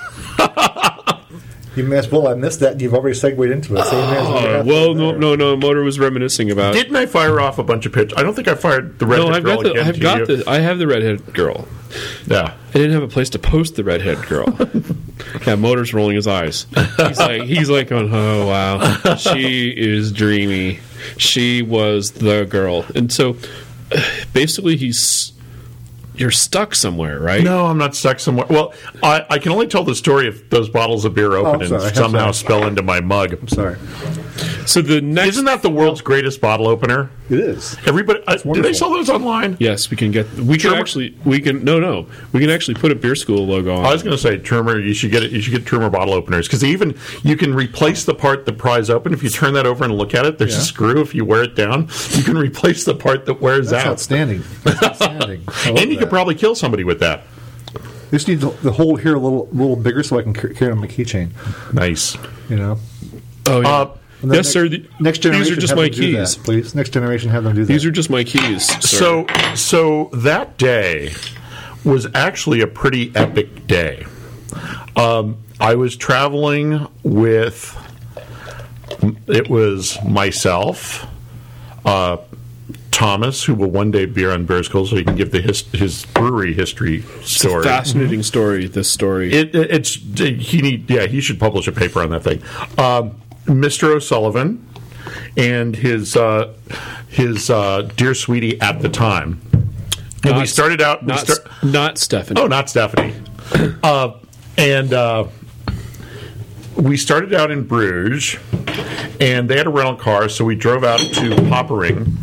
Speaker 2: You may as well. I missed that. You've already segued into it. So you may as well
Speaker 1: Oh,
Speaker 3: Uh,
Speaker 2: have
Speaker 3: well,
Speaker 2: to-
Speaker 3: no, no, no. Motor was reminiscing about.
Speaker 1: Didn't I fire off a bunch of pictures? I don't think I fired the redhead
Speaker 3: Uh, no, I've
Speaker 1: girl
Speaker 3: got the.
Speaker 1: again.
Speaker 3: I've
Speaker 1: to
Speaker 3: got
Speaker 1: you.
Speaker 3: the. I have the redhead girl.
Speaker 1: Yeah.
Speaker 3: I didn't have a place to post the redhead girl. yeah, Motor's rolling his eyes. He's like, he's like, going, oh wow, she is dreamy. She was the girl, and so basically, he's you're stuck somewhere, right?
Speaker 1: No, I'm not stuck somewhere. Well, I, I can only tell the story if those bottles of beer
Speaker 2: I'm
Speaker 1: open
Speaker 2: sorry, I'm
Speaker 1: and somehow
Speaker 2: sorry.
Speaker 1: spill into my mug.
Speaker 2: Sorry,
Speaker 3: So the next,
Speaker 1: Isn't that the world's greatest bottle opener?
Speaker 2: it is.
Speaker 1: Everybody, uh, do they
Speaker 2: wonderful.
Speaker 1: sell those online?
Speaker 3: yes, we can get. We can
Speaker 1: Sure.
Speaker 3: actually. We can. No, no, we can actually put a beer school logo on.
Speaker 1: I was going to say trimmer. You should get it. You should get trimmer bottle openers because even you can replace the part that pries open. If you turn that over and look at it, there's a
Speaker 2: Yeah.
Speaker 1: screw. If you wear it down, you can replace the part that wears
Speaker 2: That's
Speaker 1: out.
Speaker 2: outstanding. That's outstanding. I love
Speaker 1: And you
Speaker 2: that.
Speaker 1: could probably kill somebody with that.
Speaker 2: I just need the, the hole here a little little bigger so I can ca- carry it on my keychain.
Speaker 1: Nice.
Speaker 2: You know.
Speaker 3: oh yeah.
Speaker 1: Uh,
Speaker 2: And then
Speaker 3: yes,
Speaker 2: next-
Speaker 3: sir. The,
Speaker 2: Next generation,
Speaker 3: These are just
Speaker 2: have
Speaker 3: my
Speaker 2: them do that,
Speaker 3: keys.
Speaker 2: please. Next generation, have them do that.
Speaker 3: These are just my keys. Sir.
Speaker 1: So, so that day was actually a pretty epic day. Um, I was traveling with. It was myself, uh, Thomas, who will one day be on Bear School, so he can give the his, his brewery history story.
Speaker 3: fascinating story. This story.
Speaker 1: It, it, it's he need yeah he should publish a paper on that thing. Um, Mr. O'Sullivan and his uh, his uh, dear sweetie at the time. And we
Speaker 3: Not-
Speaker 1: started out.
Speaker 3: not
Speaker 1: we start,
Speaker 3: S- not Stephanie.
Speaker 1: Oh, not Stephanie. Uh, and uh, we started out in Bruges, and they had a rental car, so we drove out to Poppering.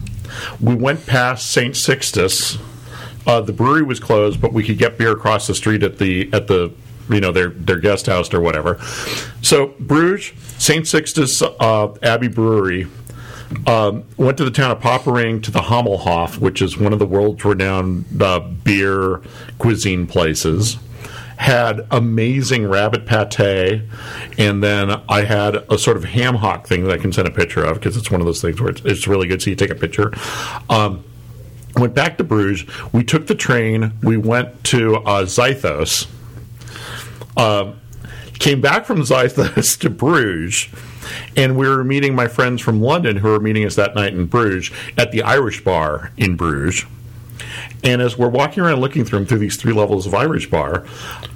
Speaker 1: We went past St. Sixtus. Uh, the brewery was closed, but we could get beer across the street at the at the you know their their guest house or whatever. So Bruges, St. Sixtus uh, Abbey Brewery. Um, went to the town of Poppering to the Hommelhof, which is one of the world's renowned uh, beer cuisine places. Had amazing rabbit pate, and then I had a sort of ham hock thing that I can send a picture of because it's one of those things where it's, it's really good, so you take a picture. Um, went back to Bruges. We took the train. We went to uh, Zythos. Um, came back from Zythos to Bruges, and we were meeting my friends from London who were meeting us that night in Bruges at the Irish Bar in Bruges. And as we're walking around looking through 'em through these three levels of Irish Bar,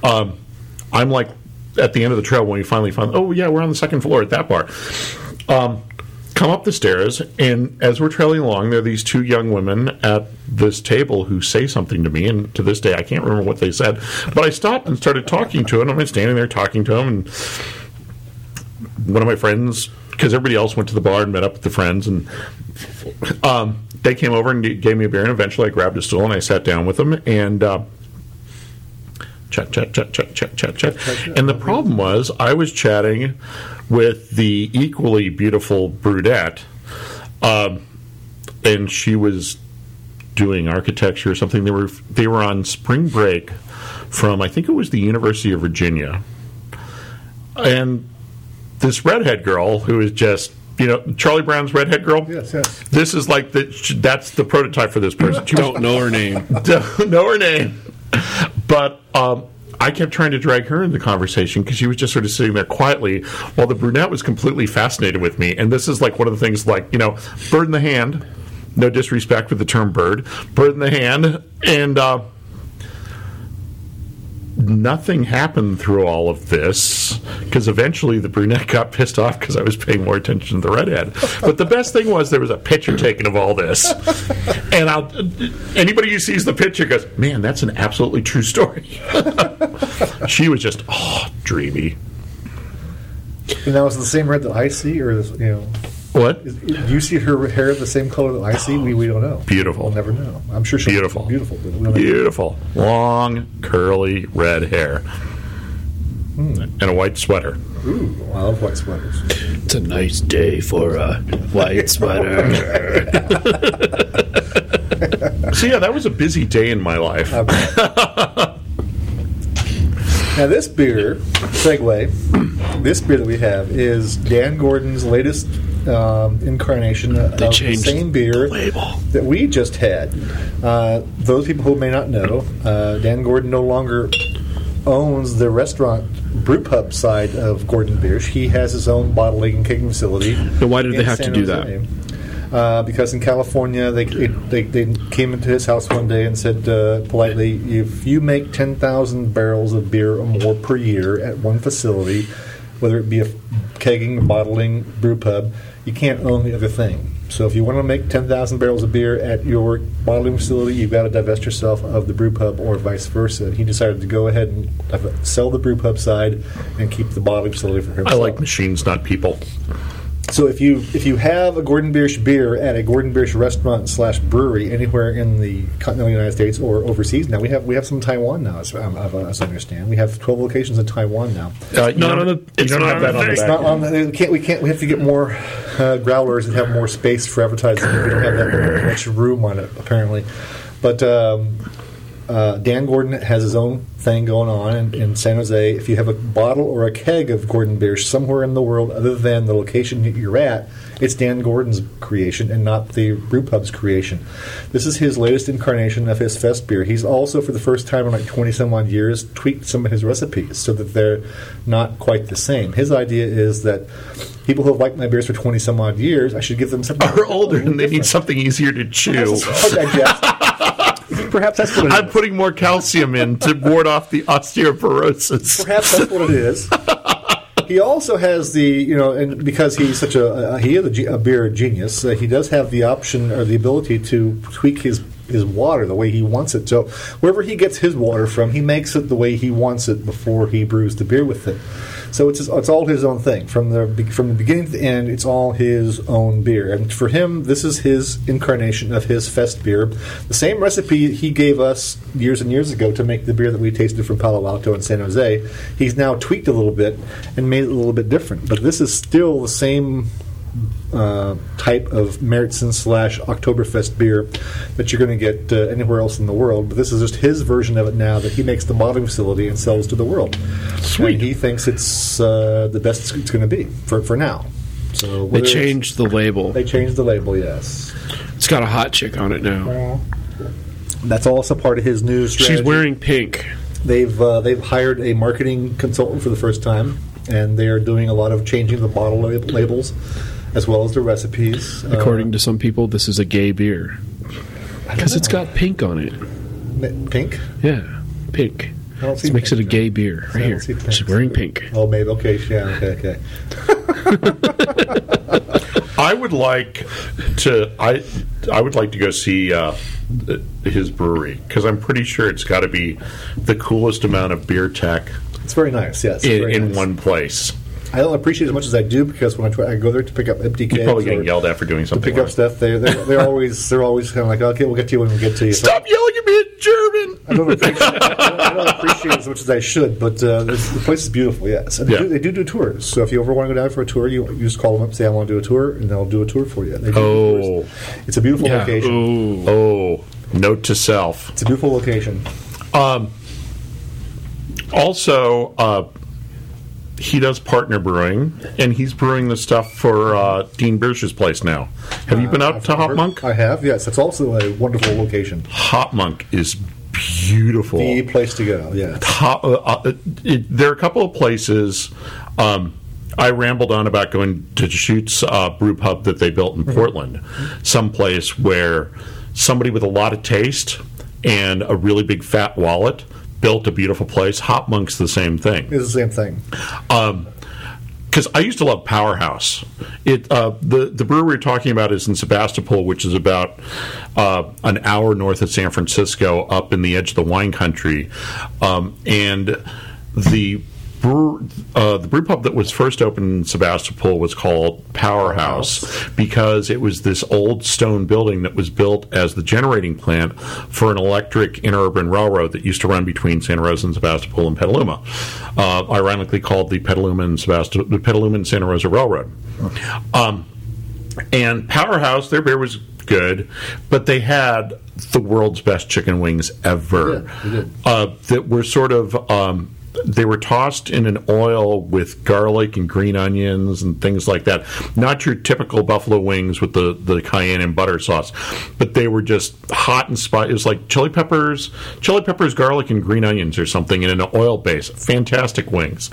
Speaker 1: um, I'm like at the end of the trail when we finally find, oh yeah, we're on the second floor at that bar. Um, come up the stairs, and as we're trailing along, there are these two young women at this table who say something to me, and to this day I can't remember what they said, but I stopped and started talking to them. I'm standing there talking to them, and one of my friends, because everybody else went to the bar and met up with the friends, and um, they came over and gave me a beer, and eventually I grabbed a stool and I sat down with them, and. Uh, chat, chat, chat, chat, chat, chat, chat. And the problem was, I was chatting with the equally beautiful brunette, um, and she was doing architecture or something. They were they were on spring break from I think it was the University of Virginia, and this redhead girl who is just. You know Charlie Brown's redhead girl.
Speaker 2: Yes, yes.
Speaker 1: This is like the that's the prototype for this person. She was
Speaker 3: Don't know her name.
Speaker 1: don't know her name. But um, I kept trying to drag her into the conversation because she was just sort of sitting there quietly while the brunette was completely fascinated with me. And this is like one of the things, like, you know, bird in the hand, no disrespect with the term bird, bird in the hand. And uh, nothing happened through all of this because eventually the brunette got pissed off because I was paying more attention to the redhead. But the best thing was there was a picture taken of all this, and I'll, anybody who sees the picture goes, "Man, that's an absolutely true story." she was just oh dreamy.
Speaker 2: And that was the same red that I see, or is, you know,
Speaker 1: What
Speaker 2: is, do you see her hair the same color that I see? We, we don't know.
Speaker 1: beautiful,
Speaker 2: We'll never know. I'm sure she's
Speaker 1: Beautiful.
Speaker 2: beautiful, but we don't know.
Speaker 1: beautiful, long curly red hair, and a white sweater.
Speaker 2: Ooh, I love white sweaters.
Speaker 4: It's a nice day for a white sweater.
Speaker 1: So yeah, that was a busy day in my life.
Speaker 2: Now this beer, segue, this beer that we have is Dan Gordon's latest um, incarnation of the
Speaker 4: changed
Speaker 2: same beer
Speaker 4: label.
Speaker 2: that we just had. Uh, those people who may not know, uh, Dan Gordon no longer owns the restaurant brew pub side of Gordon Beers. He has his own bottling and kicking facility.
Speaker 3: But why did they
Speaker 2: in
Speaker 3: have to
Speaker 2: San
Speaker 3: do that?
Speaker 2: Jose. Uh, because in California, they, they, they came into his house one day and said uh, politely, if you make 10,000 barrels of beer or more per year at one facility, whether it be a kegging, bottling, brew pub, you can't own the other thing. So if you want to make 10,000 barrels of beer at your bottling facility, you've got to divest yourself of the brew pub or vice versa. He decided to go ahead and div- sell the brew pub side and keep the bottling facility for
Speaker 1: I
Speaker 2: himself.
Speaker 1: like machines, not people.
Speaker 2: So if you if you have a Gordon Biersch beer at a Gordon Biersch restaurant slash brewery anywhere in the continental United States or overseas, now we have we have some in Taiwan now. As, um, as I understand, we have twelve locations in Taiwan now.
Speaker 1: Uh, you
Speaker 3: Not
Speaker 1: don't-
Speaker 3: on the-
Speaker 1: you
Speaker 3: it's
Speaker 1: don't
Speaker 3: not
Speaker 1: have
Speaker 3: on
Speaker 1: that
Speaker 3: the
Speaker 1: on the
Speaker 3: thing.
Speaker 2: It's
Speaker 1: back
Speaker 2: not
Speaker 1: end.
Speaker 2: on. The, we can't we can't we have to get more uh, growlers and have more space for advertising. We don't have that much room on it apparently, but. Um, uh, Dan Gordon has his own thing going on in, in San Jose. If you have a bottle or a keg of Gordon beer somewhere in the world other than the location that you're at, it's Dan Gordon's creation and not the brew pub's creation. This is his latest incarnation of his fest beer. He's also, for the first time in like 20 some odd years, tweaked some of his recipes so that they're not quite the same. His idea is that people who have liked my beers for 20 some odd years, I should give them something.
Speaker 1: are older and they need something easier to chew.
Speaker 2: Hard digest. Perhaps that's what it is.
Speaker 1: I'm putting more calcium in to ward off the osteoporosis.
Speaker 2: Perhaps that's what it is. He also has the you know, and because he's such a, a he is a, ge- a beer genius, uh, he does have the option or the ability to tweak his his water the way he wants it. So wherever he gets his water from, he makes it the way he wants it before he brews the beer with it. So it's his, it's all his own thing from the be- from the beginning to the end. It's all his own beer, and for him, this is his incarnation of his fest beer. The same recipe he gave us years and years ago to make the beer that we tasted from Palo Alto and San Jose. He's now tweaked a little bit and made it a little bit different, but this is still the same uh, type of Meritzen slash Oktoberfest beer that you're going to get uh, anywhere else in the world. But this is just his version of it now that he makes the bottling facility and sells to the world. Sweet. he thinks it's uh, the best it's going to be for, for now. So
Speaker 4: They
Speaker 2: whether it's-
Speaker 4: changed the label.
Speaker 2: They changed the label. Yes,
Speaker 3: It's got a hot chick on it now.
Speaker 2: that's also part of his new strategy.
Speaker 3: She's wearing pink.
Speaker 2: They've uh, they've hired a marketing consultant for the first time, and they are doing a lot of changing the bottle lab- labels. As well as the recipes, Uh,
Speaker 3: According to some people, this is a gay beer because it's got pink on it.
Speaker 2: Uh, pink.
Speaker 3: Yeah, pink.
Speaker 2: I don't see
Speaker 3: This makes it
Speaker 2: pink, though.
Speaker 3: a gay beer
Speaker 2: I
Speaker 3: right
Speaker 2: don't
Speaker 3: here.
Speaker 2: see pink.
Speaker 3: She's wearing pink.
Speaker 2: Oh, maybe. Okay, yeah, okay, okay.
Speaker 1: I would like to. I I would like to go see uh, th- his brewery because I'm pretty sure it's got to be the coolest amount of beer tech
Speaker 2: It's very nice. Yes,
Speaker 1: in,
Speaker 2: very
Speaker 1: in
Speaker 2: nice.
Speaker 1: one place.
Speaker 2: I don't appreciate it as much as I do because when I, try, I go there to pick up empty cans,
Speaker 1: Probably
Speaker 2: or
Speaker 1: getting yelled at for doing
Speaker 2: to
Speaker 1: something.
Speaker 2: pick up
Speaker 1: wrong.
Speaker 2: stuff, they they're, they're always they're always kind of like, okay, we'll get to you when we get to you. So
Speaker 1: Stop yelling at me in German.
Speaker 2: I don't appreciate I don't appreciate it as much as I should, but uh, this, the place is beautiful. Yes, and they,
Speaker 1: Yeah.
Speaker 2: do, they do do tours. So if you ever want to go down for a tour, you, you just call them up, say I want to do a tour, and they'll do a tour for you. They do do tours. it's a beautiful
Speaker 1: Oh. Yeah.
Speaker 2: location.
Speaker 3: Oh,
Speaker 1: Oh, note to self.
Speaker 2: It's a beautiful location.
Speaker 1: also uh, he does partner brewing and he's brewing the stuff for uh, dean birch's place now have you been out to hop monk
Speaker 2: I have. Yes, it's also a wonderful location.
Speaker 1: hop monk is beautiful
Speaker 2: The place to go. Yeah.
Speaker 1: Hop- uh, uh, it, there are a couple of places um, i rambled on about going to Deschutes uh, brew pub that they built in portland someplace where somebody with a lot of taste and a really big fat wallet built a beautiful place hop monk's the same thing
Speaker 2: It's the same thing.
Speaker 1: because I used to love Powerhouse. It uh, the the brewery we're talking about is in Sebastopol, which is about uh, an hour north of San Francisco, up in the edge of the wine country, um, and the. Brew, uh, the brew pub that was first opened in Sebastopol was called Powerhouse because it was this old stone building that was built as the generating plant for an electric interurban railroad that used to run between Santa Rosa and Sebastopol and Petaluma, uh, ironically called the Petaluma and Sebastopol, the Petaluma and Santa Rosa Railroad. Um, and Powerhouse, their beer was good, but they had the world's best chicken wings ever.
Speaker 2: Yeah, they did.
Speaker 1: Uh, that were sort of um, they were tossed in an oil with garlic and green onions and things like that. Not your typical buffalo wings with the, the cayenne and butter sauce, but they were just hot and spicy. It was like chili peppers, chili peppers, garlic, and green onions or something in an oil base. Fantastic wings.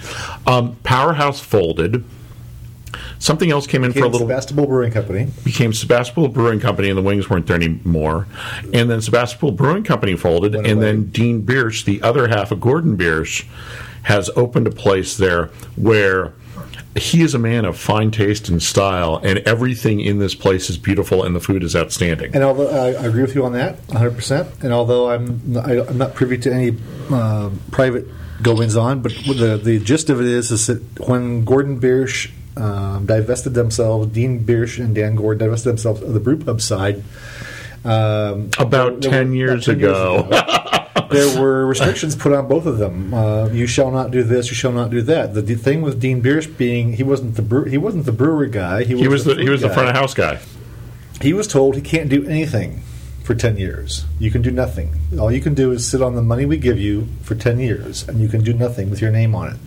Speaker 1: Um, Powerhouse folded. Something else came in for a little
Speaker 2: Sebastopol Brewing Company.
Speaker 1: became Sebastopol Brewing Company, and the wings weren't there anymore. And then Sebastopol Brewing Company folded, and then Dean Biersch, the other half of Gordon Biersch, has opened a place there where he is a man of fine taste and style, and everything in this place is beautiful, and the food is outstanding.
Speaker 2: And although I I agree with you on that 100%, and although I'm I, I'm not privy to any uh, private goings on, but the the gist of it is is that when Gordon Biersch um, divested themselves, Dean Biersch and Dan Gord divested themselves of the brewpub side. Um,
Speaker 1: About
Speaker 2: there were-
Speaker 1: 10 years
Speaker 2: about 10
Speaker 1: ago.
Speaker 2: ago, there were restrictions put on both of them. Uh, you shall not do this. You shall not do that. The, the thing with Dean Biersch being he wasn't the brew, he wasn't the brewery guy.
Speaker 1: he was the, he
Speaker 2: food
Speaker 1: was the
Speaker 2: guy
Speaker 1: front of house guy.
Speaker 2: he was told he can't do anything for 10 years. You can do nothing. All you can do is sit on the money we give you for 10 years, and you can do nothing with your name on it.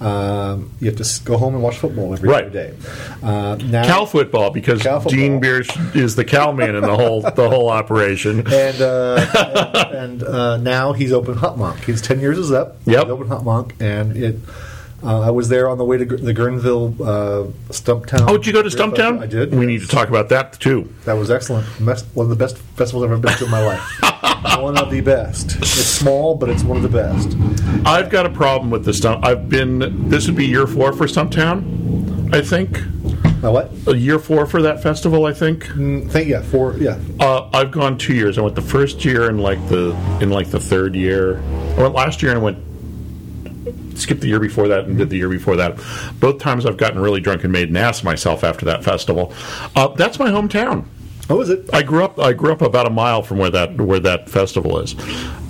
Speaker 2: Um, you have to s- go home and watch football every
Speaker 1: Right.
Speaker 2: day. Uh, now,
Speaker 1: Cal football because
Speaker 2: Cal football.
Speaker 1: Dean Biersch is the cow man in the whole the whole operation.
Speaker 2: and uh, and, and, uh, now he's open Hot Monk. His 10 years is up.
Speaker 1: Yep.
Speaker 2: He's open Hot Monk, and it. Uh, I was there on the way to Gr- the Guerneville uh, Stumptown.
Speaker 1: Oh, did you go to
Speaker 2: Beer Festival.
Speaker 1: Stumptown?
Speaker 2: I did.
Speaker 1: We need to talk about that too.
Speaker 2: That was excellent. Best- One of the best festivals I've ever been to in my life. one of the best. It's small, but it's one of the best.
Speaker 1: I've got a problem with the stump. I've been. This would be year four for Stumptown, I think.
Speaker 2: Now what?
Speaker 1: Uh, Year four for that festival, I think.
Speaker 2: Mm, Thank yeah for yeah.
Speaker 1: Uh, I've gone two years. I went the first year and like the in like the third year. I went last year and I went skipped the year before that and did the year before that. Both times I've gotten really drunk and made an ass of myself after that festival. Uh, that's my hometown.
Speaker 2: What was it?
Speaker 1: I grew up. I grew up about a mile from where that where that festival is.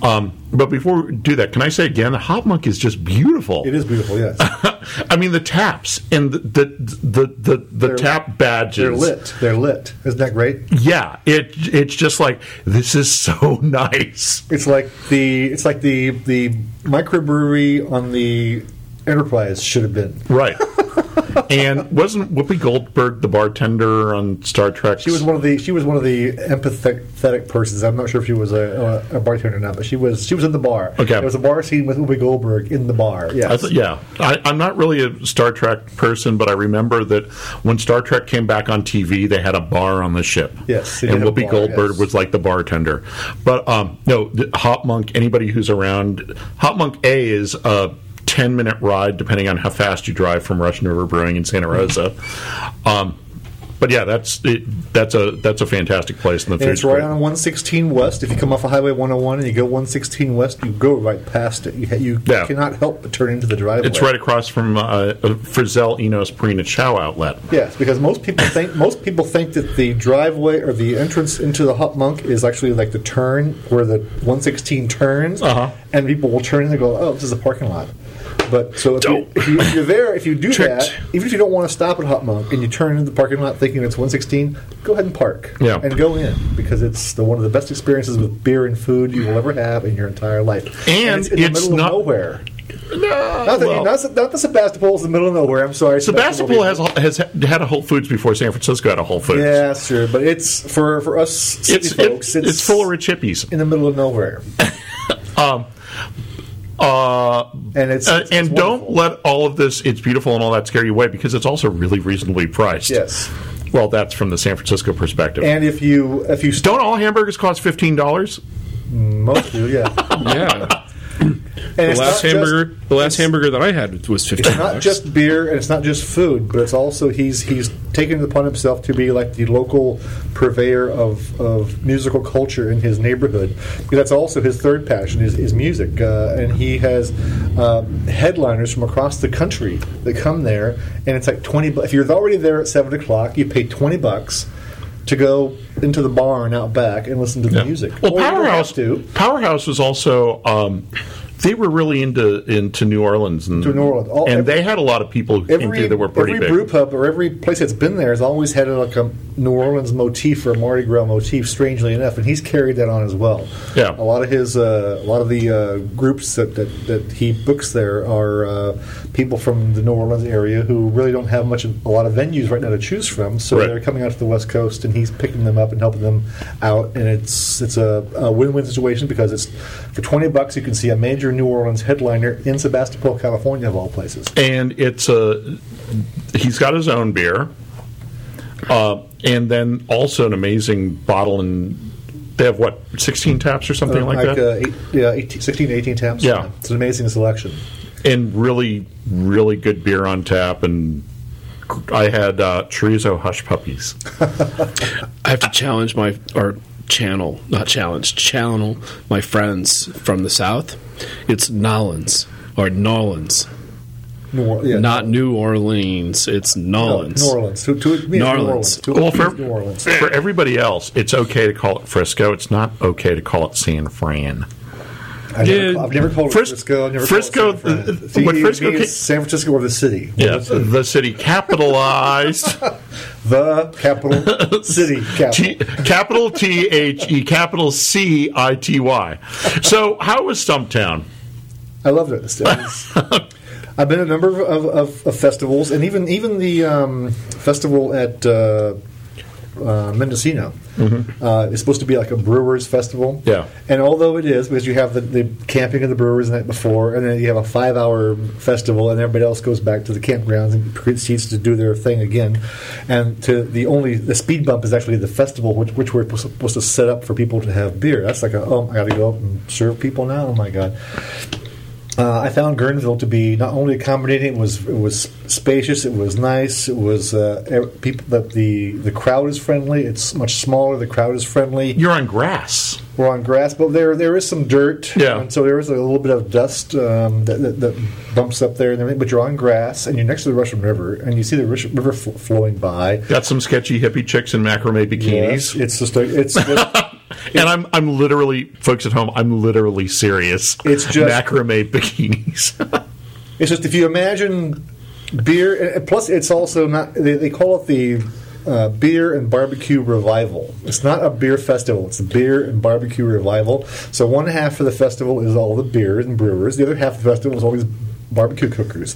Speaker 1: Um, but before we do that, can I say again? Hop Monk is just beautiful.
Speaker 2: It is beautiful. Yes,
Speaker 1: I mean the taps and the the the the, the
Speaker 2: They're-
Speaker 1: tap badges.
Speaker 2: they're lit. They're lit. Isn't that great?
Speaker 1: Yeah, it it's just like this is so nice.
Speaker 2: It's like the it's like the the microbrewery on the Enterprise should have been.
Speaker 1: Right. and wasn't Whoopi Goldberg the bartender on Star Trek?
Speaker 2: She was one of the she was one of the empathetic persons. I'm not sure if she was a, a, a bartender or not, but she was she was in the bar.
Speaker 1: Okay.
Speaker 2: there was a bar scene with Uwe Goldberg in the bar. Yes.
Speaker 1: I th- yeah, I, I'm not really a Star Trek person, but I remember that when Star Trek came back on TV, they had a bar on the ship.
Speaker 2: Yes, they
Speaker 1: and
Speaker 2: did have a
Speaker 1: Whoopi
Speaker 2: bar,
Speaker 1: Goldberg
Speaker 2: yes.
Speaker 1: was like the bartender. But um, no, th- Hot Monk. Anybody who's around, Hot Monk A is a 10 minute ride, depending on how fast you drive from Russian River Brewing in Santa Rosa. Um, But yeah, that's it, that's a that's a fantastic place. And the
Speaker 2: And
Speaker 1: food's
Speaker 2: it's right
Speaker 1: great.
Speaker 2: on 116 West. If you come off of Highway 101 and you go 116 West, you go right past it. You, ha- you
Speaker 1: Yeah.
Speaker 2: cannot help but turn into the driveway.
Speaker 1: It's right across from uh, Frizzell Enos Prina Chow Outlet.
Speaker 2: Yes, because most people think most people think that the driveway or the entrance into the Hot Monk is actually like the turn where the 116 turns,
Speaker 1: Uh-huh.
Speaker 2: and people will turn and they go, "Oh, this is a parking lot." But so if, you,
Speaker 1: Dope.
Speaker 2: if, you, if you're there, if you do that,
Speaker 1: Tricked.
Speaker 2: even if you don't want to stop at Hot Monk and you turn into the parking lot thinking it's 116, go ahead and park
Speaker 1: Yeah.
Speaker 2: and go in because it's the, one of the best experiences with beer and food you will ever have in your entire life.
Speaker 1: And
Speaker 2: it's in
Speaker 1: it's
Speaker 2: the middle
Speaker 1: not-
Speaker 2: of nowhere.
Speaker 1: No,
Speaker 2: Not that, not, that- not that Sebastopol is the middle of nowhere. I'm sorry,
Speaker 1: Sebastopol
Speaker 2: is-
Speaker 1: has has had a Whole Foods before San Francisco had a Whole Foods.
Speaker 2: Yeah, sure, but it's for for us city
Speaker 1: it's,
Speaker 2: folks.
Speaker 1: it's, it's full of rich hippies.
Speaker 2: in the middle of nowhere,
Speaker 1: Uh,
Speaker 2: and it's,
Speaker 1: uh,
Speaker 2: it's-
Speaker 1: and
Speaker 2: it's
Speaker 1: don't
Speaker 2: wonderful.
Speaker 1: let all of this "it's beautiful" and all that scare you away because it's also really reasonably priced.
Speaker 2: Yes.
Speaker 1: Well, that's from the San Francisco perspective.
Speaker 2: And if you if you stop
Speaker 1: don't all hamburgers cost fifteen dollars?
Speaker 2: most do, yeah.
Speaker 3: Yeah.
Speaker 2: And
Speaker 3: The
Speaker 2: it's
Speaker 3: last
Speaker 2: not
Speaker 3: hamburger,
Speaker 2: just-
Speaker 3: the last hamburger that I had was fifteen
Speaker 2: It's not
Speaker 3: dollars.
Speaker 2: just beer, and it's not just food, but it's also he's he's taken it upon himself to be like the local purveyor of, of musical culture in his neighborhood. Because that's also his third passion is, is music, uh, and he has uh, headliners from across the country that come there, and it's like twenty. bu- If you're already there at seven o'clock, you pay twenty bucks to go into the barn out back and listen to the music.
Speaker 1: Well,
Speaker 2: Or you don't have
Speaker 1: Powerhouse
Speaker 2: to.
Speaker 1: Powerhouse was also um, they were really into into New Orleans and
Speaker 2: To New Orleans. All-
Speaker 1: and
Speaker 2: every-
Speaker 1: they had a lot of people who came
Speaker 2: every,
Speaker 1: through that were pretty
Speaker 2: every
Speaker 1: big.
Speaker 2: brew pub or every place that's been there has always had like a New Orleans motif or a Mardi Gras motif. Strangely enough, and he's carried that on as well.
Speaker 1: Yeah.
Speaker 2: a lot of his uh, a lot of the uh, groups that, that, that he books there are uh, people from the New Orleans area who really don't have much a lot of venues right now to choose from. So
Speaker 1: Right.
Speaker 2: they're coming out to the West Coast, and he's picking them up and helping them out. And it's it's a, a win win situation because it's for twenty bucks you can see a major New Orleans headliner in Sebastopol, California, of all places.
Speaker 1: and it's a he's got his own beer uh, and then also an amazing bottle and they have what 16 taps or something like, that
Speaker 2: Uh, eight, yeah, 18, 16, 18 taps.
Speaker 1: Yeah.
Speaker 2: It's an amazing selection.
Speaker 1: and really really good beer on tap and I had uh, chorizo hush puppies.
Speaker 3: I have to challenge my or channel, not challenge, channel my friends from the south. It's Nolans or Nolans,
Speaker 2: New Or- yeah,
Speaker 3: not New Orleans. It's
Speaker 2: no,
Speaker 3: Nolans.
Speaker 2: New Orleans. To, to, me, it's New
Speaker 3: Narlands.
Speaker 2: Orleans. To,
Speaker 1: Well, for,
Speaker 2: New Orleans.
Speaker 1: for everybody else, it's okay to call it Frisco. It's not okay to call it San Fran.
Speaker 2: I've, never,
Speaker 3: Yeah.
Speaker 2: I've never called it
Speaker 1: Fris-
Speaker 2: Frisco. I've never
Speaker 1: Frisco-
Speaker 2: Called it San Fran.
Speaker 1: uh,
Speaker 2: See,
Speaker 1: when
Speaker 2: to
Speaker 1: Frisco
Speaker 2: me,
Speaker 1: ca-
Speaker 2: it's E San Francisco or the city.
Speaker 1: Yeah, the city capitalized.
Speaker 2: The capital city.
Speaker 1: T,
Speaker 2: Capital.
Speaker 1: capital T H E capital C I T Y. So how was Stumptown?
Speaker 2: I loved it. It was- I've been at a number of, of, of festivals, and even even the um, festival at uh, uh, Mendocino uh, is supposed to be like a brewers festival.
Speaker 1: Yeah.
Speaker 2: and although it is because you have the, the camping of the brewers the night before, and then you have a five hour festival, and everybody else goes back to the campgrounds and proceeds to do their thing again. And to the only the speed bump is actually the festival, which, which we're supposed to set up for people to have beer. That's like a, oh I got to go up and serve people now. Oh my god. Uh, I found Guerneville to be not only accommodating; it was it was spacious, it was nice, it was uh, ev- people that the the crowd is friendly. It's much smaller. The crowd is friendly.
Speaker 1: You're on grass.
Speaker 2: We're on grass, but there there is some dirt,
Speaker 1: Yeah.
Speaker 2: and so there is a little bit of dust um, that, that, that bumps up there and everything. But you're on grass, and you're next to the Russian River, and you see the Russian River fl- flowing by.
Speaker 1: Got some sketchy hippie chicks in macrame bikinis.
Speaker 2: Yes, it's just a, it's it's-
Speaker 1: and I'm I'm literally folks at home, I'm literally serious.
Speaker 2: It's just-
Speaker 1: macrame bikinis.
Speaker 2: It's just if you imagine beer, and- and plus it's also not. They, they call it the uh, beer and barbecue revival. It's not a beer festival. It's a beer and barbecue revival. So one half of the festival is all the beers and brewers. The other half of the festival is all these barbecue cookers.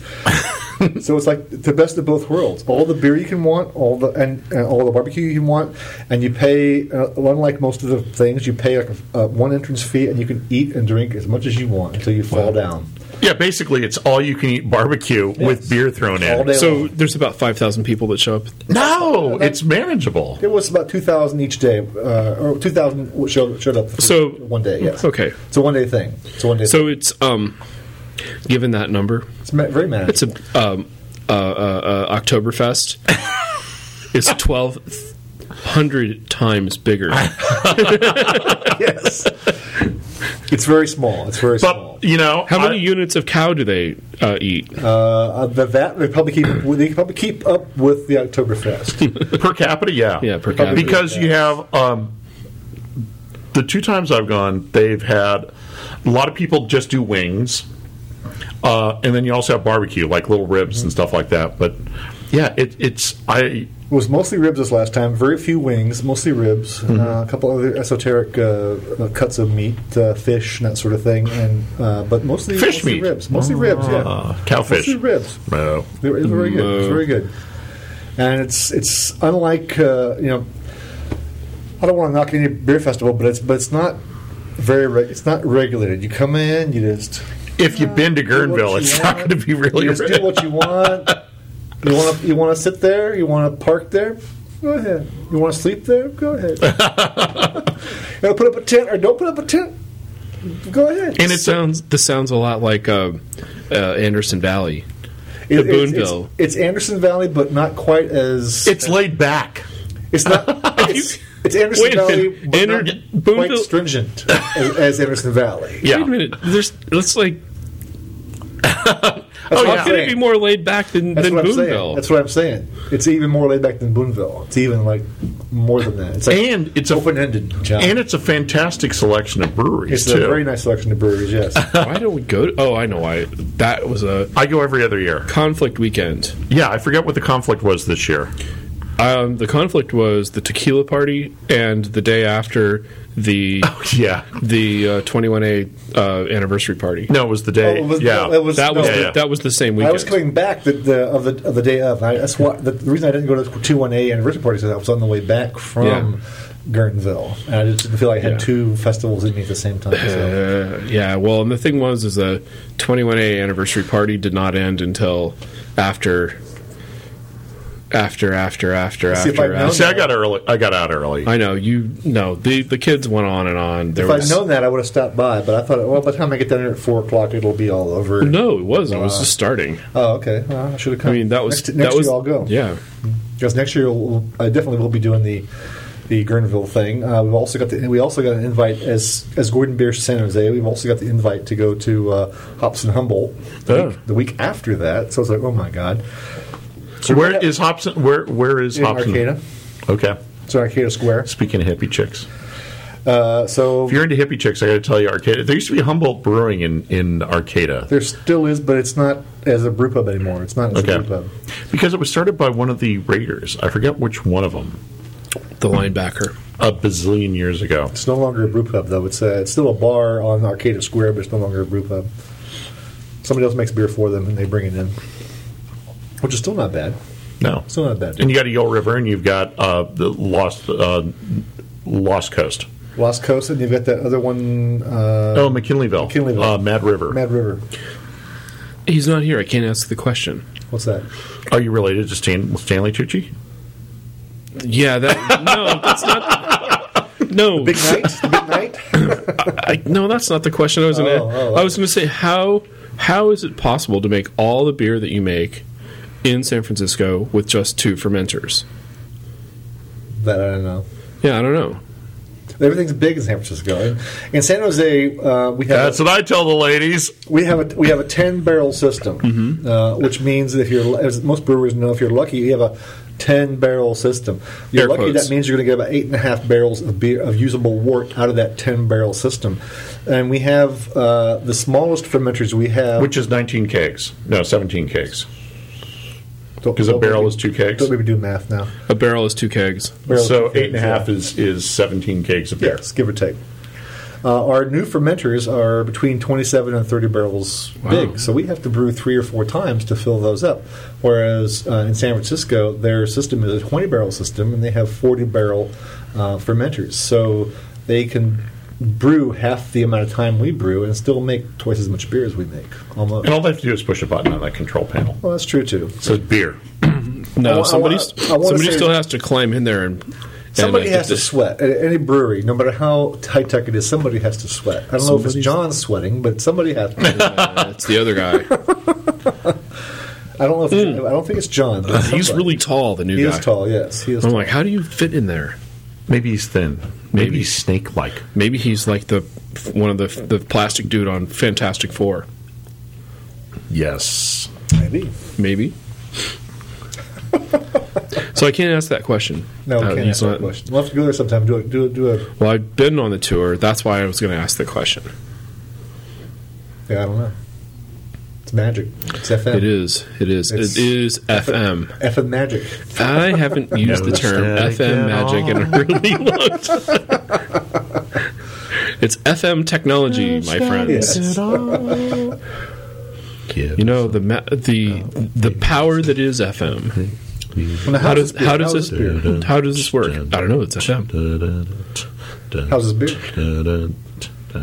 Speaker 2: so it's like the best of both worlds. All the beer you can want, all the and, and all the barbecue you can want, and you pay. Uh, unlike most of the things, you pay like a, a one entrance fee, and you can eat and drink as much as you want until you fall down.
Speaker 1: yeah, basically it's all you can eat barbecue with beer thrown
Speaker 2: All
Speaker 1: in.
Speaker 2: day long.
Speaker 3: So there's about five thousand people that show up.
Speaker 1: No, it's manageable.
Speaker 2: It was about two thousand each day, uh, or two thousand showed, showed up. for
Speaker 3: So-
Speaker 2: one day, yes.
Speaker 3: okay.
Speaker 2: it's a one day thing. It's a one day. thing.
Speaker 3: So it's um, given that number,
Speaker 2: it's ma- very manageable.
Speaker 3: it's a um, uh, uh, uh, Oktoberfest. is 1,200 times bigger.
Speaker 2: yes. It's very small. It's very small.
Speaker 1: But you know,
Speaker 3: How many
Speaker 1: I-
Speaker 3: units of cow do they uh, eat?
Speaker 2: Uh, that, that they probably keep they can probably keep up with the Oktoberfest.
Speaker 1: per capita? Yeah,
Speaker 3: Yeah, per capita.
Speaker 1: Because you have um, the two times I've gone, they've had a lot of people just do wings, uh, and then you also have barbecue, like little ribs and stuff like that. But yeah, it, it's I
Speaker 2: it was mostly ribs this last time. Very few wings, mostly ribs. Uh, a couple other esoteric uh, uh, cuts of meat, uh, fish, and that sort of thing. And uh, but mostly
Speaker 1: Fish
Speaker 2: mostly
Speaker 1: meat.
Speaker 2: ribs, mostly ribs.
Speaker 1: uh,
Speaker 2: Yeah,
Speaker 1: cowfish.
Speaker 2: mostly ribs.
Speaker 1: No.
Speaker 2: They were, they were very good. It was very good. And it's it's unlike uh, you know. I don't want to knock any beer festival, but it's but it's not very reg- it's not regulated. You come in, you just
Speaker 1: If you've been to
Speaker 2: do Uh, what
Speaker 1: Guerneville,
Speaker 2: you
Speaker 1: it's
Speaker 2: want.
Speaker 1: not going to be really.
Speaker 2: You just do what you want. You want to you want to sit there. You want to park there. Go ahead. You want to sleep there. Go ahead. you want to put up a tent or don't put up a tent. Go ahead.
Speaker 1: and
Speaker 3: It
Speaker 1: it's
Speaker 3: sounds this sounds a lot like uh, uh, Anderson Valley.
Speaker 2: It- it's- it's-
Speaker 3: Boonville.
Speaker 2: It's, Anderson Valley, but not quite as
Speaker 1: it's laid back.
Speaker 2: It's not. It's, it's Anderson
Speaker 3: Wait a
Speaker 2: Valley,
Speaker 3: minute.
Speaker 2: but
Speaker 3: Ander-
Speaker 2: not
Speaker 3: Boonville-
Speaker 2: quite stringent as, as Anderson Valley.
Speaker 1: Yeah.
Speaker 3: Wait a minute. There's that's like
Speaker 2: That's
Speaker 1: Oh,
Speaker 2: what
Speaker 1: yeah.
Speaker 2: I'm
Speaker 3: how can it
Speaker 2: saying.
Speaker 3: be more laid back than
Speaker 2: That's
Speaker 3: than
Speaker 2: what I'm
Speaker 3: Boonville?
Speaker 2: saying. That's what I'm saying. It's even more laid back than Boonville. It's even like more than that. It's like
Speaker 1: And it's a-
Speaker 2: open-ended. John.
Speaker 1: And it's a fantastic selection of breweries
Speaker 2: it's
Speaker 1: too.
Speaker 2: a very nice selection of breweries. Yes,
Speaker 3: why don't we go? To, oh, I know why. That was a
Speaker 1: I go every other year.
Speaker 3: conflict weekend.
Speaker 1: Yeah, I forget what the conflict was this year.
Speaker 3: Um, the conflict was the tequila party and the day after the
Speaker 2: Oh.
Speaker 1: Yeah,
Speaker 3: the twenty one A uh, anniversary party.
Speaker 1: no, it was the day.
Speaker 2: Oh, it was-
Speaker 1: yeah,
Speaker 2: no, it was-
Speaker 3: That was
Speaker 1: Yeah,
Speaker 3: the,
Speaker 1: yeah.
Speaker 3: that was the same
Speaker 2: I
Speaker 3: weekend.
Speaker 2: was coming back the, the of the of the day of. I, that's why the, the reason I didn't go to the two one A anniversary party is that I was on the way back from.
Speaker 3: Yeah.
Speaker 2: Guerneville. And I just didn't feel like I had
Speaker 3: Yeah.
Speaker 2: two festivals in me at the same time. So.
Speaker 3: Uh, yeah, well, and the thing was is the 21A anniversary party did not end until after, after, after, after,
Speaker 2: See, if
Speaker 3: after.
Speaker 2: I'd known
Speaker 3: after.
Speaker 1: See, I got early. I got out early.
Speaker 3: I know you. No, the the kids went on and on. There
Speaker 2: If I'd
Speaker 3: was
Speaker 2: known that, I would have stopped by. But I thought, well, by the time I get down here at four o'clock, it'll be all over.
Speaker 3: no, it wasn't. It was just starting.
Speaker 2: Oh, okay. Well, I should have
Speaker 3: I
Speaker 2: come.
Speaker 3: mean, that was
Speaker 2: next, next
Speaker 3: that was
Speaker 2: year. I'll go.
Speaker 3: Yeah,
Speaker 2: because next year we'll, I definitely will be doing the the Guerneville thing. Uh, we've also got the we also got an invite as as Gordon Beer San Jose. We've also got the invite to go to uh, Hobson Humboldt the,
Speaker 3: Oh.
Speaker 2: week, the week after that. So it's like, oh my god,
Speaker 1: So where is Hobson? Where Where is
Speaker 2: in
Speaker 1: Hobson?
Speaker 2: Arcata.
Speaker 1: Okay.
Speaker 2: It's in Arcata Square.
Speaker 1: Speaking of hippie chicks,
Speaker 2: Uh, so
Speaker 1: if you're into hippie chicks, I got to tell you, Arcata. There used to be Humboldt Brewing in in Arcata.
Speaker 2: there still is, but it's not as a brew pub anymore. It's not as a
Speaker 1: Okay.
Speaker 2: brew pub.
Speaker 1: Because it was started by one of the Raiders. I forget which one of them.
Speaker 3: the linebacker.
Speaker 1: A bazillion years ago.
Speaker 2: It's no longer a brew pub though. It's uh it's still a bar on Arcata Square, but it's no longer a brew pub. Somebody else makes beer for them and they bring it in, which is still not bad.
Speaker 1: No.
Speaker 2: Still not bad.
Speaker 1: And you got a Yellow River, and you've got uh, the Lost uh, Lost Coast.
Speaker 2: Lost Coast, and you've got that other one, uh,
Speaker 1: oh, McKinleyville.
Speaker 2: McKinleyville.
Speaker 1: Uh, Mad River.
Speaker 2: Mad River.
Speaker 3: He's not here. I can't ask the question.
Speaker 2: What's that?
Speaker 1: Are you related to Stan- Stanley Tucci?
Speaker 3: Yeah, that no, that's not. No,
Speaker 2: Big Night. The Big Night.
Speaker 3: I, no, that's not the question I was going to.
Speaker 2: Oh, oh,
Speaker 3: I was going to say how how is it possible to make all the beer that you make in San Francisco with just two fermenters?
Speaker 2: that I don't know.
Speaker 3: Yeah, I don't know.
Speaker 2: Everything's big in San Francisco. In San Jose, uh, we have
Speaker 1: That's what I tell the ladies.
Speaker 2: we have a we have a ten barrel system,
Speaker 1: Mm-hmm.
Speaker 2: uh, which means that if you're as most brewers know, if you're lucky, you have a ten barrel system. You're
Speaker 3: Air
Speaker 2: lucky
Speaker 3: quotes.
Speaker 2: that means you're going to get about eight and a half barrels of beer of usable wort out of that ten barrel system, and we have uh, the smallest fermenters we have,
Speaker 1: Which is 19 kegs. No, 17 kegs. Because a
Speaker 2: don't
Speaker 1: barrel
Speaker 2: make me-
Speaker 1: is two kegs.
Speaker 2: Don't maybe do math now.
Speaker 3: A barrel is two kegs.
Speaker 2: Barrel
Speaker 1: So
Speaker 2: is two
Speaker 1: eight and a
Speaker 2: kegs, yeah.
Speaker 1: half is, is 17 kegs of beer.
Speaker 2: Yes, give or take. Uh, our new fermenters are between 27 and 30 barrels big, so we have to brew three or four times to fill those up. Whereas uh, in San Francisco, their system is a 20 barrel system, and they have 40 barrel uh, fermenters, so they can brew half the amount of time we brew and still make twice as much beer as we make. Almost.
Speaker 1: And all they have to do is push a button on that control panel.
Speaker 2: Well, that's true too.
Speaker 1: So beer.
Speaker 2: I wa-
Speaker 3: No,
Speaker 2: I
Speaker 3: somebody
Speaker 2: wa-
Speaker 3: s-
Speaker 2: I wanna
Speaker 3: somebody
Speaker 2: say-
Speaker 3: still has to climb in there and. and,
Speaker 2: Somebody
Speaker 3: uh,
Speaker 2: has to
Speaker 3: just-
Speaker 2: sweat. At any brewery, no matter how high tech it is, somebody has to sweat. I don't know if it's
Speaker 3: Somebody's-
Speaker 2: John sweating, but somebody has to.
Speaker 3: uh, it's the other guy.
Speaker 2: I don't know if it's, I don't think it's John. But it's
Speaker 3: He's
Speaker 2: somebody.
Speaker 3: really tall, the new
Speaker 2: he
Speaker 3: guy. Oh,
Speaker 2: is tall. Yes, he is.
Speaker 3: I'm
Speaker 2: Tall.
Speaker 3: like, how do you fit in there?
Speaker 1: Maybe he's thin. Maybe,
Speaker 3: Maybe.
Speaker 1: he's snake like.
Speaker 3: Maybe he's like the one of the the plastic dude on Fantastic Four.
Speaker 1: Yes.
Speaker 2: Maybe.
Speaker 3: Maybe. so I can't ask that question.
Speaker 2: No, we
Speaker 3: Uh,
Speaker 2: can't
Speaker 3: he's
Speaker 2: ask that
Speaker 3: not-
Speaker 2: question. We'll have to go there sometime. Do a do a, do a
Speaker 3: Well, I've been on the tour. That's why I was going to ask the question.
Speaker 2: yeah, I don't know. It's magic. It's FM.
Speaker 3: It is. It is.
Speaker 2: It's-
Speaker 3: It is FM.
Speaker 2: FM magic.
Speaker 3: I haven't used the term
Speaker 1: Static
Speaker 3: FM
Speaker 1: at
Speaker 3: magic in a really long time. it's FM technology, my friends.
Speaker 2: Yes.
Speaker 1: Give
Speaker 3: You know the ma- the the power that is FM.
Speaker 2: Now,
Speaker 3: How
Speaker 2: how's
Speaker 3: does
Speaker 2: this beer?
Speaker 3: how does
Speaker 2: How's
Speaker 3: this how does this work? I don't know. It's FM.
Speaker 2: How's this beer?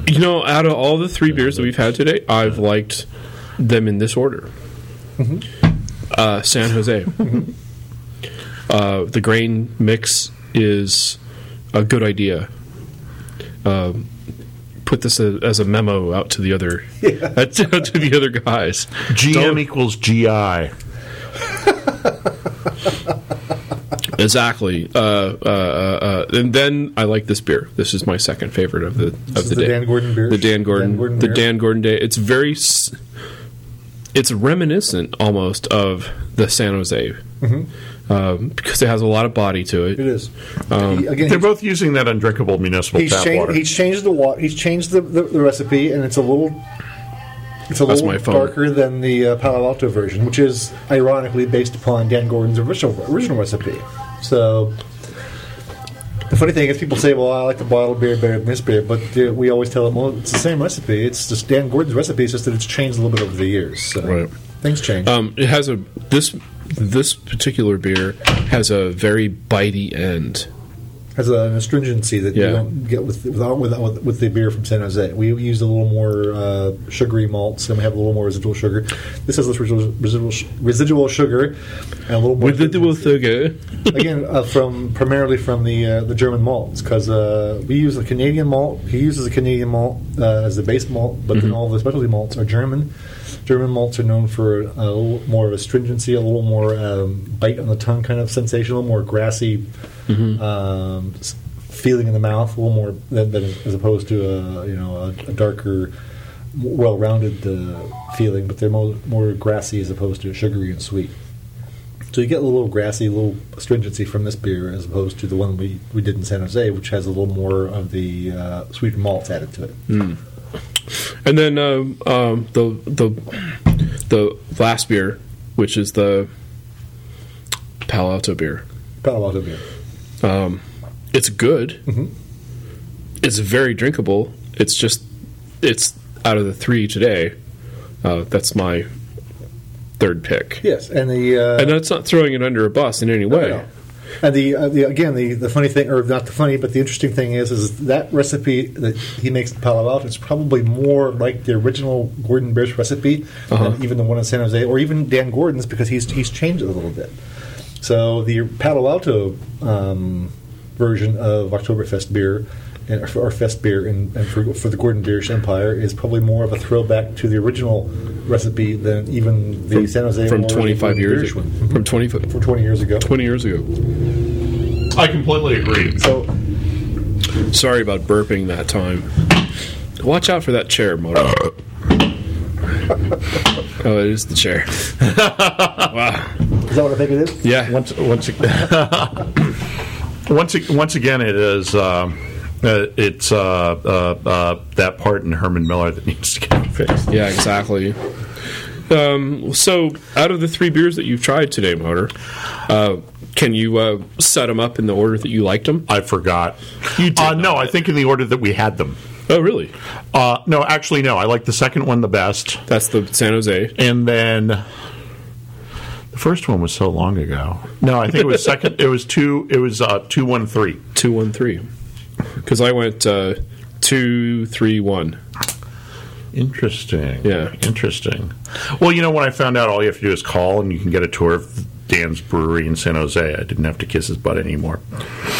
Speaker 3: You know, out of all the three beers that we've had today, I've liked them in this order. Uh, San Jose. uh, the grain mix is a good idea. Uh, put this a, as a memo out to the other out to out to the other guys.
Speaker 1: GM equals GI.
Speaker 3: Exactly. Uh, uh, uh, uh, and then I like this beer. This is my second favorite of the of
Speaker 2: is
Speaker 3: the,
Speaker 2: the
Speaker 3: day.
Speaker 2: Dan Gordon beer?
Speaker 3: The Dan Gordon.
Speaker 2: Dan Gordon
Speaker 3: the
Speaker 2: beer?
Speaker 3: Dan Gordon day. It's very. s- It's reminiscent almost of the San Jose.
Speaker 2: Mm-hmm.
Speaker 3: Um, because it has a lot of body to it.
Speaker 2: It is.
Speaker 3: Um,
Speaker 2: He- Again,
Speaker 1: They're
Speaker 2: he's,
Speaker 1: both using that undrinkable municipal
Speaker 2: he's
Speaker 1: tap
Speaker 2: changed.
Speaker 1: water.
Speaker 2: He's changed the water. He's changed the, the, the recipe, and it's a little. It's a
Speaker 3: That's my
Speaker 2: little
Speaker 3: phone.
Speaker 2: darker than the uh, Palo Alto version, which is ironically based upon Dan Gordon's original original recipe. So. The funny thing is, people say, "Well, I like the bottled beer better than this beer," but uh, we always tell them, "Well, it's the same recipe. It's just Dan Gordon's recipe. It's just that it's changed a little bit over the years. So
Speaker 3: Right.
Speaker 2: Things change.
Speaker 3: Um, it has a this this particular beer has a very bitey end.
Speaker 2: has an astringency that
Speaker 3: Yeah.
Speaker 2: you don't get with without with, with the beer from San Jose. We use a little more uh, sugary malts, and we have a little more residual sugar. This has less residual residual, sh- residual sugar and a little more
Speaker 3: Residual sugar.
Speaker 2: again uh, from primarily from the uh, the German malts because uh, we use a Canadian malt. He uses a Canadian malt uh, as the base malt, but then all the specialty malts are German. German malts are known for a little more of astringency, a little more um, bite on the tongue kind of sensation, a little more grassy um, s- feeling in the mouth, a little more than, than as opposed to a you know a, a darker. Well-rounded uh, feeling, but they're more, more grassy as opposed to sugary and sweet. So you get a little grassy, little astringency from this beer as opposed to the one we, we did in San Jose, which has a little more of the uh, sweeter malts added to it.
Speaker 3: And then um, um, the the the last beer, which is the Palo Alto beer.
Speaker 2: Palo Alto beer.
Speaker 3: It's good.
Speaker 2: Mm-hmm.
Speaker 3: It's very drinkable. It's just it's out of the three today. Uh, that's my third pick,
Speaker 2: Yes, and the uh,
Speaker 3: and that's not throwing it under a bus in any
Speaker 2: no,
Speaker 3: way.
Speaker 2: no. and the, uh, the again the, the funny thing, or not the funny, but the interesting thing is, is that recipe that he makes at Palo Alto is probably more like the original Gordon Beer's recipe
Speaker 3: Uh-huh.
Speaker 2: than even the one in San Jose, or even Dan Gordon's because he's he's changed it a little bit. So the Palo Alto um, version of Oktoberfest beer, and, or, or Fest beer, and, and for, for the Gordon Beerish Empire is probably more of a throwback to the original recipe than even the San Jose
Speaker 3: From
Speaker 2: one or the
Speaker 3: twenty five
Speaker 2: Gordon
Speaker 3: years,
Speaker 2: Beerish one
Speaker 3: from 20, fi-
Speaker 2: from twenty years ago.
Speaker 3: 20 years ago.
Speaker 1: I completely agree.
Speaker 2: So
Speaker 3: Sorry about burping that time. Watch out for that chair, Moto. oh, it is the chair.
Speaker 2: is that what I think it is?
Speaker 3: Yeah.
Speaker 1: once once ag- once ag- once again, it is um, uh, it's uh, uh, uh, that part in Herman Miller that needs to get fixed.
Speaker 3: Yeah, exactly. Um, so, out of the three beers that you've tried today, Motor, uh, can you uh, set them up in the order that you liked them?
Speaker 1: I forgot. You did uh, no, I think in the order that we had them.
Speaker 3: Oh, really?
Speaker 1: Uh, no, actually, no. I like the second one the best,
Speaker 3: That's the San Jose.
Speaker 1: and then the first one was so long ago. No, I think it was second. It was two. It was uh, two one three.
Speaker 3: 213. Because I went uh, 231.
Speaker 1: Interesting.
Speaker 3: Yeah.
Speaker 1: Interesting. Well, you know, when I found out all you have to do is call and you can get a tour of Dan's brewery in San Jose, I didn't have to kiss his butt anymore.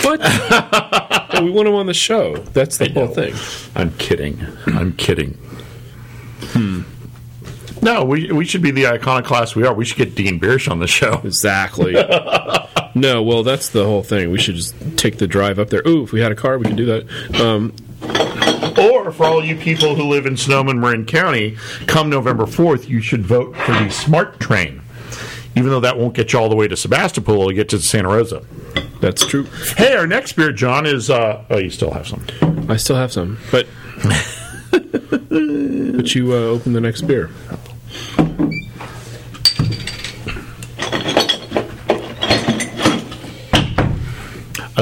Speaker 3: What? Oh, we want them on the show. That's the whole thing.
Speaker 1: Hmm. I'm kidding. I'm kidding. No, we we should be the iconoclast we are. We should get Dean Biersch on the show.
Speaker 3: Exactly. no, well, that's the whole thing. We should just take the drive up there. Ooh, if we had a car, we could do that. Um,
Speaker 1: Or for all you people who live in Snowman, Marin County, come November 4th, you should vote for the SMART train. Even though that won't get you all the way to Sebastopol, it'll get you to Santa Rosa.
Speaker 3: that's true.
Speaker 1: Hey, our next beer, John, is. Uh, oh, you still have some.
Speaker 3: I still have some, but but you uh, open the next beer.
Speaker 1: I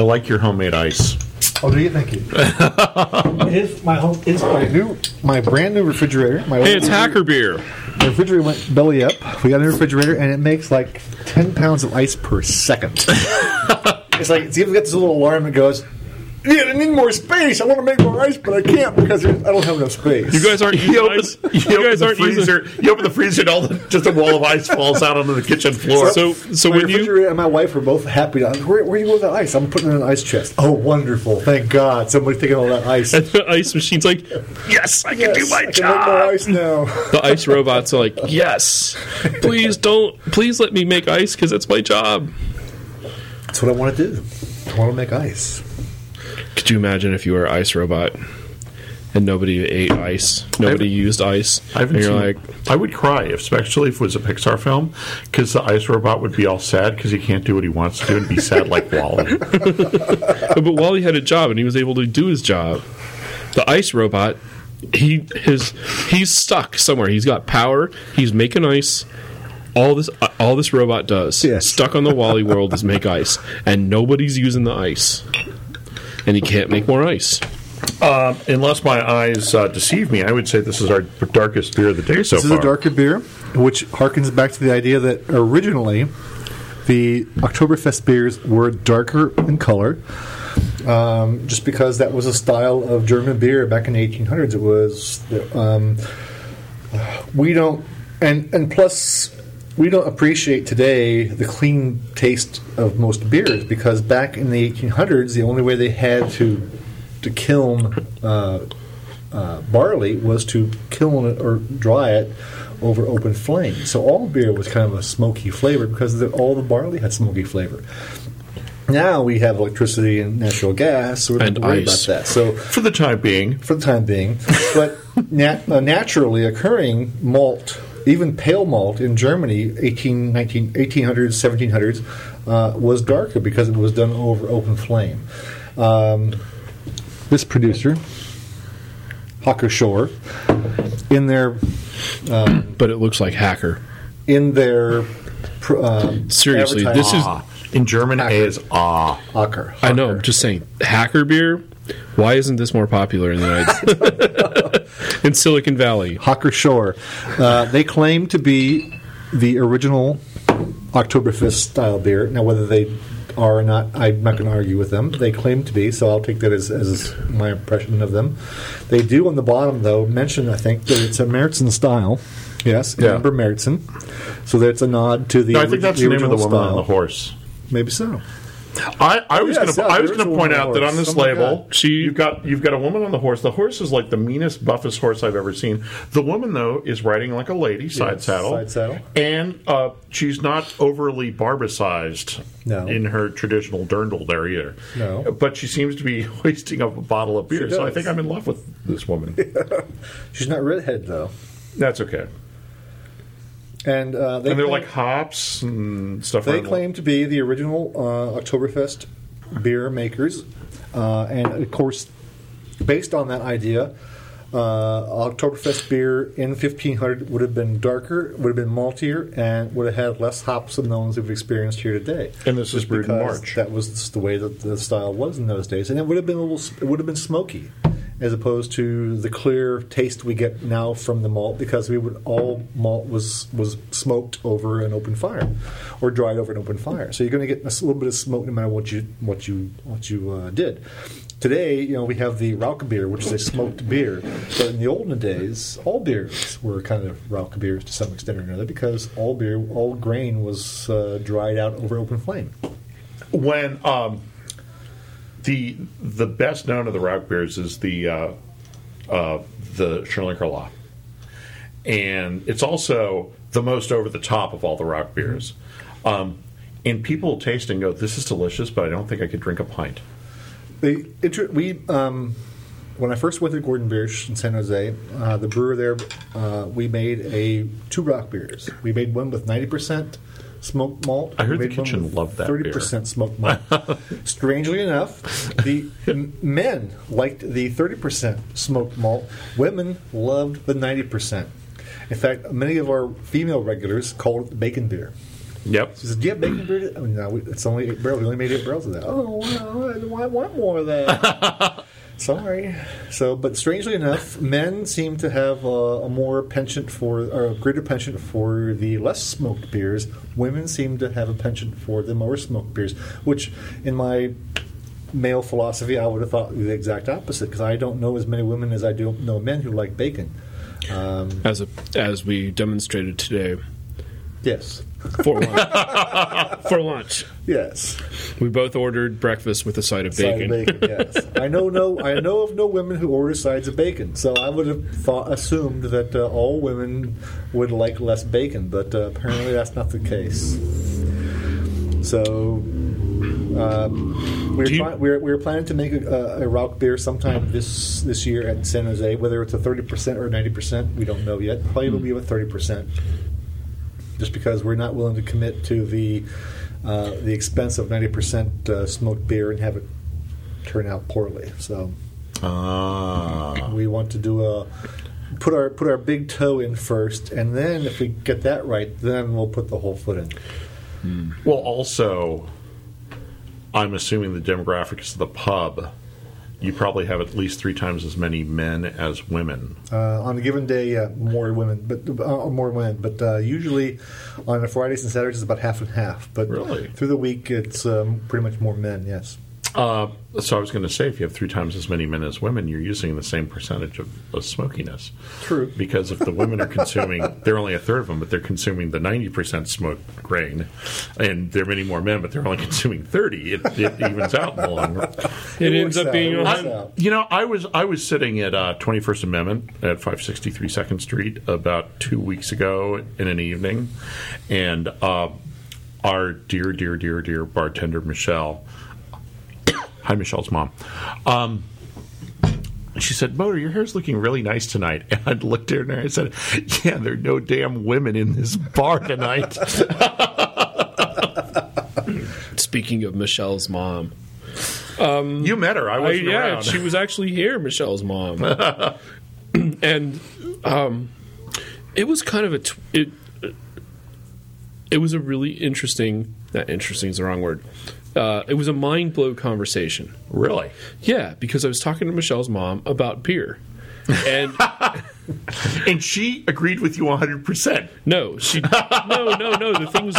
Speaker 1: like your homemade ice.
Speaker 2: Oh, do you? Thank you. it is my home. It's my new, my brand new refrigerator. My
Speaker 3: Hey,
Speaker 2: old
Speaker 3: it's hacker beer.
Speaker 2: The refrigerator went belly up. We got a new refrigerator, and it makes like ten pounds of ice per second. it's like it's even got this little alarm that goes. Yeah, I need more space. I want to make more ice, but I can't because there's- I don't have enough space.
Speaker 3: You guys aren't using
Speaker 1: You open,
Speaker 3: ice.
Speaker 1: you
Speaker 3: You
Speaker 1: open
Speaker 3: guys
Speaker 1: the
Speaker 3: aren't using.
Speaker 1: freezer. You open the freezer, and all the, just a wall of ice falls out onto the kitchen floor.
Speaker 3: So so
Speaker 2: my
Speaker 3: when you
Speaker 2: refrigerator and my wife were both happy. To, where, where you go with that ice? I'm putting it in an ice chest. Oh, wonderful! Thank God, somebody's taking all that ice.
Speaker 3: the ice machine's like
Speaker 1: yes, I can do
Speaker 2: Yes,
Speaker 1: my
Speaker 2: I can
Speaker 1: job.
Speaker 2: Make more ice now.
Speaker 3: the ice robots are like yes, please don't please let me make ice because it's my job.
Speaker 2: That's what I want to do. I want to make ice.
Speaker 3: Could you imagine if you were an ice robot and nobody ate ice, nobody used ice,
Speaker 1: I
Speaker 3: and
Speaker 1: haven't
Speaker 3: you're
Speaker 1: seen,
Speaker 3: like,
Speaker 1: I would cry, especially if it was a Pixar film, because the ice robot would be all sad because he can't do what he wants to do and be sad like Wally.
Speaker 3: "Uh, but, but Wally had a job and he was able to do his job. The ice robot, he his he's stuck somewhere. He's got power. He's making ice. All this uh, all this robot does
Speaker 2: Yes.
Speaker 3: stuck on the Wally world is make ice, and nobody's using the ice, and he can't make more ice.
Speaker 1: Um, unless my eyes uh, deceive me, I would say this is our darkest beer of the day so
Speaker 2: This is
Speaker 1: far.
Speaker 2: a darker beer, which harkens back to the idea that originally the Oktoberfest beers were darker in color, um, just because that was a style of German beer back in the 1800s. It was um, we don't, and and plus we don't appreciate today the clean taste of most beers because back in the 1800s, the only way they had to to kiln. Uh, uh, barley was to kiln it or dry it over open flame. So all beer was kind of a smoky flavor because the, all the barley had smoky flavor. Now we have electricity and natural gas, so we don't
Speaker 3: And
Speaker 2: have to worry
Speaker 3: ice.
Speaker 2: about that. So
Speaker 1: for the time being.
Speaker 2: for the time being, but nat- uh, naturally occurring malt, even pale malt in Germany, 18, 19, 1800s, 1700s, uh, was darker because it was done over open flame. Um, this producer, Hawker Shore, in their
Speaker 3: But it looks like hacker.
Speaker 2: in their pr- um,
Speaker 3: Seriously, this is
Speaker 1: Ah, in German, A is ah.
Speaker 2: Hawker.
Speaker 3: I know. I'm just saying, hacker beer. Why isn't this more popular in the United States? in Silicon Valley?
Speaker 2: Hawker Shore. Uh, they claim to be the original Oktoberfest style beer. Now, whether they are or not, I'm not going to argue with them. They claim to be, so I'll take that as, as my impression of them. They do on the bottom, though, mention, I think, that it's a Meritzen style. Yes,
Speaker 1: Yeah.
Speaker 2: Amber Meritzen. So that's a nod to the.
Speaker 1: No, I think that's the name of the
Speaker 2: original
Speaker 1: woman on
Speaker 2: style.
Speaker 1: the horse.
Speaker 2: Maybe so.
Speaker 1: I, I was
Speaker 2: Yes,
Speaker 1: gonna
Speaker 2: yeah,
Speaker 1: I was
Speaker 2: there is
Speaker 1: gonna
Speaker 2: a
Speaker 1: point
Speaker 2: woman on
Speaker 1: out
Speaker 2: the
Speaker 1: that on
Speaker 2: horse.
Speaker 1: this
Speaker 2: Oh my
Speaker 1: label
Speaker 2: God.
Speaker 1: she you've got you've got a woman on the horse. The horse is like the meanest, buffest horse I've ever seen. The woman though is riding like a lady, side saddle.
Speaker 2: side saddle.
Speaker 1: And uh, she's not overly barbicized
Speaker 2: No.
Speaker 1: in her traditional dirndl there either.
Speaker 2: No.
Speaker 1: But she seems to be hoisting up a bottle of beer. So I
Speaker 2: does.
Speaker 1: think I'm in love with this woman.
Speaker 2: She's not redhead, though.
Speaker 1: That's okay.
Speaker 2: And, uh, they
Speaker 1: And they're
Speaker 2: claim-
Speaker 1: like hops and stuff
Speaker 2: They
Speaker 1: around the-
Speaker 2: claim to be the original uh, Oktoberfest beer makers, uh, and of course, based on that idea, uh, Oktoberfest beer in 1500 would have been darker, would have been maltier, and would have had less hops than the ones we've experienced here today.
Speaker 1: And this is brewed in
Speaker 2: because
Speaker 1: March.
Speaker 2: That was just the way that the style was in those days, and it would have been a little, it would have been smoky. As opposed to the clear taste we get now from the malt, because we would all malt was was smoked over an open fire, or dried over an open fire. So you're going to get a s- little bit of smoke no matter what you what you what you uh, did. Today, you know, we have the Rauch beer, which is a smoked beer. But in the olden days, all beers were kind of Rauch beers to some extent or another, because all beer, all grain was uh, dried out over open flame.
Speaker 1: when um, the the best known of the rock beers is the uh, uh, the Schillinger Law, and it's also the most over the top of all the rock beers. Um, and people taste and go, "This is delicious," but I don't think I could drink a pint.
Speaker 2: They inter- we um, when I first went to Gordon Biersch in San Jose, uh, the brewer there, uh, we made a two rock beers. We made one with ninety percent smoked malt.
Speaker 1: I heard
Speaker 2: we
Speaker 1: the
Speaker 2: made one
Speaker 1: kitchen
Speaker 2: with
Speaker 1: loved that beer.
Speaker 2: Thirty percent smoked malt. Strangely enough, the m- men liked the thirty percent smoked malt. Women loved the ninety percent. In fact, many of our female regulars called it the bacon beer.
Speaker 1: Yep.
Speaker 2: She says, "Do you have bacon brewed?" Oh, no, we- it's only eight barrels. We only made eight barrels of that. Oh, well, I want- want more of that. Sorry. So, but strangely enough, men seem to have a, a more penchant for, or a greater penchant for the less smoked beers. Women seem to have a penchant for the more smoked beers, which, in my male philosophy, I would have thought the exact opposite because I don't know as many women as I do know men who like bacon. Um,
Speaker 3: as a, as we demonstrated today
Speaker 2: yes.
Speaker 3: for lunch. for lunch,
Speaker 2: Yes.
Speaker 3: we both ordered breakfast with a side of
Speaker 2: Side
Speaker 3: bacon.
Speaker 2: of bacon, yes. I know no, I know of no women who order sides of bacon, so I would have thought, assumed that uh, all women would like less bacon, but uh, apparently that's not the case. So. Um, we were,
Speaker 3: Do you-
Speaker 2: try- we, were, we were planning to make a, a rock beer sometime this this year at San Jose. Whether it's a thirty percent or ninety percent, we don't know yet. Probably
Speaker 3: Hmm.
Speaker 2: it'll be a thirty percent, just because we're not willing to commit to the uh, the expense of ninety percent uh, smoked beer and have it turn out poorly. So
Speaker 1: Ah.
Speaker 2: we want to do a put our put our big toe in first, and then if we get that right, then we'll put the whole foot in.
Speaker 1: Well, also, I'm assuming the demographics of the pub. You probably have at least three times as many men as women.
Speaker 2: Uh, on a given day, uh, more women, but uh, more women. But uh, usually, on Fridays and Saturdays, it's about half and half. But
Speaker 1: Really?
Speaker 2: through the week, it's um, pretty much more men. Yes.
Speaker 1: Uh, so I was going to say, if you have three times as many men as women, you're using the same percentage of, of smokiness.
Speaker 2: True.
Speaker 1: Because if the women are consuming, they're only a third of them, but they're consuming the 90% smoked grain, and there are many more men, but they're only consuming 30. It, it evens out in the long run.
Speaker 3: It,
Speaker 2: works
Speaker 3: ends up
Speaker 2: out,
Speaker 3: being
Speaker 2: it works
Speaker 3: on.
Speaker 2: out.
Speaker 1: You know, I was I was sitting at uh, 21st Amendment at 563 Second Street about two weeks ago in an evening, and uh, our dear, dear, dear, dear bartender Michelle, hi Michelle's mom, um, she said, "Motor, your hair's looking really nice tonight." And I looked at her and I said, "Yeah, there are no damn women in this bar tonight."
Speaker 3: Speaking of Michelle's mom,
Speaker 1: you met her. I
Speaker 3: I-
Speaker 1: wasn't
Speaker 3: yeah,
Speaker 1: around.
Speaker 3: she was actually here, Michelle's mom, and um, it was kind of a tw- it. It was a really interesting. Not interesting is the wrong word. Uh, it was a mind blow conversation.
Speaker 1: really.
Speaker 3: Yeah, because I was talking to Michelle's mom about beer, and
Speaker 1: And she agreed with you 100%.
Speaker 3: No, she no no no. The thing was,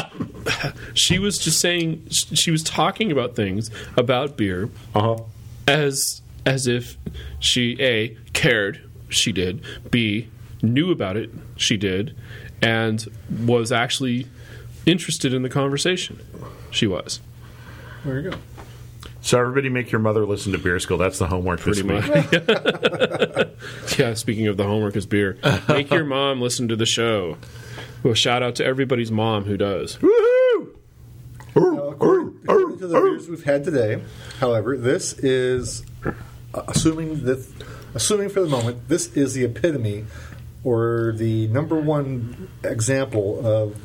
Speaker 3: she was just saying she was talking about things about beer
Speaker 1: Uh-huh.
Speaker 3: as as if she a cared. She did. B knew about it. She did, and was actually interested in the conversation. She was
Speaker 2: There you go.
Speaker 1: So everybody make your mother listen to Beer School. That's the homework
Speaker 3: pretty
Speaker 1: this
Speaker 3: much.
Speaker 1: week.
Speaker 3: yeah. Speaking of the homework is beer. Make your mom listen to the show. Well, shout out to everybody's mom who does.
Speaker 1: Woohoo!
Speaker 2: Now, according, according to the beers we've had today, however, this is uh, assuming that assuming for the moment this is the epitome or the number one example of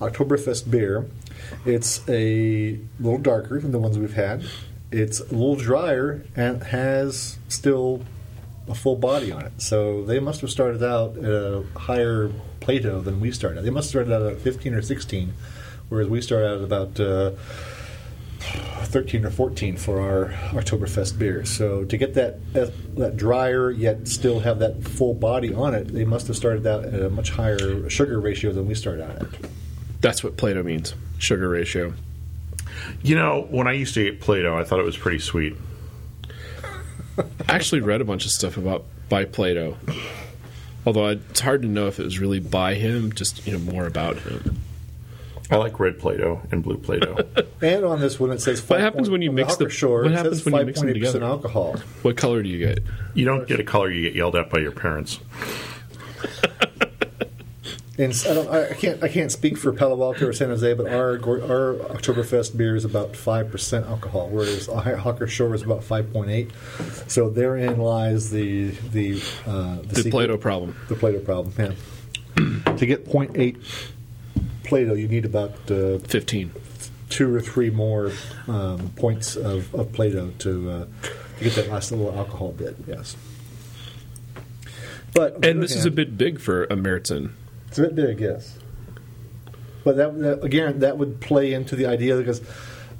Speaker 2: Oktoberfest beer. It's a little darker than the ones we've had. It's a little drier and has still a full body on it. So they must have started out at a higher Plato than we started. They must have started out at 15 or 16, whereas we started out at about uh, 13 or 14 for our Oktoberfest beer. So to get that that drier yet still have that full body on it, they must have started out at a much higher sugar ratio than we started out at.
Speaker 3: That's what Plato means. Sugar ratio.
Speaker 1: You know, when I used to eat Play-Doh, I thought it was pretty sweet.
Speaker 3: I actually read a bunch of stuff about by Plato. Although I- it's hard to know if it was really by him, just you know more about him.
Speaker 1: I like red Play-Doh and blue Play-Doh.
Speaker 2: And on this one, it says
Speaker 3: What happens when you mix the-
Speaker 2: shore,
Speaker 3: what happens when you mix them together?
Speaker 2: alcohol?
Speaker 3: What color do you get?
Speaker 1: you don't get a color; you get yelled at by your parents.
Speaker 2: And s- I, don't, I can't I can't speak for Palo Alto or San Jose, but our Gor- our Oktoberfest beer is about five percent alcohol, whereas Hawker Shore is about five point eight. So therein lies the the uh,
Speaker 5: The
Speaker 2: secret-
Speaker 5: Plato problem.
Speaker 2: the Plato problem. Yeah. to get 0.8 Plato, you need about uh,
Speaker 5: 15.
Speaker 2: two or three more um, points of, of Plato to, uh, to get that last little alcohol bit. Yes. But on the
Speaker 5: And this
Speaker 2: other
Speaker 5: is a
Speaker 2: hand-
Speaker 5: bit big for a Meritzen.
Speaker 2: it's a bit big, yes. But that, that again, that would play into the idea because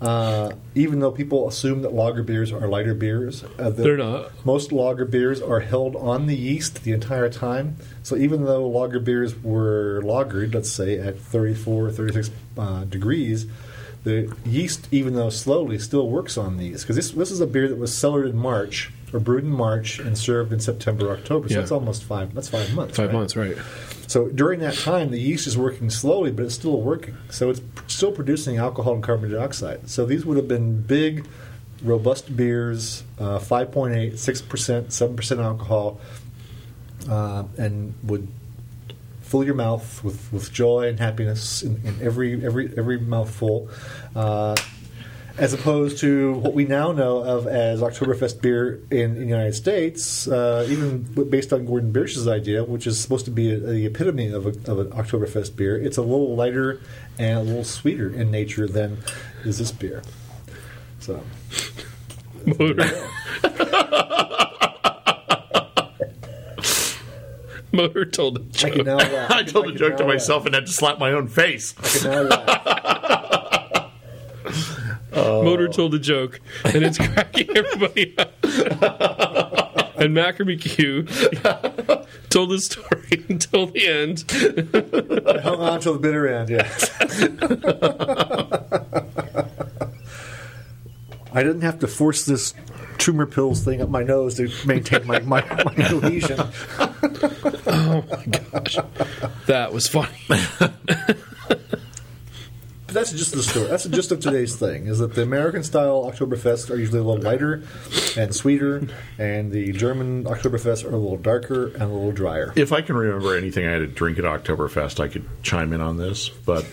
Speaker 2: uh, even though people assume that lager beers are lighter beers, uh, the-
Speaker 5: They're not.
Speaker 2: Most lager beers are held on the yeast the entire time. So even though lager beers were lagered, let's say at 34, 36 uh, degrees, the yeast, even though slowly, still works on these because this this is a beer that was cellared in March or brewed in March and served in September, October. So
Speaker 5: Yeah.
Speaker 2: that's almost five. That's five months.
Speaker 5: Five
Speaker 2: right?
Speaker 5: months, right.
Speaker 2: So during that time, the yeast is working slowly, but it's still working. So it's p- still producing alcohol and carbon dioxide. So these would have been big, robust beers, uh, 5.8, 6%, 7% alcohol, uh, and would fill your mouth with, with joy and happiness in, in every, every, every mouthful. Uh, as opposed to what we now know of as Oktoberfest beer in, in the United States, uh, even w- based on Gordon Biersch's idea, which is supposed to be a, the epitome of, a, of an Oktoberfest beer, it's a little lighter and a little sweeter in nature than is this beer. So,
Speaker 5: Motor. Motor told a
Speaker 2: I
Speaker 5: joke.
Speaker 2: can now laugh.
Speaker 1: I told a
Speaker 2: can
Speaker 1: joke to
Speaker 2: now laugh.
Speaker 1: myself and had to slap my own face.
Speaker 2: I can now laugh.
Speaker 5: Motor told a joke, and it's cracking everybody up. and Macrame Q told his story until the end.
Speaker 2: I hung on till the bitter end, yes. I didn't have to force this tumor pills thing up my nose to maintain my, my, my cohesion.
Speaker 5: That was funny.
Speaker 2: But that's just the story. That's the gist of today's thing: is that the American style Oktoberfest are usually a little lighter and sweeter, and the German Oktoberfest are a little darker and a little drier.
Speaker 1: If I can remember anything I had to drink at Oktoberfest, I could chime in on this. But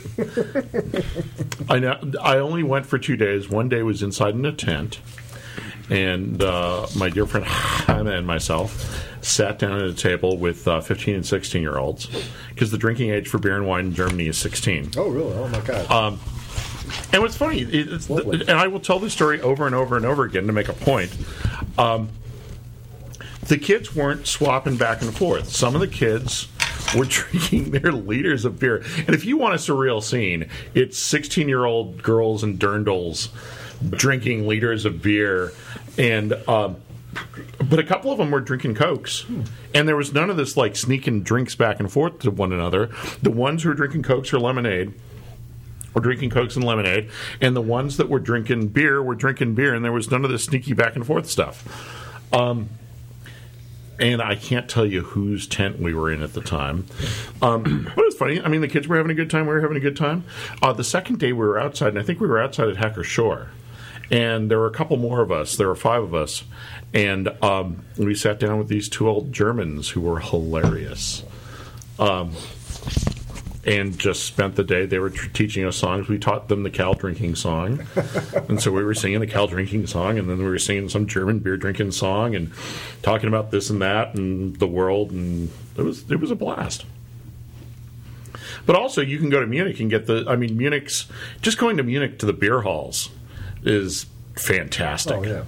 Speaker 1: I know I only went for two days. One day was inside in a tent, and uh, my dear friend Hannah and myself sat down at a table with uh, 15 and 16 year olds because the drinking age for beer and wine in Germany is 16.
Speaker 2: Oh, really? Oh my God!
Speaker 1: And what's funny, it- it's
Speaker 2: Lovely.
Speaker 1: and I will tell this story over and over and over again to make a point. Um, the kids weren't swapping back and forth. Some of the kids were drinking their liters of beer. And if you want a surreal scene, it's 16 year old girls and dirndls drinking liters of beer. And, um, but a couple of them were drinking Cokes. And there was none of this like sneaking drinks back and forth to one another. The ones who were drinking Cokes or lemonade were drinking cokes and lemonade, and the ones that were drinking beer were drinking beer, and there was none of this sneaky back and forth stuff. Um, and I can't tell you whose tent we were in at the time. Um, but it was funny. I mean, the kids were having a good time. We were having a good time. Uh, the second day we were outside, and I think we were outside at Hacker Shore. And there were a couple more of us. There were five of us. And um, we sat down with these two old Germans who were hilarious and just spent the day. They were tr- teaching us songs. We taught them the cow drinking song, and so we were singing the cow drinking song, and then we were singing some German beer drinking song, and talking about this and that and the world, and it was it was a blast. But also, you can go to Munich and get the. I mean, Munich's just going to Munich to the beer halls is fantastic.
Speaker 2: oh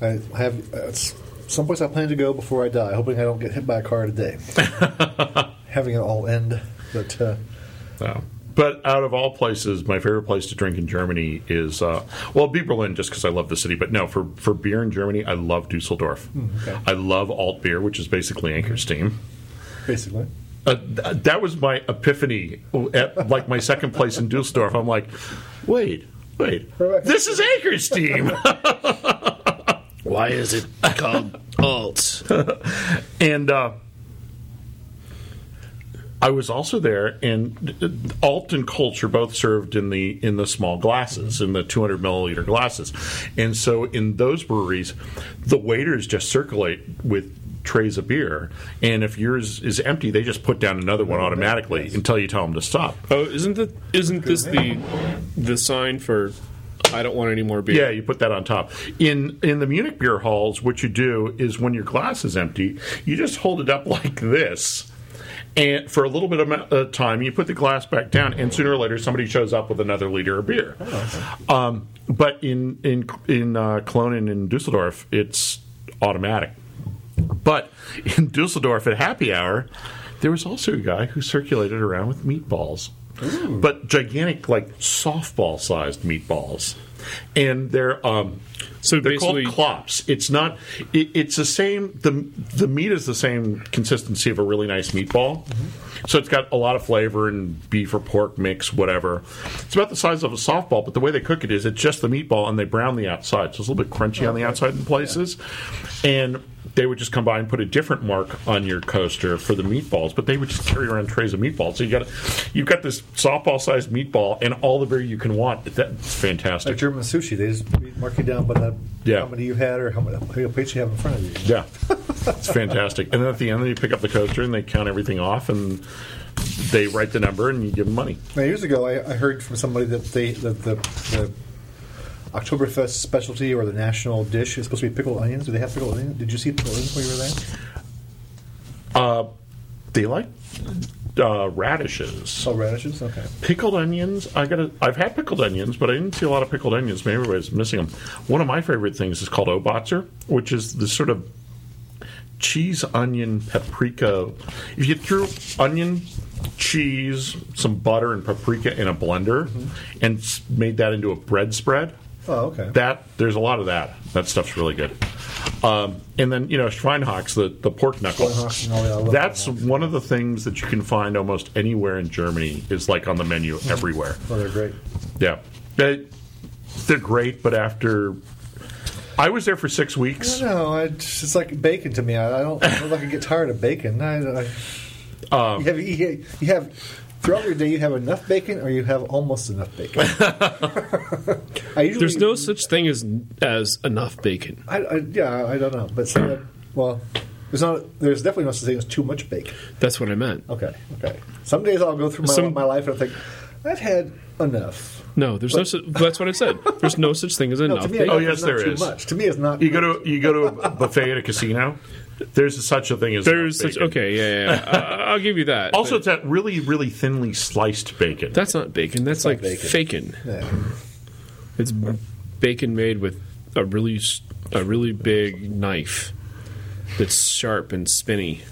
Speaker 2: yeah. I have. Uh, it's someplace I plan to go before I die, hoping I don't get hit by a car today. Having it all end, but uh,
Speaker 1: So, but out of all places, my favorite place to drink in Germany is uh, well, be Berlin just because I love the city. But no, for for beer in Germany, I love Dusseldorf.
Speaker 2: okay.
Speaker 1: I love alt beer, which is basically Anchor Steam.
Speaker 2: basically.
Speaker 1: Uh, th- that was my epiphany at like my second place in Dusseldorf. I'm like, wait, wait, this is Anchor Steam.
Speaker 4: Why is it called alt?
Speaker 1: And uh, I was also there, and alt and culture both served in the in the small glasses, in the 200 milliliter glasses. And so in those breweries, the waiters just circulate with trays of beer, and if yours is empty, they just put down another one automatically until you tell them to stop.
Speaker 3: Oh, isn't the isn't this the the sign for I don't want any more beer?
Speaker 1: Yeah, you put that on top. In in the Munich beer halls, what you do is when your glass is empty, you just hold it up like this. And for a little bit of ma- uh, time, you put the glass back down, and sooner or later, somebody shows up with another liter of beer. um, but in in in uh, Cologne and in Dusseldorf, it's automatic. But in Dusseldorf at happy hour, there was also a guy who circulated around with meatballs, but gigantic, like softball-sized meatballs, and they're um,
Speaker 3: So
Speaker 1: they're called
Speaker 3: basically-
Speaker 1: clops. It's not. It, it's the same. the The meat is the same consistency of a really nice meatball. So it's got a lot of flavor and beef or pork mix, whatever. It's about the size of a softball, but the way they cook it is it's just the meatball and they brown the outside, so it's a little bit crunchy on the outside in places. And they would just come by and put a different mark on your coaster for the meatballs, but they would just carry around trays of meatballs. So you got you've got this softball-sized meatball and all the beer you can want. That's fantastic.
Speaker 2: Like German sushi, they just mark you down by the,
Speaker 1: Yeah.
Speaker 2: how many you had or how many how many plates you have in front of you.
Speaker 1: Yeah, it's fantastic. And then at the end, you pick up the coaster and they count everything off and they write the number and you give them money.
Speaker 2: Now, years ago, I, I heard from somebody that they that the, the Oktoberfest specialty or the national dish is supposed to be pickled onions. Do they have pickled onions? Did you see pickled onions when you were there?
Speaker 1: They like uh, radishes,
Speaker 2: Oh, radishes. Okay.
Speaker 1: pickled onions. I got. to I've had pickled onions, but I didn't see a lot of pickled onions. Maybe everybody's missing them. One of my favorite things is called obatzer, which is the sort of cheese, onion, paprika. If you threw onion, cheese, some butter, and paprika in a blender, and s- made that into a bread spread.
Speaker 2: Oh, okay.
Speaker 1: That there's a lot of that. That stuff's really good. Um, and then you know Schweinhacks, the the pork knuckle.
Speaker 2: Schweinhacks, oh, yeah, I love
Speaker 1: That's one of the things that you can find almost anywhere in Germany is like on the menu everywhere.
Speaker 2: Oh, they're great.
Speaker 1: Yeah, they, they're great, but after I was there for six weeks.
Speaker 2: No, I, just- it's like bacon to me. I, I don't. I don't know if I can get tired of bacon. I, I,
Speaker 3: Um,
Speaker 2: you have you, you have throughout your day. You have enough bacon, or you have almost enough bacon. I usually
Speaker 3: There's no such thing as as enough bacon.
Speaker 2: I, I, yeah, I don't know, but some of- well, there's not. There's definitely no such thing as too much bacon.
Speaker 3: That's what I meant.
Speaker 2: Okay, okay. Some days I'll go through my,
Speaker 3: Some-
Speaker 2: my life and I think I've had enough.
Speaker 3: No, there's no. Su- that's what I said. There's no such thing as
Speaker 2: No,
Speaker 3: enough
Speaker 2: to me,
Speaker 3: bacon.
Speaker 1: Oh,
Speaker 2: it's
Speaker 1: yes,
Speaker 2: not
Speaker 1: there
Speaker 2: too
Speaker 1: is.
Speaker 2: Much. To me, it's not.
Speaker 1: You go to you go to a buffet at a casino. There's such a thing as
Speaker 3: There's
Speaker 1: enough
Speaker 3: Oh, such.
Speaker 1: bacon.
Speaker 3: Okay, yeah, yeah. yeah. Uh, I'll give you that.
Speaker 1: Also,
Speaker 3: but
Speaker 1: it's that really really thinly sliced bacon.
Speaker 3: that's not bacon. That's like
Speaker 2: bacon.
Speaker 3: faking.
Speaker 2: Yeah.
Speaker 3: It's bacon made with a really s- a really big knife that's sharp and spinny.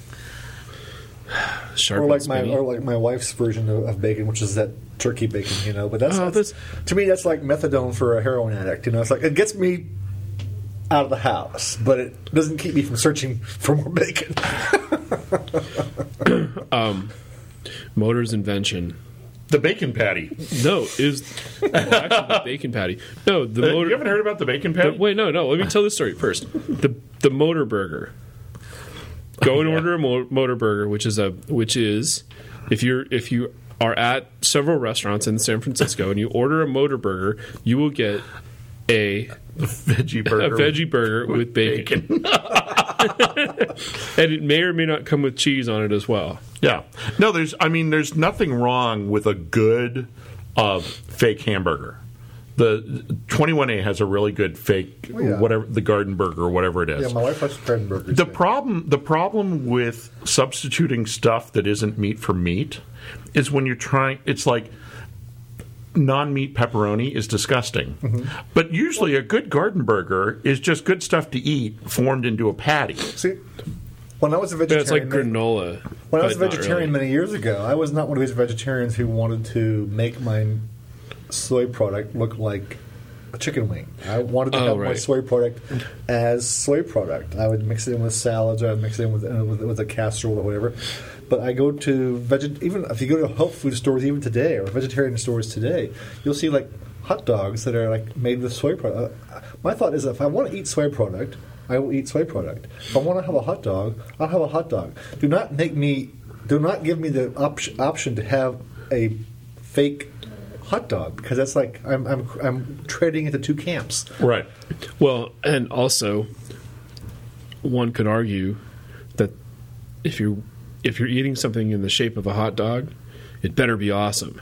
Speaker 3: Sharp
Speaker 2: Or
Speaker 3: and
Speaker 2: like my
Speaker 3: spinny.
Speaker 2: or like my wife's version of, of bacon, which is that turkey bacon, you know. But that's,
Speaker 3: Oh,
Speaker 2: that's to me that's like methadone for a heroin addict. You know, it's like it gets me out of the house, but it doesn't keep me from searching for more bacon.
Speaker 3: Motor's invention.
Speaker 1: The bacon patty.
Speaker 3: No, is well, actually, the bacon patty. No, the
Speaker 1: Uh,
Speaker 3: motor.
Speaker 1: you haven't heard about the bacon patty?
Speaker 3: But wait, no, no. Let me tell this story first. The the motor burger. Go and order a mo- motor burger, which is a which is if you're if you are at several restaurants in San Francisco and you order a motor burger, you will get a
Speaker 1: veggie
Speaker 3: a
Speaker 1: burger.
Speaker 3: veggie burger with bacon, and it may or may not come with cheese on it as well.
Speaker 1: Yeah. No, there's. I mean, there's nothing wrong with a good uh, fake hamburger. The 21A has a really good fake
Speaker 2: Oh, yeah.
Speaker 1: whatever the garden burger or whatever it is.
Speaker 2: Yeah, my wife likes bread burgers.
Speaker 1: the problem the problem with substituting stuff that isn't meat for meat is when you're trying it's like non-meat pepperoni is disgusting.
Speaker 2: Mm-hmm.
Speaker 1: But usually a good garden burger is just good stuff to eat formed into a patty.
Speaker 2: See, when I was a
Speaker 3: But
Speaker 2: vegetarian,
Speaker 3: it's like
Speaker 2: they-
Speaker 3: granola.
Speaker 2: When I was a
Speaker 3: but not
Speaker 2: vegetarian
Speaker 3: really.
Speaker 2: many years ago, I was not one of these vegetarians who wanted to make my soy product look like a chicken wing. I wanted to
Speaker 3: Oh,
Speaker 2: have my
Speaker 3: right.
Speaker 2: soy product as soy product. I would mix it in with salads. I would mix it in with, uh, with, with a casserole or whatever. But I go to veget even if you go to health food stores even today or vegetarian stores today, you'll see like hot dogs that are like made with soy product. Uh, My thought is if I want to eat soy product, I will eat soy product. If I want to have a hot dog, I'll have a hot dog. Do not make me. Do not give me the op- option to have a fake hot dog because that's like I'm I'm I'm trading into two camps.
Speaker 1: Right.
Speaker 3: Well, and also, one could argue if you if you're eating something in the shape of a hot dog, it better be awesome,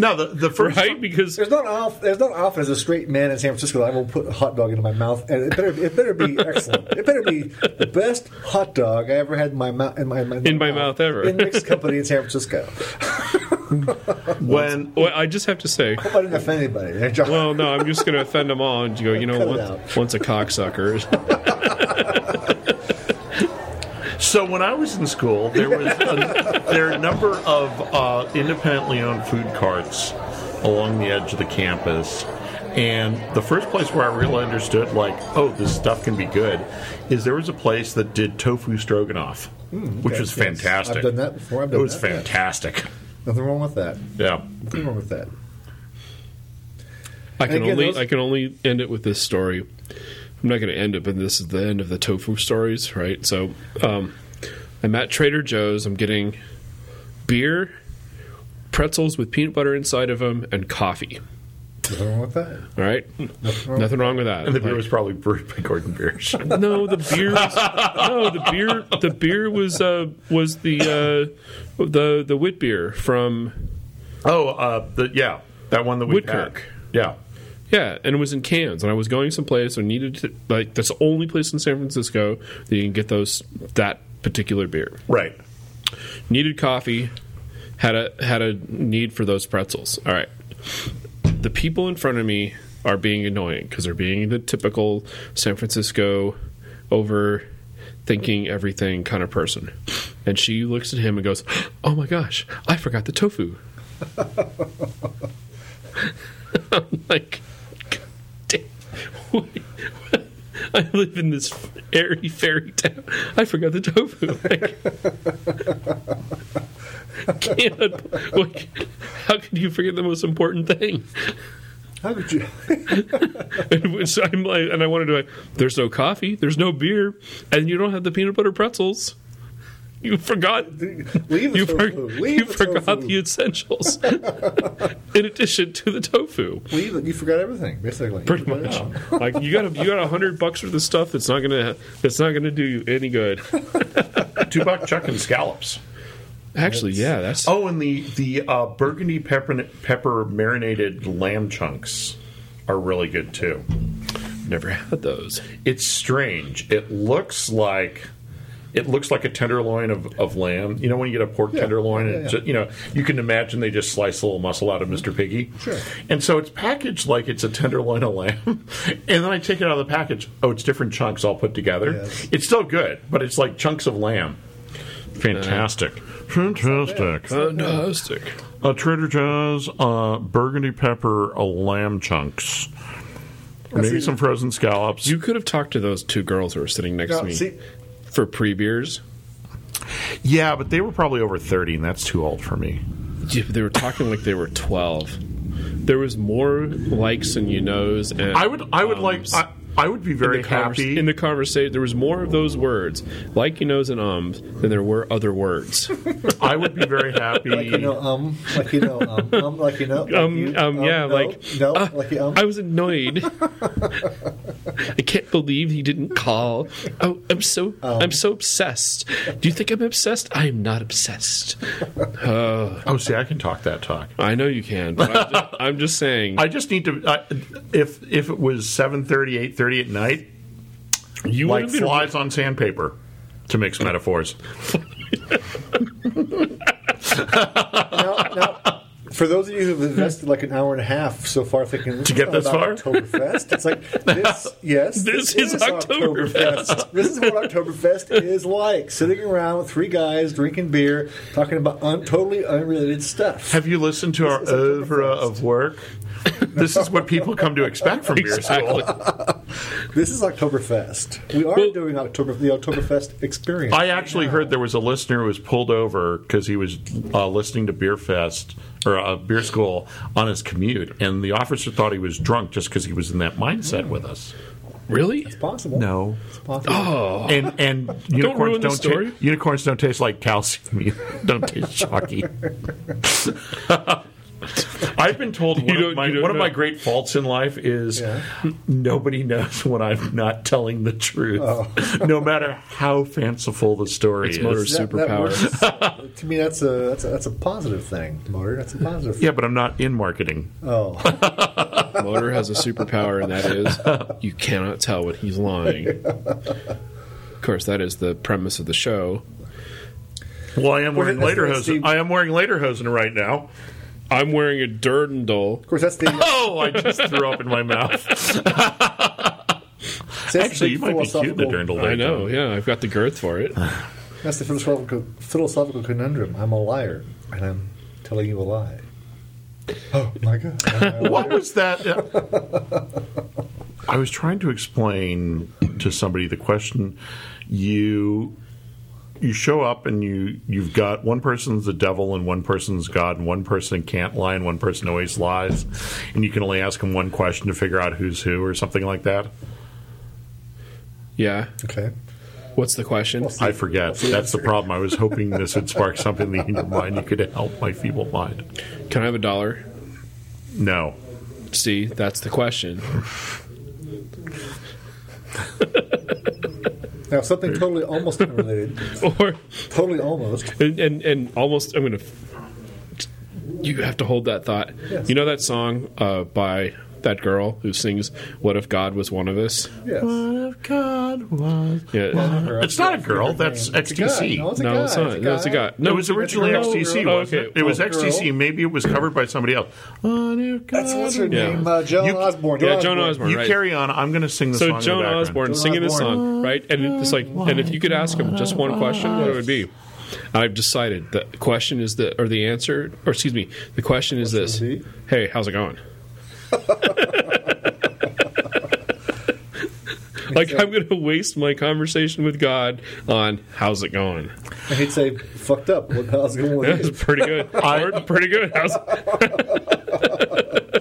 Speaker 1: Now, the, the first
Speaker 3: right? Because
Speaker 2: There's not off. There's not often as a straight man in San Francisco that I will put a hot dog into my mouth, and it better. It better be excellent. It better be the best hot dog I ever had in my mouth. In my, in my,
Speaker 3: In my mouth ever.
Speaker 2: In mixed company in San Francisco.
Speaker 1: when
Speaker 3: well, I just have to say,
Speaker 2: Hope I didn't offend anybody. There, John.
Speaker 3: well, no, I'm just going to offend them all and you go, you know
Speaker 2: Cut it
Speaker 3: what?
Speaker 2: out.
Speaker 3: Once a cocksucker,
Speaker 1: So when I was in school, there was a, there are a number of uh, independently owned food carts along the edge of the campus. And the first place where I really understood, like, oh, this stuff can be good, is there was a place that did tofu stroganoff, which
Speaker 2: Hmm, okay,
Speaker 1: was
Speaker 2: yes.
Speaker 1: fantastic.
Speaker 2: I've done that before. I've done
Speaker 1: it was
Speaker 2: that, yeah.
Speaker 1: fantastic.
Speaker 2: Nothing wrong with that.
Speaker 1: Yeah.
Speaker 2: Nothing wrong with that.
Speaker 3: I can
Speaker 2: again,
Speaker 3: only
Speaker 2: those-
Speaker 3: I can only end it with this story. I'm not going to end it, but this is the end of the tofu stories, right? So, um, I'm at Trader Joe's. I'm getting beer, pretzels with peanut butter inside of them, and coffee.
Speaker 2: Nothing wrong with that.
Speaker 3: All right, nothing wrong with that.
Speaker 1: And the beer was probably brewed by Gordon Biersch.
Speaker 3: No, the beer. Was, no, the beer. The beer was uh, was the uh, the the wit beer from
Speaker 1: oh, uh, the, yeah. That one that we
Speaker 3: Woodkirk.
Speaker 1: Yeah.
Speaker 3: yeah, and it was in cans. And I was going someplace and needed to like that's the only place in San Francisco that you can get those that particular beer.
Speaker 1: Right.
Speaker 3: Needed coffee. Had a had a need for those pretzels. All right, the people in front of me are being annoying because they're being the typical San Francisco over thinking everything kind of person. And she looks at him and goes, "Oh my gosh, I forgot the tofu." I'm like, "God damn, what- I live in this airy fairy town. I forgot the tofu. Like, can't, like, how could you forget the most important thing?
Speaker 2: How could you?
Speaker 3: And so I'm like, and I wanted to. Like, there's no coffee. There's no beer, and you don't have the peanut butter pretzels. You forgot.
Speaker 2: Leave the
Speaker 3: You, for,
Speaker 2: tofu. Leave
Speaker 3: you
Speaker 2: the
Speaker 3: forgot
Speaker 2: tofu.
Speaker 3: the essentials. in addition to the tofu,
Speaker 2: Leave it. You forgot everything, basically.
Speaker 3: pretty much. Like you got a, you got a hundred bucks worth of stuff that's not gonna that's not gonna do you any good.
Speaker 1: Two buck chuck and scallops.
Speaker 3: Actually, yeah, that's
Speaker 1: Oh, and the the uh, burgundy pepper pepper marinated lamb chunks are really good too.
Speaker 3: never had those.
Speaker 1: It's strange. It looks like it looks like a tenderloin of, of lamb. You know when you get a pork tenderloin, and
Speaker 2: Yeah, yeah. Mm-hmm.
Speaker 1: ju- you know you can imagine they just slice a little muscle out of Mr. Piggy.
Speaker 2: Sure.
Speaker 1: And so it's packaged like it's a tenderloin of lamb, and then I take it out of the package. Oh, it's different chunks all put together.
Speaker 2: Yes.
Speaker 1: It's still good, but it's like chunks of lamb. Fantastic. Fantastic.
Speaker 3: Fantastic.
Speaker 1: A Uh, Trader Joe's uh, burgundy pepper uh, lamb chunks. Or maybe
Speaker 2: see-
Speaker 1: some frozen scallops.
Speaker 3: You could have talked to those two girls who were sitting next
Speaker 2: Now,
Speaker 3: to me
Speaker 2: see,
Speaker 3: for pre beers.
Speaker 1: yeah, but they were probably over 30, and that's too old for me.
Speaker 3: Yeah, but they were talking like they were 12. There was more likes than you knows. And
Speaker 1: I would I would
Speaker 3: ums
Speaker 1: like I, I would be very
Speaker 3: in the convers-
Speaker 1: happy.
Speaker 3: in the conversation. There was more of those words, like you knows and ums, than there were other words. Um,
Speaker 1: I would be very happy.
Speaker 2: like you know, um, like you know, um, um, like you know, like
Speaker 3: Um,
Speaker 2: you,
Speaker 3: um, yeah,
Speaker 2: no,
Speaker 3: like,
Speaker 2: no,
Speaker 3: uh,
Speaker 2: like you, um,
Speaker 3: I was annoyed. I can't believe he didn't call. Oh, I'm so
Speaker 2: Um.
Speaker 3: I'm so obsessed. Do you think I'm obsessed? I am not obsessed.
Speaker 1: oh, see, I can talk that talk.
Speaker 3: I know you can, but I'm just, I'm just saying
Speaker 1: I just need to I, if if it was 7:30, 8:30 at night,
Speaker 3: you would
Speaker 1: like
Speaker 3: have been
Speaker 1: flies on sandpaper to mix metaphors.
Speaker 2: now, now, for those of you who've invested like an hour and a half so far thinking to
Speaker 1: get this far?
Speaker 2: Oktoberfest, it's like this. Yes,
Speaker 3: This is Oktoberfest.
Speaker 2: this is what Oktoberfest is like: sitting around with three guys drinking beer, talking about un- totally unrelated stuff.
Speaker 1: Have you listened to our
Speaker 2: is a different
Speaker 1: oeuvre of work? This is what people come to expect from beer school.
Speaker 3: exactly.
Speaker 2: this is Oktoberfest. We are
Speaker 3: Well-
Speaker 2: doing October the Oktoberfest experience.
Speaker 1: I actually heard there was a listener who was pulled over because he was uh, listening to Beer Fest or uh, Beer School on his commute, and the officer thought he was drunk just because he was in that mindset with us.
Speaker 3: Really?
Speaker 2: possible.
Speaker 1: No, Oh,
Speaker 2: It's possible.
Speaker 1: and and unicorns
Speaker 3: ruin the
Speaker 1: don't, ta-
Speaker 3: story.
Speaker 1: unicorns don't taste like calcium. either. don't taste chalky. I've been told one,
Speaker 3: don't-
Speaker 1: of, my,
Speaker 3: you don't
Speaker 1: one of
Speaker 3: know.
Speaker 1: my great faults in life is
Speaker 2: Yeah.
Speaker 1: nobody knows when I'm not telling the truth,
Speaker 3: Oh.
Speaker 1: no matter how fanciful the story is.
Speaker 3: motor- superpower.
Speaker 2: works. to me, that's a, that's a that's a positive thing, Motor. That's a positive. thing.
Speaker 1: Yeah, but I'm not in marketing.
Speaker 2: Oh,
Speaker 3: Motor has a superpower, and that is you cannot tell when he's lying. Of course, that is the premise of the show.
Speaker 1: Well, I am
Speaker 2: Well,
Speaker 1: wearing
Speaker 2: that's
Speaker 1: later
Speaker 2: what
Speaker 1: hosen.
Speaker 2: Steve-
Speaker 1: I am wearing later hosen right now.
Speaker 3: I'm wearing a dirndl.
Speaker 2: of course, that's the
Speaker 1: Oh, I just threw up in my mouth.
Speaker 2: that's the
Speaker 1: Actually, you might be cute in a
Speaker 2: philosophical-
Speaker 1: dirndl.
Speaker 3: I know, yeah, I've got the girth for it.
Speaker 2: That's the philosophical philosophical conundrum. I'm a liar, and I'm telling you a lie. Oh my god! am I a
Speaker 1: What
Speaker 2: liar?
Speaker 1: was that? I was trying to explain to somebody the question. You you show up and you you've got one person's the devil and one person's God and one person can't lie and one person always lies, and you can only ask them one question to figure out who's who or something like that.
Speaker 3: Yeah.
Speaker 2: Okay.
Speaker 3: What's the question?
Speaker 1: I forget. That's the problem. I was hoping this would spark something in your mind. You could help my feeble mind.
Speaker 3: Can I have a dollar?
Speaker 1: No.
Speaker 3: See, that's the question.
Speaker 2: Now something totally almost unrelated.
Speaker 3: Or
Speaker 2: totally almost.
Speaker 3: and and, and almost I'm gonna. You have to hold that thought.
Speaker 2: Yes.
Speaker 3: You know that song uh, by that girl who sings "What if God was one of us"?
Speaker 2: Yes.
Speaker 1: if God was?
Speaker 3: Yeah.
Speaker 1: It's not a girl. That's XTC.
Speaker 2: No, it's a guy.
Speaker 3: no, it's not.
Speaker 2: guy.
Speaker 3: That's a guy. No,
Speaker 1: No, it was
Speaker 3: it's a
Speaker 1: originally
Speaker 3: girl.
Speaker 1: XTC.
Speaker 3: Oh,
Speaker 1: wasn't
Speaker 3: okay.
Speaker 1: it? it was
Speaker 3: Well,
Speaker 1: XTC. Maybe it was covered by somebody else. What if
Speaker 2: That's
Speaker 1: God
Speaker 2: what's her
Speaker 3: Yeah.
Speaker 2: name? Uh, Joan
Speaker 1: You-
Speaker 2: Osborne.
Speaker 3: Yeah, Joan Osborne.
Speaker 1: You
Speaker 3: right.
Speaker 1: carry on. I'm going to sing the
Speaker 3: So
Speaker 1: song.
Speaker 3: Joan
Speaker 1: in the
Speaker 3: Osborne
Speaker 1: background.
Speaker 3: singing this
Speaker 2: Osborne.
Speaker 3: song, right? And it's like, and if you could ask him just one question, what it would be? And I've decided the question is the or the answer, or excuse me, the question is
Speaker 2: What's it
Speaker 3: this:
Speaker 2: be?
Speaker 3: Hey, how's it going? like I'm going to waste my conversation with God on how's it going?
Speaker 2: And he'd say, "Fucked up." What the hell's going on?
Speaker 3: That's
Speaker 2: with you?"
Speaker 3: pretty good.
Speaker 1: I-
Speaker 3: or pretty good. How's,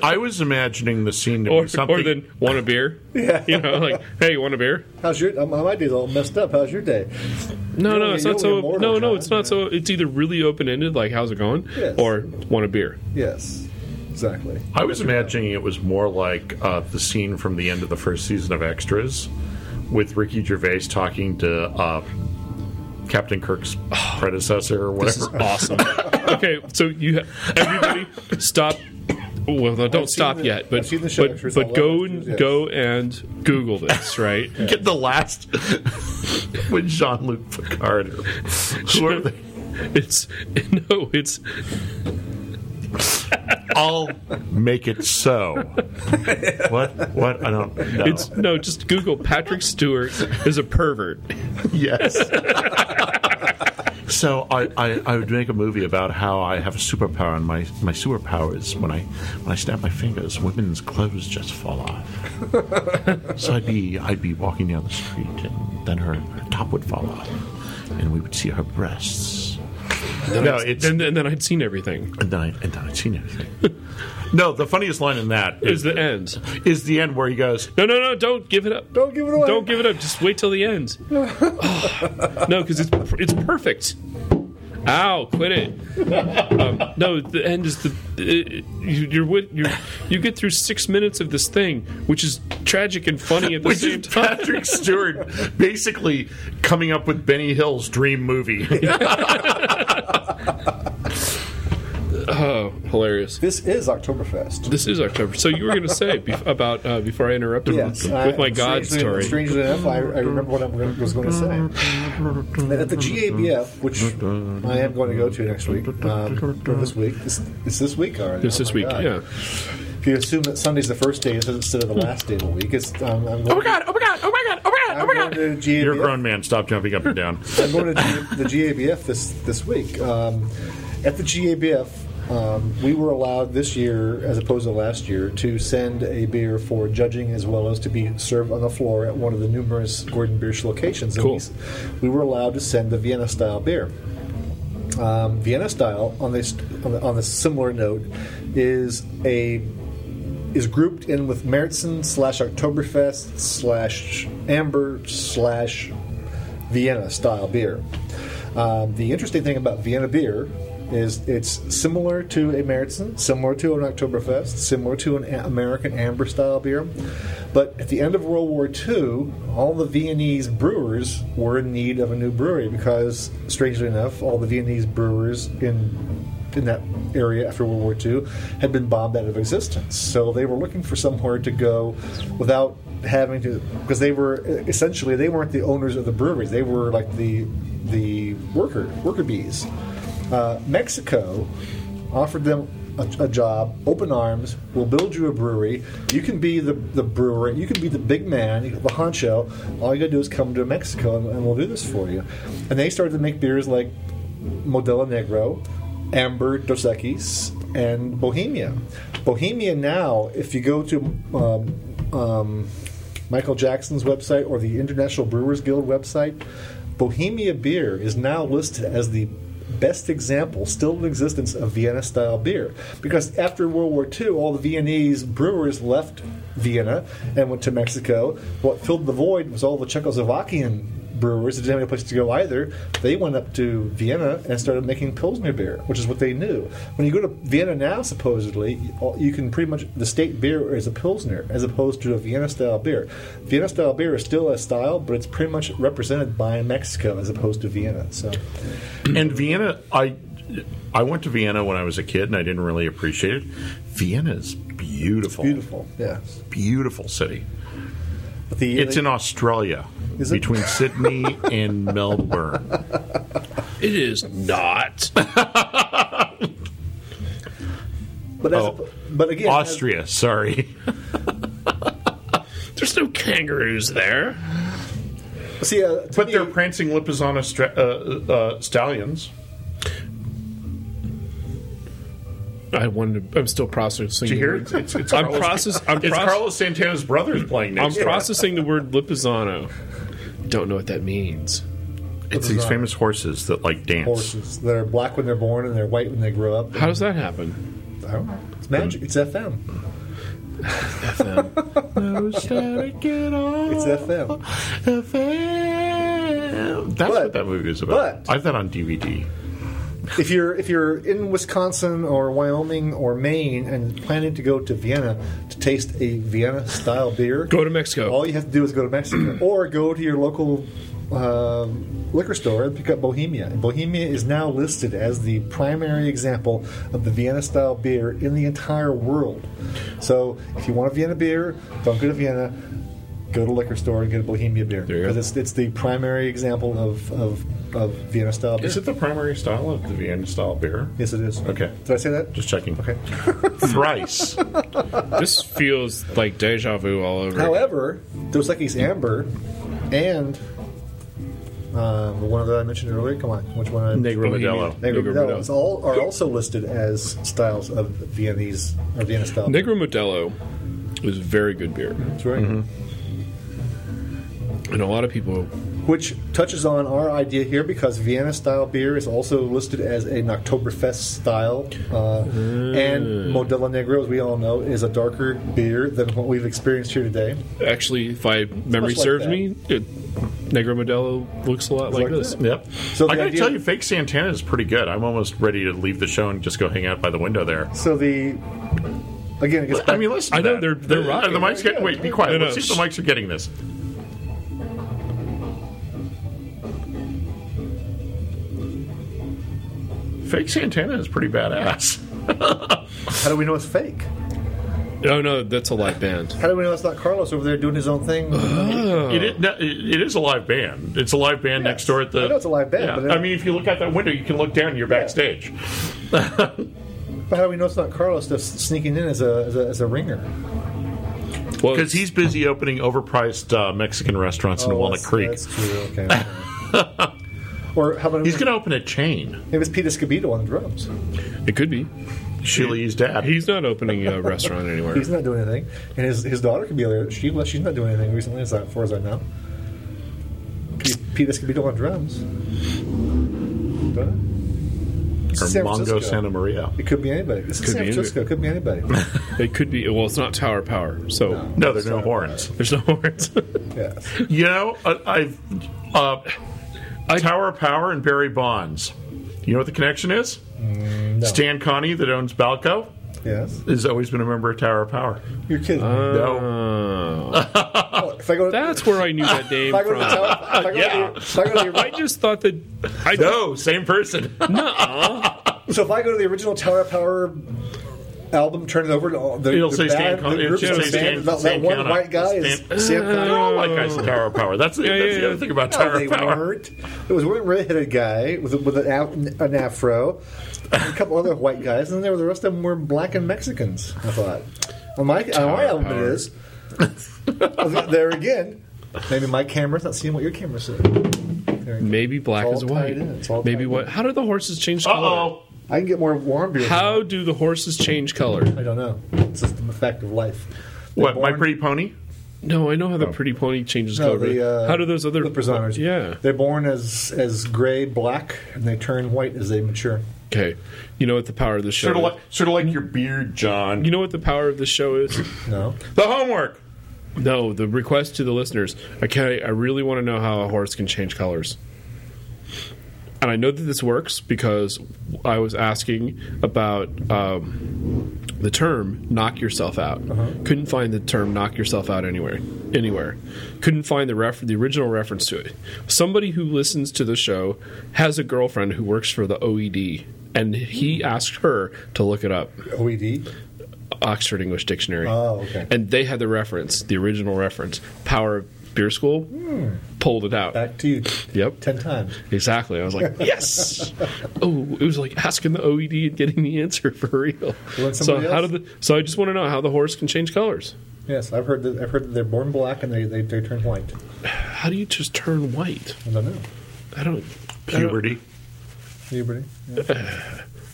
Speaker 1: I was imagining the scene to
Speaker 3: or,
Speaker 1: be something.
Speaker 3: or then want a beer? Yeah. You know, like hey, you want a beer?
Speaker 2: How's your? um, My day's all messed up. How's your day?
Speaker 3: No,
Speaker 2: You're
Speaker 3: no,
Speaker 2: only-
Speaker 3: it's
Speaker 2: you're
Speaker 3: not
Speaker 2: only
Speaker 3: so.
Speaker 2: immortal,
Speaker 3: No, no,
Speaker 2: John.
Speaker 3: it's not so. It's either really open ended, like how's it going,
Speaker 2: Yes.
Speaker 3: or want a beer.
Speaker 2: Yes. Exactly.
Speaker 1: I was imagining it was more like uh, the scene from the end of the first season of Extras with Ricky Gervais talking to uh, Captain Kirk's predecessor or
Speaker 3: Oh, This is
Speaker 1: whatever.
Speaker 3: awesome. okay, so you ha- everybody stop. Well, no,
Speaker 2: I've
Speaker 3: don't
Speaker 2: seen
Speaker 3: stop
Speaker 2: the-
Speaker 3: yet,
Speaker 2: I've
Speaker 3: but
Speaker 2: seen the show
Speaker 3: but,
Speaker 2: extras, I
Speaker 3: but
Speaker 2: love
Speaker 3: go
Speaker 2: extras,
Speaker 3: and
Speaker 2: yes.
Speaker 3: go and Google this, right?
Speaker 1: Get the last with Jean Luc Picard. or Who are they?
Speaker 3: It's no, it's
Speaker 1: I'll make it so. what? What? I don't know.
Speaker 3: it's no, just Google Patrick Stewart is a pervert.
Speaker 1: yes. so I, I, I would make a movie about how I have a superpower, and my, my superpower is when I when I snap my fingers, women's clothes just fall off. so I'd be I'd be walking down the street, and then her, her top would fall off, and we would see her breasts. No, it's
Speaker 3: and, and then I'd seen everything.
Speaker 1: and then I, and then I'd seen everything. no, the funniest line in that
Speaker 3: Is
Speaker 1: is
Speaker 3: the end?
Speaker 1: is the end where he goes.
Speaker 3: No, no, no! Don't give it up.
Speaker 2: Don't give it away.
Speaker 3: Don't give it up. Just wait till the end. no, because it's it's perfect. Ow! Quit it. Um, no, the end is the uh, you, you're, with- you're you get through six minutes of this thing, which is tragic and funny at the
Speaker 1: Which
Speaker 3: same
Speaker 1: is
Speaker 3: time.
Speaker 1: Patrick Stewart basically coming up with Benny Hill's dream movie.
Speaker 3: Oh, hilarious!
Speaker 2: This is Oktoberfest.
Speaker 3: This is October. So you were going to say bef- about uh, before I interrupted
Speaker 2: Yes,
Speaker 3: with,
Speaker 2: I-
Speaker 3: with my God
Speaker 2: strangely,
Speaker 3: story.
Speaker 2: Strangely enough, I, I remember what I was going to say. At the GABF, which I am going to go to next week, um, or this week, it's, it's this week already.
Speaker 3: This
Speaker 2: Oh
Speaker 3: this
Speaker 2: my
Speaker 3: week,
Speaker 2: God.
Speaker 3: yeah.
Speaker 2: If you assume that Sunday's the first day instead of the last day of the week, it's um, I'm going. Oh my god! Oh my god! Oh my god! Oh my god! I'm going to GABF.
Speaker 1: You're a grown man. Stop jumping up and down.
Speaker 2: I'm going to the GABF this this week. Um, at the GABF, um, we were allowed this year, as opposed to last year, to send a beer for judging as well as to be served on the floor at one of the numerous Gordon Biersch locations. And
Speaker 3: Cool.
Speaker 2: we s- We were allowed to send the Vienna style beer. Um, Vienna style on this on, the, on this similar note is a is grouped in with Märzen slash Oktoberfest slash Amber slash Vienna style beer. Um, the interesting thing about Vienna beer is it's similar to a Märzen, similar to an Oktoberfest, similar to an A- American amber style beer. But at the end of World War II, all the Viennese brewers were in need of a new brewery because, strangely enough, all the Viennese brewers in in that area after World War II had been bombed out of existence. So they were looking for somewhere to go without having to, because they were essentially they weren't the owners of the breweries. They were like the the worker worker bees. Uh, Mexico offered them. A, a job, open arms. We'll build you a brewery. You can be the, the brewer. You can be the big man, the honcho. All you gotta do is come to Mexico, and, and we'll do this for you. And they started to make beers like Modelo Negro, Amber Dos Equis, and Bohemia. Bohemia now, if you go to um, um, Michael Jackson's website or the International Brewers Guild website, Bohemia beer is now listed as the best example still in existence of Vienna style beer. Because after World War II, all the Viennese brewers left Vienna and went to Mexico. What filled the void was all the Czechoslovakian brewers that didn't have any place to go either, they went up to Vienna and started making Pilsner beer, which is what they knew. When you go to Vienna now, supposedly, you- you can pretty much, the state beer is a Pilsner as opposed to a Vienna style beer. Vienna style beer is still a style, but it's pretty much represented by Mexico as opposed to Vienna. So,
Speaker 1: And Vienna, I I went to Vienna when I was a kid, and I didn't really appreciate it. Vienna is beautiful,
Speaker 2: beautiful. Yeah.
Speaker 1: beautiful city.
Speaker 2: But the,
Speaker 1: It's in Australia,
Speaker 2: Is it?
Speaker 1: between Sydney and Melbourne.
Speaker 5: It is not.
Speaker 2: but, as,
Speaker 1: oh,
Speaker 2: but again, as-
Speaker 1: Austria, sorry.
Speaker 5: There's no kangaroos there.
Speaker 2: see, uh, to
Speaker 1: But
Speaker 2: me-
Speaker 1: their prancing Lipizzana stra- uh, uh, stallions.
Speaker 5: I wanted. To, I'm still processing.
Speaker 1: Did you
Speaker 5: the
Speaker 1: hear
Speaker 5: word.
Speaker 1: it? It's, it's
Speaker 5: I'm
Speaker 1: Carlos,
Speaker 5: process- I'm
Speaker 1: it's
Speaker 5: proce-
Speaker 1: Carlos Santana's brother's playing
Speaker 5: I'm
Speaker 1: next. to us.
Speaker 5: processing the word lipizzano. Don't know what that means.
Speaker 1: It's these famous horses that like dance.
Speaker 2: Horses. They're black when they're born and they're white when they grow up.
Speaker 5: How does that happen?
Speaker 2: I don't know. It's magic. It's FM. It's FM.
Speaker 1: That's
Speaker 2: But-
Speaker 1: what that movie is about.
Speaker 2: but-
Speaker 1: I have that on DVD.
Speaker 2: if you're if you're in Wisconsin or Wyoming or Maine and planning to go to Vienna to taste a Vienna style beer,
Speaker 5: Go to Mexico.
Speaker 2: all you have to do is go to Mexico or go to your local um liquor store and pick up Bohemia. And Bohemia is now listed as the primary example of the Vienna style beer in the entire world. So if you want a Vienna beer, don't go to Vienna. Go to liquor store and get a Bohemia beer
Speaker 5: you go.
Speaker 2: because it's, it's the primary example of, of, of Vienna style beer.
Speaker 1: Is it the primary style of the Vienna style beer?
Speaker 2: Yes, it is.
Speaker 1: Okay.
Speaker 2: Did I say that?
Speaker 1: Just checking.
Speaker 2: Okay.
Speaker 1: Thrice.
Speaker 5: This feels like deja vu all over.
Speaker 2: However, Dos Equis Amber and um, the one that I mentioned earlier. Come on, which one? I,
Speaker 1: Negro Modelo.
Speaker 2: Negro
Speaker 5: Negro
Speaker 2: Modelo
Speaker 5: Modelo.
Speaker 2: is all are also listed as styles of Viennese or Vienna style.
Speaker 5: Negro Modelo is very good beer,
Speaker 2: That's right.
Speaker 1: Mm-hmm.
Speaker 5: and a lot of people.
Speaker 2: Which touches on our idea here because Vienna style beer is also listed as an Oktoberfest style, uh, and
Speaker 1: Mm.
Speaker 2: Modelo Negro, as we all know, is a darker beer than what we've experienced here today.
Speaker 5: Actually, if I memory
Speaker 2: like
Speaker 5: serves
Speaker 2: that.
Speaker 5: me, it, Negro Modelo looks a lot like,
Speaker 2: like
Speaker 5: this.
Speaker 2: that.
Speaker 1: Yep.
Speaker 2: So the
Speaker 1: I gotta
Speaker 2: idea-
Speaker 1: tell you, fake Santana is pretty good. I'm almost ready to leave the show and just go hang out by the window there.
Speaker 2: So the again, it gets back
Speaker 1: I mean, listen. to
Speaker 5: I know,
Speaker 1: that.
Speaker 5: they're- they're
Speaker 1: the,
Speaker 5: rocking.
Speaker 1: The mics get. Wait, be quiet.
Speaker 5: No, no,
Speaker 1: Let's see if
Speaker 5: shh.
Speaker 1: the mics are getting this. Fake Santana is pretty badass.
Speaker 2: How do we know it's fake?
Speaker 5: Oh no, that's a live band.
Speaker 2: How do we know it's not Carlos over there doing his own thing?
Speaker 1: It,
Speaker 2: Oh.
Speaker 1: is, no, it it is a live band. It's a live band next door at the.
Speaker 2: I know it's a live band,
Speaker 1: Yeah.
Speaker 2: but it-
Speaker 1: I mean, if you look out that window, you can look down. and You're backstage.
Speaker 2: But how do we know it's not Carlos just sneaking in as a as a, as a ringer?
Speaker 5: Well,
Speaker 1: Because he's busy opening overpriced uh, Mexican restaurants in Walnut
Speaker 2: Oh, that's,
Speaker 1: Creek.
Speaker 2: That's true. Okay. okay. or how about
Speaker 1: He's going to open a chain.
Speaker 2: maybe it's Peter Scabito on the drums?
Speaker 5: it could be.
Speaker 1: Shili's dad.
Speaker 5: He's not opening a restaurant anywhere.
Speaker 2: He's not doing anything, and his his daughter could be there. She she's not doing anything recently, as far as I know. P- Peter Scabito on drums. Don't know. It's
Speaker 1: or
Speaker 2: San
Speaker 1: Mongo
Speaker 2: Francisco.
Speaker 1: Santa Maria.
Speaker 2: It could be anybody. It's
Speaker 5: Could
Speaker 2: San
Speaker 5: be anybody.
Speaker 2: Francisco. It could be anybody.
Speaker 5: It could be. Well, it's not Tower Power, so
Speaker 1: No, there's no horns.
Speaker 5: there's no horns.
Speaker 2: yes.
Speaker 1: uh, You know, I, I've uh, Tower of Power and Barry Bonds. You know what the connection is?
Speaker 2: Mm,
Speaker 1: Stan Connie, that owns Balco,
Speaker 2: Yes.
Speaker 1: has always been a member of Tower of Power.
Speaker 2: You're kidding.
Speaker 1: No.
Speaker 3: Oh,
Speaker 2: me. if I go, to,
Speaker 3: Uh, that's where I knew that name
Speaker 2: if I go to the
Speaker 3: from.
Speaker 2: tower, if I go to
Speaker 1: Yeah.
Speaker 2: your, if I go to your,
Speaker 3: I just thought that I
Speaker 1: No, same person.
Speaker 2: So if I go to the original Tower of Power album, turn it over, to all the,
Speaker 1: It'll
Speaker 2: the
Speaker 1: say Stan
Speaker 2: band,
Speaker 1: Con-
Speaker 2: the
Speaker 1: it'll
Speaker 2: group
Speaker 1: say
Speaker 2: of
Speaker 1: Stan-
Speaker 2: band, that,
Speaker 1: Stan
Speaker 2: that one
Speaker 1: Connor.
Speaker 2: white guy is
Speaker 1: Stan-
Speaker 2: Sam Connor.
Speaker 1: They're all white guys in Tower of Power. That's the, that's
Speaker 3: yeah,
Speaker 1: the
Speaker 3: yeah.
Speaker 1: other thing about
Speaker 2: No,
Speaker 1: Tower
Speaker 2: they
Speaker 1: of Power.
Speaker 2: weren't. It was one red-headed guy with a, with an, af- an afro, and a couple other white guys, and then there were the rest of them were black and Mexicans. I thought on my on my album it is. there again, maybe my camera's not seeing what your camera said. There you go.
Speaker 3: maybe black
Speaker 2: It's all
Speaker 3: is white.
Speaker 2: tied in. It's all
Speaker 3: Maybe
Speaker 2: tied
Speaker 3: what? How do the horses change
Speaker 1: Uh
Speaker 3: color?
Speaker 1: oh.
Speaker 2: I can get more warm beer.
Speaker 3: How do the horses change color?
Speaker 2: I don't know. It's just the fact of life. They're
Speaker 1: What, My
Speaker 2: born-
Speaker 1: Pretty Pony?
Speaker 3: No, I know how the pretty pony changes
Speaker 2: No,
Speaker 3: color.
Speaker 2: the, uh,
Speaker 3: how do those other
Speaker 2: the personas.
Speaker 3: Yeah.
Speaker 2: They're born as as gray, black, and they turn white as they mature.
Speaker 3: Okay. You know what the power of the show?
Speaker 1: Sort of
Speaker 3: Is?
Speaker 1: like, sort of like your beard, John.
Speaker 3: You know what the power of the show is?
Speaker 2: No,
Speaker 1: the homework.
Speaker 3: No, the request to the listeners. Okay, I really want to know how a horse can change colors. And I know that this works because I was asking about um, the term "knock yourself out." Couldn't find the term "knock yourself out" anywhere. Anywhere. Couldn't find the ref- the original reference to it. Somebody who listens to the show has a girlfriend who works for the OED, and he asked her to look it up.
Speaker 2: OED.
Speaker 3: Oxford English Dictionary.
Speaker 2: E Oh, okay.
Speaker 3: And they had the reference, the original reference, Power of Beer School, pulled it out.
Speaker 2: Back to you.
Speaker 3: Yep.
Speaker 2: Ten times.
Speaker 3: Exactly. I was like, yes. oh, it was like asking the OED and getting the answer for real.
Speaker 2: want
Speaker 3: So
Speaker 2: somebody
Speaker 3: how
Speaker 2: else?
Speaker 3: did the? So I just want to know how the horse can change colors.
Speaker 2: Yes, I've heard that. I've heard that they're born black and they, they, they turn white.
Speaker 3: How do you just turn white?
Speaker 2: I don't know.
Speaker 3: I don't. I don't-
Speaker 1: Puberty.
Speaker 2: Puberty.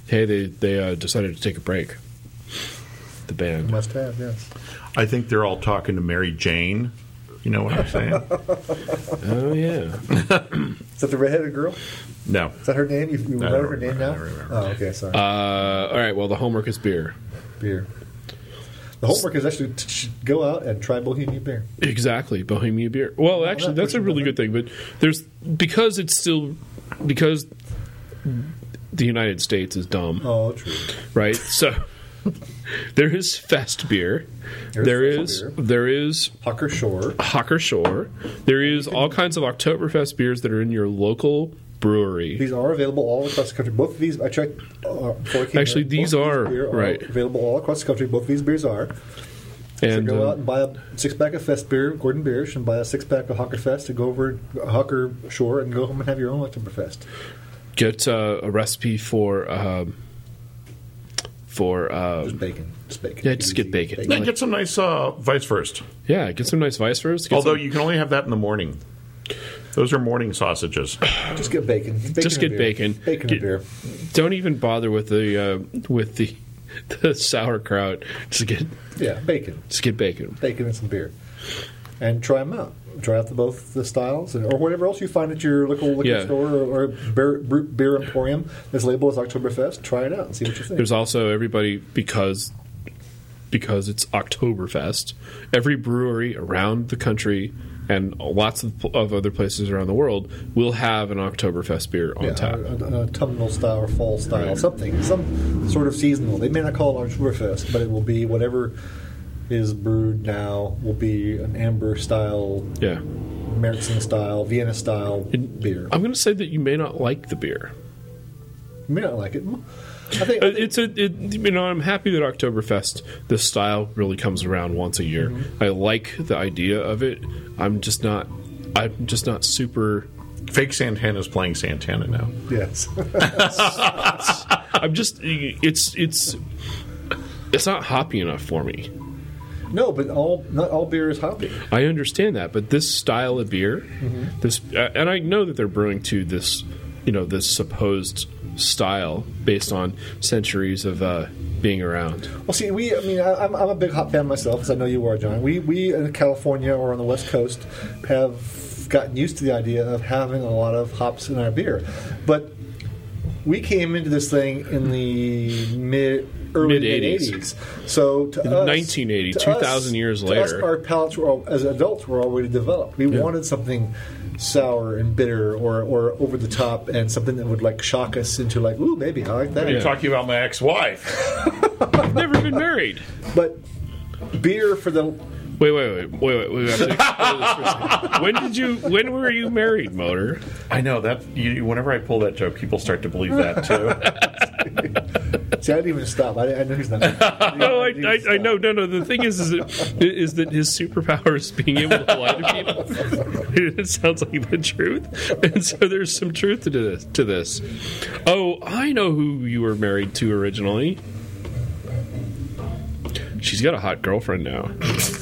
Speaker 3: hey, they they uh, decided to take a break. The band.
Speaker 2: Must have. Yes.
Speaker 1: I think they're all talking to Mary Jane. You know what I'm saying?
Speaker 3: Oh yeah.
Speaker 2: Is that the redheaded girl?
Speaker 1: no.
Speaker 2: Is that her name? You, you
Speaker 1: I
Speaker 2: remember
Speaker 1: don't
Speaker 2: her name
Speaker 1: remember.
Speaker 2: now?
Speaker 1: I don't remember.
Speaker 2: Oh, okay. Sorry.
Speaker 3: Uh, all right. Well, the homework is beer.
Speaker 2: beer. The homework is actually to sh- go out and try Bohemian beer.
Speaker 3: Exactly, Bohemian beer. Well, actually,
Speaker 2: that
Speaker 3: that's a
Speaker 2: person
Speaker 3: really good thing. But there's because it's still because the United States is dumb,
Speaker 2: Oh, true.
Speaker 3: right? So there is Fest beer.
Speaker 2: There's
Speaker 3: There
Speaker 2: Fest
Speaker 3: is
Speaker 2: beer.
Speaker 3: there is
Speaker 2: Pucker Shore.
Speaker 3: Hocker Shore. There is all kinds of Oktoberfest beers that are in your local brewery.
Speaker 2: These are available all across the country. Both of these, I checked. Uh, before I came
Speaker 3: Actually,
Speaker 2: here. Both
Speaker 3: these
Speaker 2: of
Speaker 3: are,
Speaker 2: beer
Speaker 3: right.
Speaker 2: available all across the country. Both of these beers are.
Speaker 3: And
Speaker 2: so go
Speaker 3: uh,
Speaker 2: out and buy a six pack of Fest beer, Gordon Biersch, and buy a six pack of Hawker Fest to go over Hawker Shore and go home and have your own Oktoberfest.
Speaker 3: get uh, a recipe for um, for uh,
Speaker 2: Just bacon, just bacon.
Speaker 3: Yeah, just get bacon.
Speaker 1: Yeah, get some nice uh, vice first.
Speaker 3: yeah, get some nice vice versa. get
Speaker 1: Although
Speaker 3: some-
Speaker 1: you can only have that in the morning. Those are morning sausages.
Speaker 2: Just get bacon. bacon
Speaker 3: Just
Speaker 2: and
Speaker 3: get
Speaker 2: beer.
Speaker 3: bacon.
Speaker 2: Bacon
Speaker 3: Get-
Speaker 2: and beer.
Speaker 3: Don't even bother with the uh, with the the sauerkraut. Just get
Speaker 2: Yeah, bacon,
Speaker 3: just get bacon.
Speaker 2: bacon and some beer, and try them out. Try out the, both the styles and, or whatever else you find at your local liquor
Speaker 3: Yeah.
Speaker 2: store or, or beer, brew- beer emporium. This label is Oktoberfest. Try it out and see what you think.
Speaker 3: There's also everybody because because it's Oktoberfest. Every brewery around the country and lots of, of other places around the world will have an Oktoberfest beer on
Speaker 2: Yeah,
Speaker 3: tap.
Speaker 2: an- an autumnal style or fall style, something, some sort of seasonal. They may not call it Oktoberfest, but it will be whatever is brewed now will be an amber style,
Speaker 3: Yeah,
Speaker 2: Märzen style, Vienna style beer.
Speaker 3: I'm going to say that you may not like the beer.
Speaker 2: You may not like it. I think
Speaker 3: Uh, It's a it, you know I'm happy that Oktoberfest the style really comes around once a year. I like the idea of it. I'm just not I'm just not super
Speaker 1: Fake Santana's playing Santana now.
Speaker 2: yes.
Speaker 3: I'm just it's it's it's not hoppy enough for me.
Speaker 2: no, but all not all beer is hoppy.
Speaker 3: I understand that, but this style of beer, this uh, and I know that they're brewing to this, you know, this supposed style based on centuries of uh, being around.
Speaker 2: Well, see, we, I mean, I, I'm, I'm a big hop fan myself, as I know you are, John. We, we in California or on the West Coast have gotten used to the idea of having a lot of hops in our beer. But we came into this thing in the mid early mid
Speaker 3: Mid-eighties.
Speaker 2: 80s. So to us,
Speaker 3: 1980,
Speaker 2: to
Speaker 3: 2000
Speaker 2: us-
Speaker 3: years
Speaker 2: to us,
Speaker 3: later.
Speaker 2: our palates were all, as adults were already developed. We wanted something sour and bitter or, or over the top and something that would like shock us into like, ooh, maybe I like that.
Speaker 1: You're talking about my ex-wife.
Speaker 3: I've never been married.
Speaker 2: But beer for the
Speaker 3: Wait, wait, wait, wait, wait. wait we have to explore this for a second. when did you? When were you married, Motor?
Speaker 1: I know that. You, whenever I pull that joke, people start to believe that too.
Speaker 2: see, I didn't even stop. I, I know he's not.
Speaker 3: No, Oh, I,
Speaker 2: didn't
Speaker 3: I,
Speaker 2: even
Speaker 3: I know.
Speaker 2: stop.
Speaker 3: No, no. The thing is, is, it, is that his superpower is being able to lie to people. it sounds like the truth, and so there's some truth to this. To this. Oh, I know who you were married to originally. She's got a hot girlfriend now.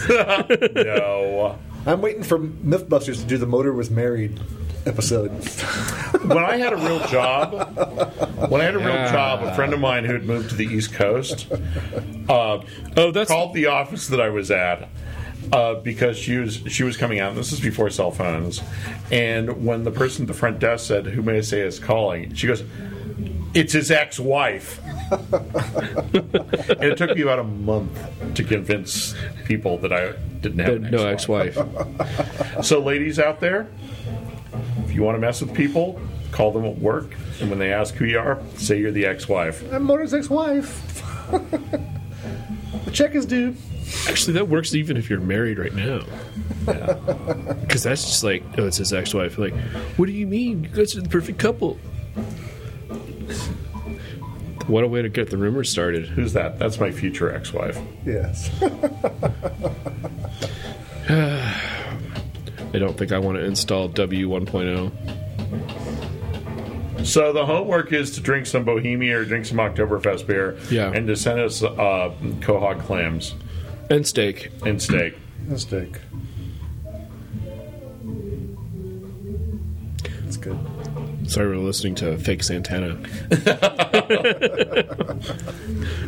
Speaker 1: no.
Speaker 2: I'm waiting for MythBusters to do the motor was married episode.
Speaker 1: when I had a real job, when I had a real
Speaker 3: Yeah.
Speaker 1: job, a friend of mine who had moved to the East Coast uh,
Speaker 3: Oh, that's
Speaker 1: called the office that I was at uh, because she was she was coming out. And this is before cell phones, and when the person at the front desk said, "Who may I say is calling?" she goes, "It's his ex-wife." and it took me about a month to convince people that I didn't have an
Speaker 3: no
Speaker 1: ex-wife.
Speaker 3: ex-wife.
Speaker 1: So, ladies out there, if you want to mess with people, call them at work, and when they ask who you are, say you're the ex-wife.
Speaker 2: I'm Motor's ex-wife. the check is due.
Speaker 3: Actually, that works even if you're married right now. Because that's just like, oh, it's his ex-wife. Like, what do you mean? You guys are the perfect couple. What a way to get the rumor started.
Speaker 1: Who's that? That's my future ex-wife.
Speaker 2: Yes.
Speaker 3: I don't think I want to install W1.0.
Speaker 1: So the homework is to drink some Bohemia or drink some Oktoberfest beer,
Speaker 3: Yeah.
Speaker 1: and to send us uh, quahog clams
Speaker 3: And steak.
Speaker 1: and steak.
Speaker 2: Mistake. That's good.
Speaker 3: Sorry, we were listening to Fake Santana.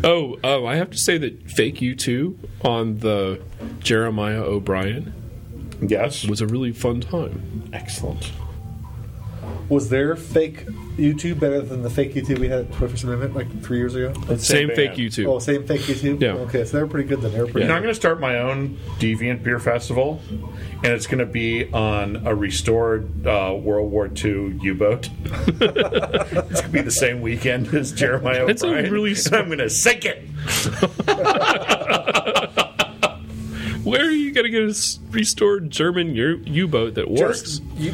Speaker 3: oh, oh, I have to say that Fake U2 on the Jeremiah O'Brien
Speaker 1: Yes,
Speaker 3: was a really fun time.
Speaker 1: excellent.
Speaker 2: Was their fake YouTube better than the fake YouTube we had at the First Amendment like three years ago?
Speaker 3: Same,
Speaker 1: band.
Speaker 3: Fake U2.
Speaker 2: Oh, same fake YouTube.
Speaker 3: Yeah.
Speaker 2: Okay, so they're pretty good then. They're pretty.
Speaker 1: You know, I'm going to start my own Deviant Beer Festival, and it's going to be on a restored uh, World War II U-boat. it's going to be the same weekend as Jeremiah
Speaker 3: That's a
Speaker 1: O'Brien.
Speaker 3: really
Speaker 1: And
Speaker 3: smart-
Speaker 1: I'm going to sink it.
Speaker 3: Where are you going to get a s- restored German U- U-boat that works?
Speaker 2: Just, you,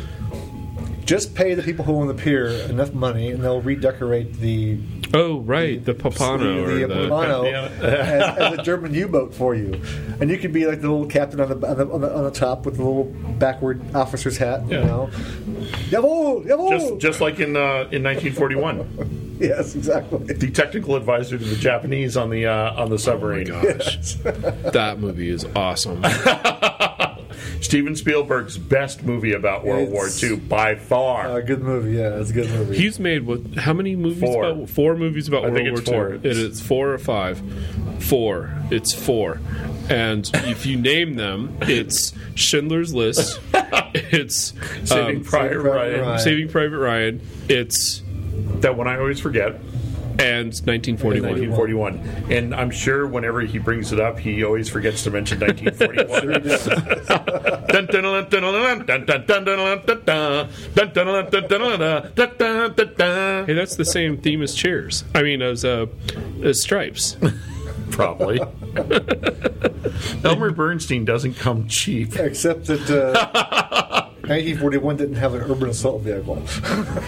Speaker 2: just pay the people who own the pier enough money, and they'll redecorate the
Speaker 3: oh, right, the Papano
Speaker 2: the,
Speaker 3: or
Speaker 2: the
Speaker 3: the,
Speaker 2: Amano
Speaker 1: Yeah.
Speaker 2: as, as a German U-boat for you, and you could be like the little captain on the on the, on the, on the top with the little backward officer's hat.
Speaker 1: Yeah.
Speaker 2: You know, Jawohl, jawohl.
Speaker 1: Just, just like in uh, in 1941,
Speaker 2: yes, exactly.
Speaker 1: the technical advisor to the Japanese on the uh, on the submarine.
Speaker 3: that movie is awesome.
Speaker 1: Steven Spielberg's best movie about World
Speaker 2: It's-
Speaker 1: War II by far.
Speaker 2: A Uh, good movie. Yeah, it's a good movie.
Speaker 3: He's made what? How many movies?
Speaker 1: Four.
Speaker 3: About, four movies about
Speaker 1: I
Speaker 3: World
Speaker 1: think
Speaker 3: War
Speaker 1: it's four.
Speaker 3: II. It is four or five. Four. It's four. And if you name them, it's Schindler's List. It's
Speaker 1: Saving
Speaker 3: um,
Speaker 1: Private
Speaker 2: Private
Speaker 1: Ryan.
Speaker 2: Ryan.
Speaker 3: Saving Private Ryan. It's
Speaker 1: That one I always forget.
Speaker 3: and 1941.
Speaker 1: 1941. And I'm sure whenever he brings it up, he always forgets to mention 1941. Dun, dun, dun, dun, dun, dun, dun, dun, dun, dun, dun, dun, dun, dun, dun, dun, dun, dun, dun, dun, dun, dun.
Speaker 3: Hey, that's the same theme as Cheers. I mean, as uh, as Stripes.
Speaker 1: Probably. Elmer Bernstein doesn't come cheap.
Speaker 2: Except that uh, 1941 didn't have an urban assault vehicle.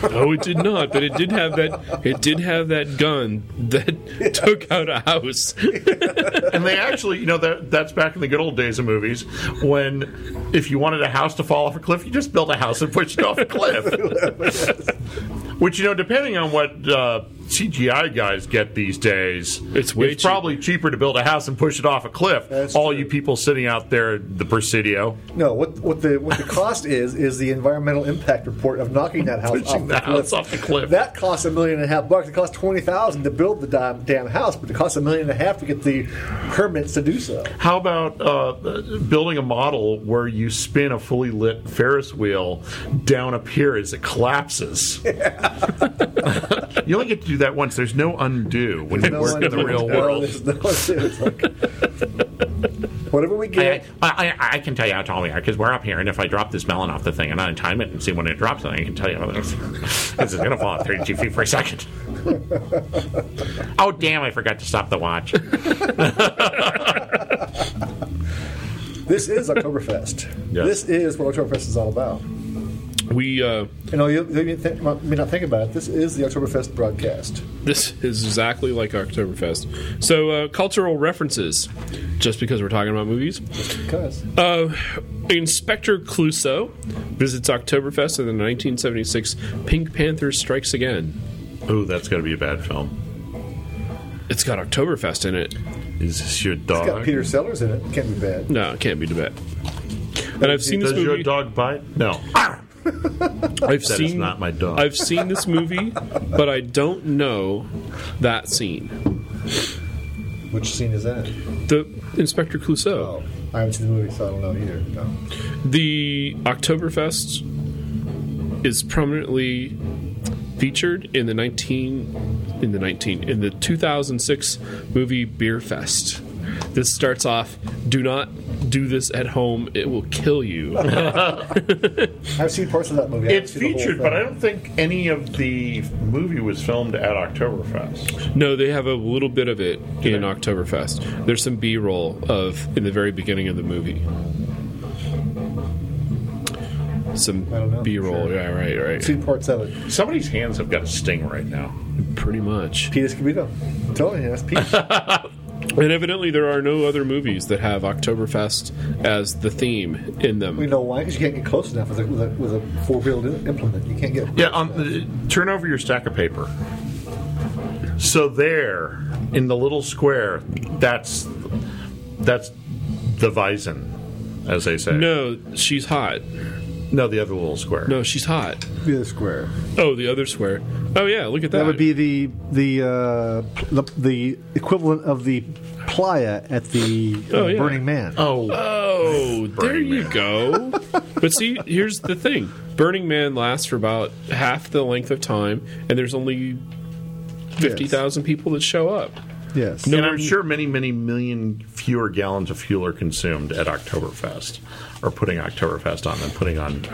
Speaker 3: Oh, it did not, but it did have that. It did have that gun that took out a house.
Speaker 1: And they actually, you know, that that's back in the good old days of movies when if you wanted a house to fall off a cliff, you just built a house and pushed it off a cliff. Which you know, depending on what uh, CGI guys get these days,
Speaker 3: It's way cheaper.
Speaker 1: probably cheaper to build a house and push it off a cliff.
Speaker 2: That's
Speaker 1: All
Speaker 2: true.
Speaker 1: you people sitting out there, at the Presidio,
Speaker 2: No, what what the what the cost is is the environmental impact report of knocking that house off
Speaker 1: pushing the
Speaker 2: the
Speaker 1: house
Speaker 2: cliff.
Speaker 1: off the cliff.
Speaker 2: That costs a million and a half bucks. It costs twenty thousand to build the damn, damn house, but it costs a million and a half to get the permits to do so.
Speaker 1: How about uh, building a model where you spin a fully lit Ferris wheel down a pier as it collapses? you only get to do that once. There's no undo when you
Speaker 2: No
Speaker 1: work
Speaker 2: one-
Speaker 1: in the real
Speaker 2: no,
Speaker 1: world.
Speaker 2: there's no- it's like- Whatever we
Speaker 1: I,
Speaker 2: get,
Speaker 1: I, I, I can tell you how tall we are because we're up here, and if I drop this melon off the thing and I time it and see when it drops, then I can tell you this is going to fall at 32 feet per second. Oh, damn, I forgot to stop the watch.
Speaker 2: this is Oktoberfest.
Speaker 1: Yes.
Speaker 2: This is what Oktoberfest is all about.
Speaker 3: We uh,
Speaker 2: You know, you, you may think, may not think about it. This is the Oktoberfest broadcast.
Speaker 3: this is exactly like Oktoberfest. So uh, cultural references, just because we're talking about movies.
Speaker 2: Because
Speaker 3: Uh, Inspector Clouseau visits Oktoberfest and the 1976 Pink Panther Strikes Again.
Speaker 1: Ooh, that's going to be a bad film.
Speaker 3: It's got Oktoberfest in it.
Speaker 1: Is this your dog?
Speaker 2: it's got Peter Sellers in it. It Can't be bad.
Speaker 3: No, it can't be Tibet. And I've seen this
Speaker 1: Does your
Speaker 3: movie.
Speaker 1: dog bite? No.
Speaker 3: I've
Speaker 1: That
Speaker 3: seen
Speaker 1: is not my dog.
Speaker 3: I've seen this movie, but I don't know that scene.
Speaker 2: Which scene is that?
Speaker 3: The Inspector Clouseau,
Speaker 2: Oh, I haven't seen the movie, so I don't know either. No.
Speaker 3: the Oktoberfest is prominently featured in the 19 in the 19 in the 2006 movie Beer Fest. This starts off, do not do this at home, it will kill you.
Speaker 2: I've seen parts of that movie. I haven't
Speaker 1: It's
Speaker 2: seen the whole
Speaker 1: featured, but
Speaker 2: thing.
Speaker 1: I don't think any of the movie was filmed at Oktoberfest.
Speaker 3: No, they have a little bit of it
Speaker 1: they?
Speaker 3: in Oktoberfest. There's some B-roll of in the very beginning of the movie.
Speaker 2: I don't
Speaker 3: Some
Speaker 2: know.
Speaker 3: B-roll,
Speaker 2: Sure.
Speaker 3: yeah, right,
Speaker 2: I've
Speaker 3: right.
Speaker 2: seen parts of it.
Speaker 1: Somebody's hands have got a sting right now.
Speaker 3: Pretty much.
Speaker 2: Pete Escobedo. I'm telling you, that's Pete.
Speaker 3: And evidently, there are no other movies that have Oktoberfest as the theme
Speaker 2: we
Speaker 3: in them.
Speaker 2: know why because you can't get close enough with a, with a, with a four wheeled implement. You can't get.
Speaker 1: Yeah, on the, turn over your stack of paper. So there, in the little square, that's that's the Weizen, as they say.
Speaker 3: No, she's hot.
Speaker 1: No, the other little square.
Speaker 3: No, she's hot.
Speaker 2: Be the square.
Speaker 3: Oh, the other square. Oh yeah, look at that.
Speaker 2: That would be the the uh, the, the equivalent of the playa at the uh,
Speaker 3: Oh, yeah.
Speaker 2: Burning Man.
Speaker 1: Oh,
Speaker 3: Oh, there
Speaker 1: Burning
Speaker 3: you
Speaker 1: Man.
Speaker 3: go. but see, here's the thing Burning Man lasts for about half the length of time, and there's only 50,000 people that show up.
Speaker 2: yes.
Speaker 1: and I'm sure many, many million fewer gallons of fuel are consumed at Oktoberfest, or putting Oktoberfest on than putting on.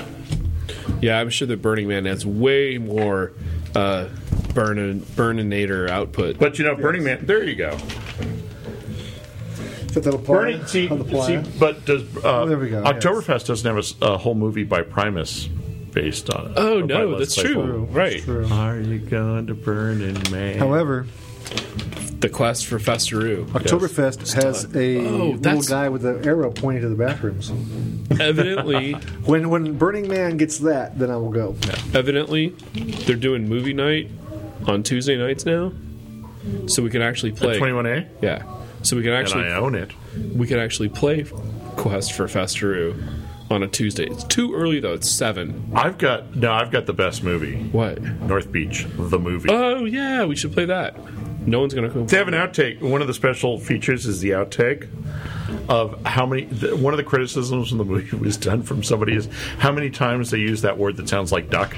Speaker 3: Yeah, I'm sure that Burning Man has way more uh, burnin- burninator output.
Speaker 1: But you know, Burning Man. There you go.
Speaker 2: Is that the playa?
Speaker 1: Burning. See,
Speaker 2: on the playa?
Speaker 1: see, but does uh,
Speaker 2: there we go, yes.
Speaker 1: Oktoberfest doesn't have a s- a, whole movie by Primus based on it?
Speaker 3: Oh,
Speaker 1: or by
Speaker 3: no,
Speaker 1: Let's
Speaker 3: that's
Speaker 1: Play
Speaker 3: true.
Speaker 1: Full.
Speaker 3: Right.
Speaker 2: True.
Speaker 1: Are you going to burn in May?
Speaker 2: However,
Speaker 3: The quest for Festeroo.
Speaker 2: Oktoberfest has a little
Speaker 3: that's-
Speaker 2: guy with an arrow pointing to the bathrooms.
Speaker 3: evidently,
Speaker 2: When when Burning Man gets that, then I will go.
Speaker 3: evidently, they're doing movie night on Tuesday nights now. So we can actually play.
Speaker 1: twenty one A,
Speaker 3: Yeah. So we can
Speaker 1: and
Speaker 3: actually
Speaker 1: I own it.
Speaker 3: we could actually play Quest for Festeroo on a Tuesday. It's too early though. It's seven.
Speaker 1: I've got no, I've got the best movie,
Speaker 3: What?
Speaker 1: North Beach, the movie.
Speaker 3: Oh yeah, we should play that. No one's gonna come.
Speaker 1: they have an outtake. One of the special features is the outtake of how many. The, one of the criticisms in the movie was done from somebody is how many times they use that word that sounds like duck,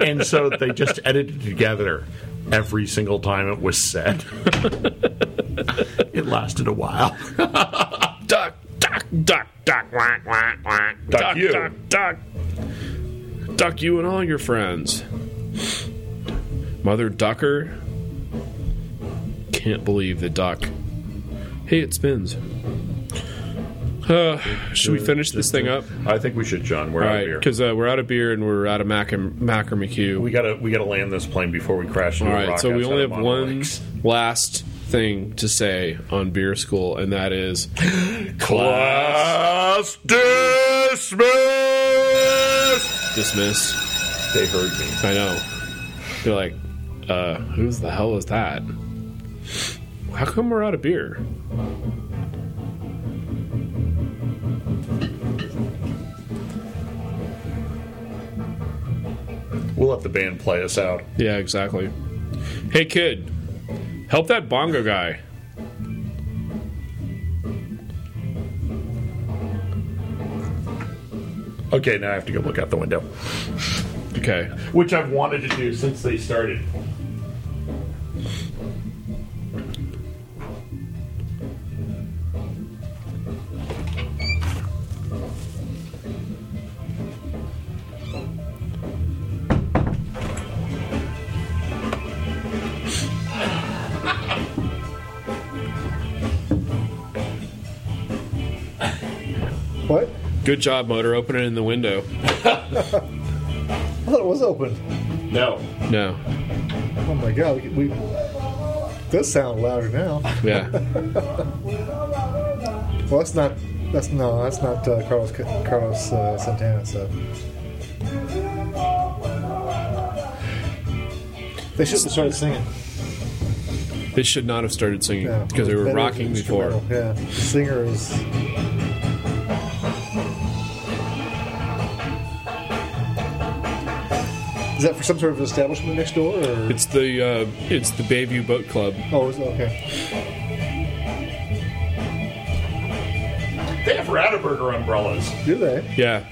Speaker 1: and so they just edited it together every single time it was said. it lasted a while.
Speaker 3: Duck, duck, duck, duck, quack, quack, quack.
Speaker 1: Duck you.
Speaker 3: duck, duck, duck you and all your friends. Mother Ducker. Can't believe the duck. Hey, it spins. Uh, should we finish this thing up?
Speaker 1: I think we should, John. We're
Speaker 3: All
Speaker 1: out of
Speaker 3: right,
Speaker 1: here.
Speaker 3: because uh, we're out of beer and we're out of Mac and Mac or McHugh.
Speaker 1: We gotta we gotta land this plane before we crash into
Speaker 3: All
Speaker 1: a
Speaker 3: right,
Speaker 1: rock.
Speaker 3: so we
Speaker 1: outside
Speaker 3: only
Speaker 1: of
Speaker 3: have
Speaker 1: Mono
Speaker 3: one
Speaker 1: Lakes.
Speaker 3: last thing to say on beer school, and that is
Speaker 1: Class dismissed.
Speaker 3: dismiss.
Speaker 1: They heard me.
Speaker 3: I know. You're like, uh, who's the hell is that? How come we're out of beer?
Speaker 1: We'll let the band play us out.
Speaker 3: Yeah, exactly. Hey, kid, help that bongo guy.
Speaker 1: Okay, now I have to go look out the window,
Speaker 3: Okay.
Speaker 1: which I've wanted to do since they started.
Speaker 5: Good job, motor. Open it in the window.
Speaker 2: I thought it was open.
Speaker 1: No.
Speaker 5: No.
Speaker 2: Oh my god, we, we does sound louder now.
Speaker 5: Yeah.
Speaker 2: Well, that's not. That's no. That's not uh, Carlos Carlos uh, Santana. So they should have started singing.
Speaker 5: they should not have started singing
Speaker 2: Yeah.
Speaker 5: because they were
Speaker 2: Better
Speaker 5: rocking before.
Speaker 2: instrumental, Yeah, the singer is. Is that for some sort of establishment next door, or
Speaker 5: It's the uh, it's the Bayview Boat Club.
Speaker 2: oh, is, okay,
Speaker 1: They have Rataburger umbrellas.
Speaker 2: do they?
Speaker 5: Yeah.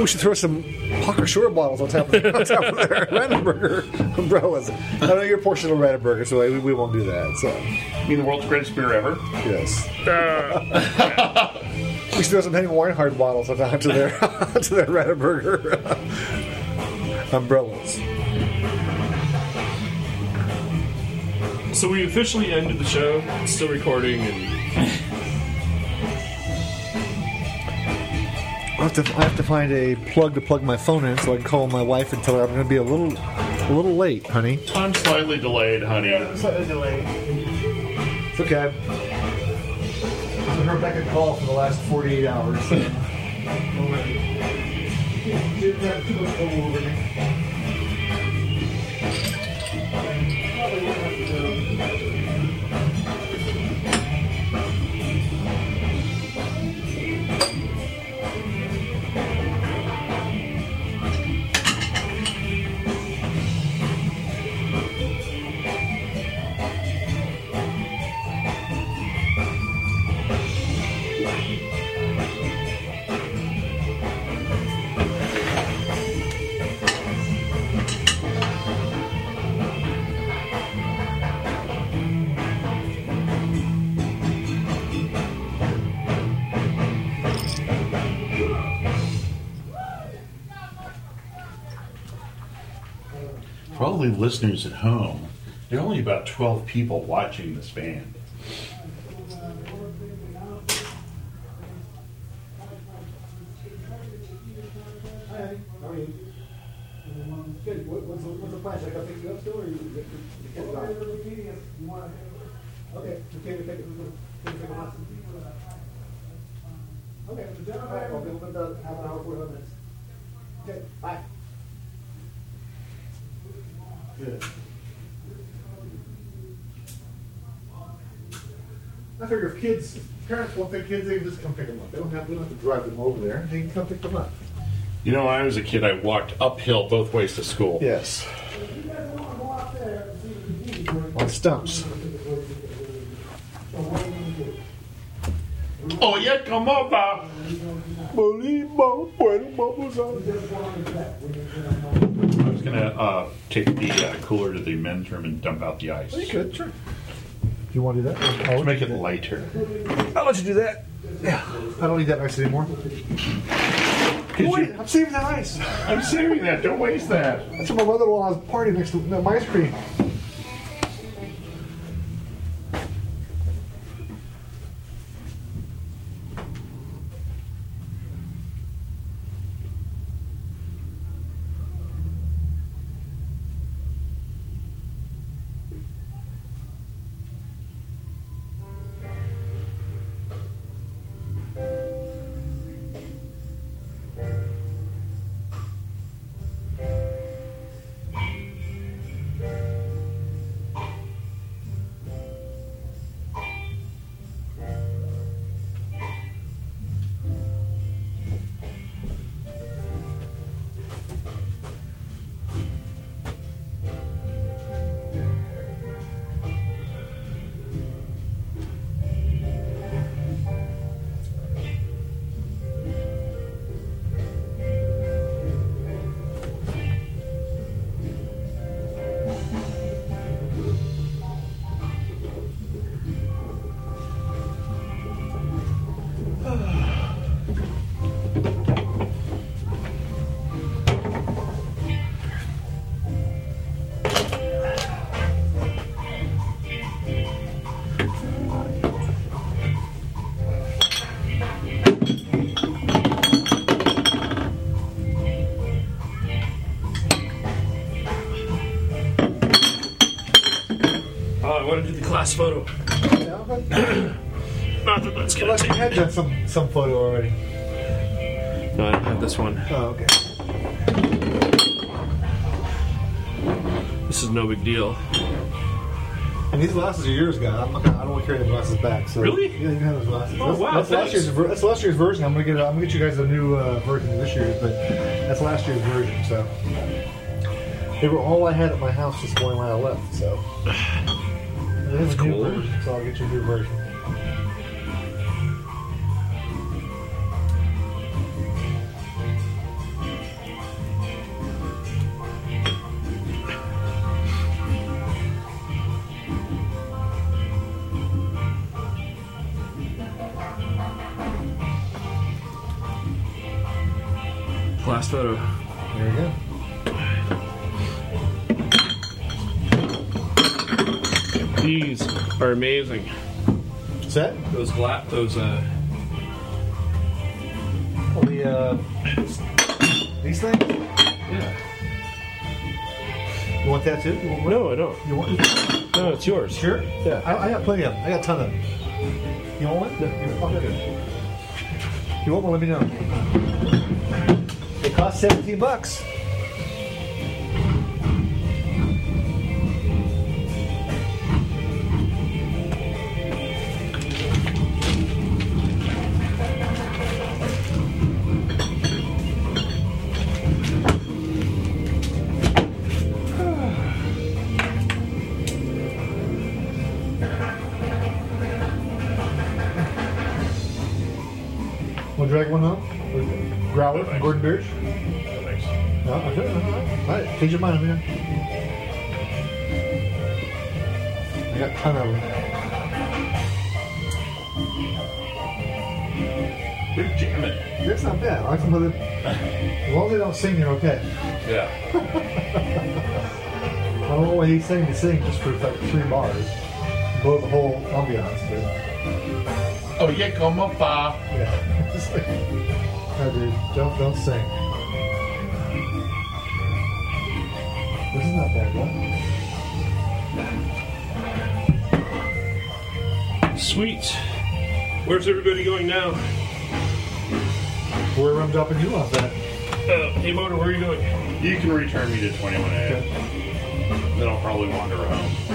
Speaker 2: We should throw some Hawker Shore bottles on top of, on top of their Rataburger umbrellas. I know your portion of Rataburger, so we, we won't do that. So
Speaker 1: I mean, the world's greatest beer ever.
Speaker 2: yes, we should throw some Henny Weinhard bottles on top of their onto their Rataburger umbrellas.
Speaker 5: So we officially ended the show. It's still recording. And
Speaker 2: I have, to, I have to find a plug to plug my phone in so I can call my wife and tell her I'm going to be a little, a little late, honey.
Speaker 1: I'm slightly delayed, honey.
Speaker 2: Slightly delayed. It's okay. I heard back a call for the last 48 hours.
Speaker 1: For all the listeners at home, there are only about 12 people watching this band.
Speaker 2: I figure if kids, if parents want their kids, they can just come pick them up. They don't have, we don't have to drive them over there. They can come pick them up.
Speaker 1: You know, when I was a kid, I walked uphill both ways to school.
Speaker 2: Yes. On stumps.
Speaker 1: Oh, yeah, come over. I was going to uh, take the uh, cooler to the men's room and dump out the ice.
Speaker 2: You could, sure. You want to do that?
Speaker 1: To make it lighter.
Speaker 2: I'll let you do that. Yeah, I don't need that ice anymore.
Speaker 1: I'm saving that ice. I'm saving that. Don't waste that.
Speaker 2: That's at my mother-in-law's party next to no, my ice cream.
Speaker 3: Oh, I want to do the class photo.
Speaker 2: Yeah, but
Speaker 3: Not that that's gonna
Speaker 2: but you had done some, some photo already.
Speaker 3: No, I don't have this one.
Speaker 2: Oh, okay.
Speaker 3: This is no big deal.
Speaker 2: And these glasses are yours, guy. I'm not gonna, I don't want to carry the glasses back. So
Speaker 3: Really?
Speaker 2: Yeah, you can have those glasses.
Speaker 3: Oh,
Speaker 2: that's,
Speaker 3: wow,
Speaker 2: That's
Speaker 3: thanks.
Speaker 2: last year's. ver- That's last year's version. I'm gonna get. I'm gonna get you guys a new uh, version of this year's, but that's last year's version. So they were all I had at my house this morning when I left. So that's
Speaker 3: cool.
Speaker 2: so I'll get you a new version.
Speaker 3: Class photo.
Speaker 2: There you go.
Speaker 3: These are amazing.
Speaker 2: Set.
Speaker 3: Those black, those uh,
Speaker 2: Well, the uh, these things.
Speaker 3: yeah.
Speaker 2: You want that too? You want,
Speaker 3: No, I don't.
Speaker 2: you want
Speaker 3: No, it's yours.
Speaker 2: sure? Yeah. I, I got plenty of them. I got a ton of them. You want one? No. You want one? Let me know. They cost seventeen bucks. Want to drag one home? Growler from Gordon Beers? No, okay. All right, change your mind, man. I got a ton of them.
Speaker 6: They're jamming.
Speaker 2: That's not bad. I like some other. As long as they don't sing, they're okay.
Speaker 6: Yeah.
Speaker 2: I don't know why Oh, he's saying to sing just for like three bars. Blow the whole ambiance. But,
Speaker 6: Oh, yeah, come up, pa.
Speaker 2: yeah. uh, It's like, no, dude, don't, don't sing. This is not bad, huh?
Speaker 3: Sweet. Where's everybody going now?
Speaker 2: Where I'm dropping you off at.
Speaker 3: Uh, hey, motor, where are you going?
Speaker 1: You can return me to 21A. Then I'll probably wander home.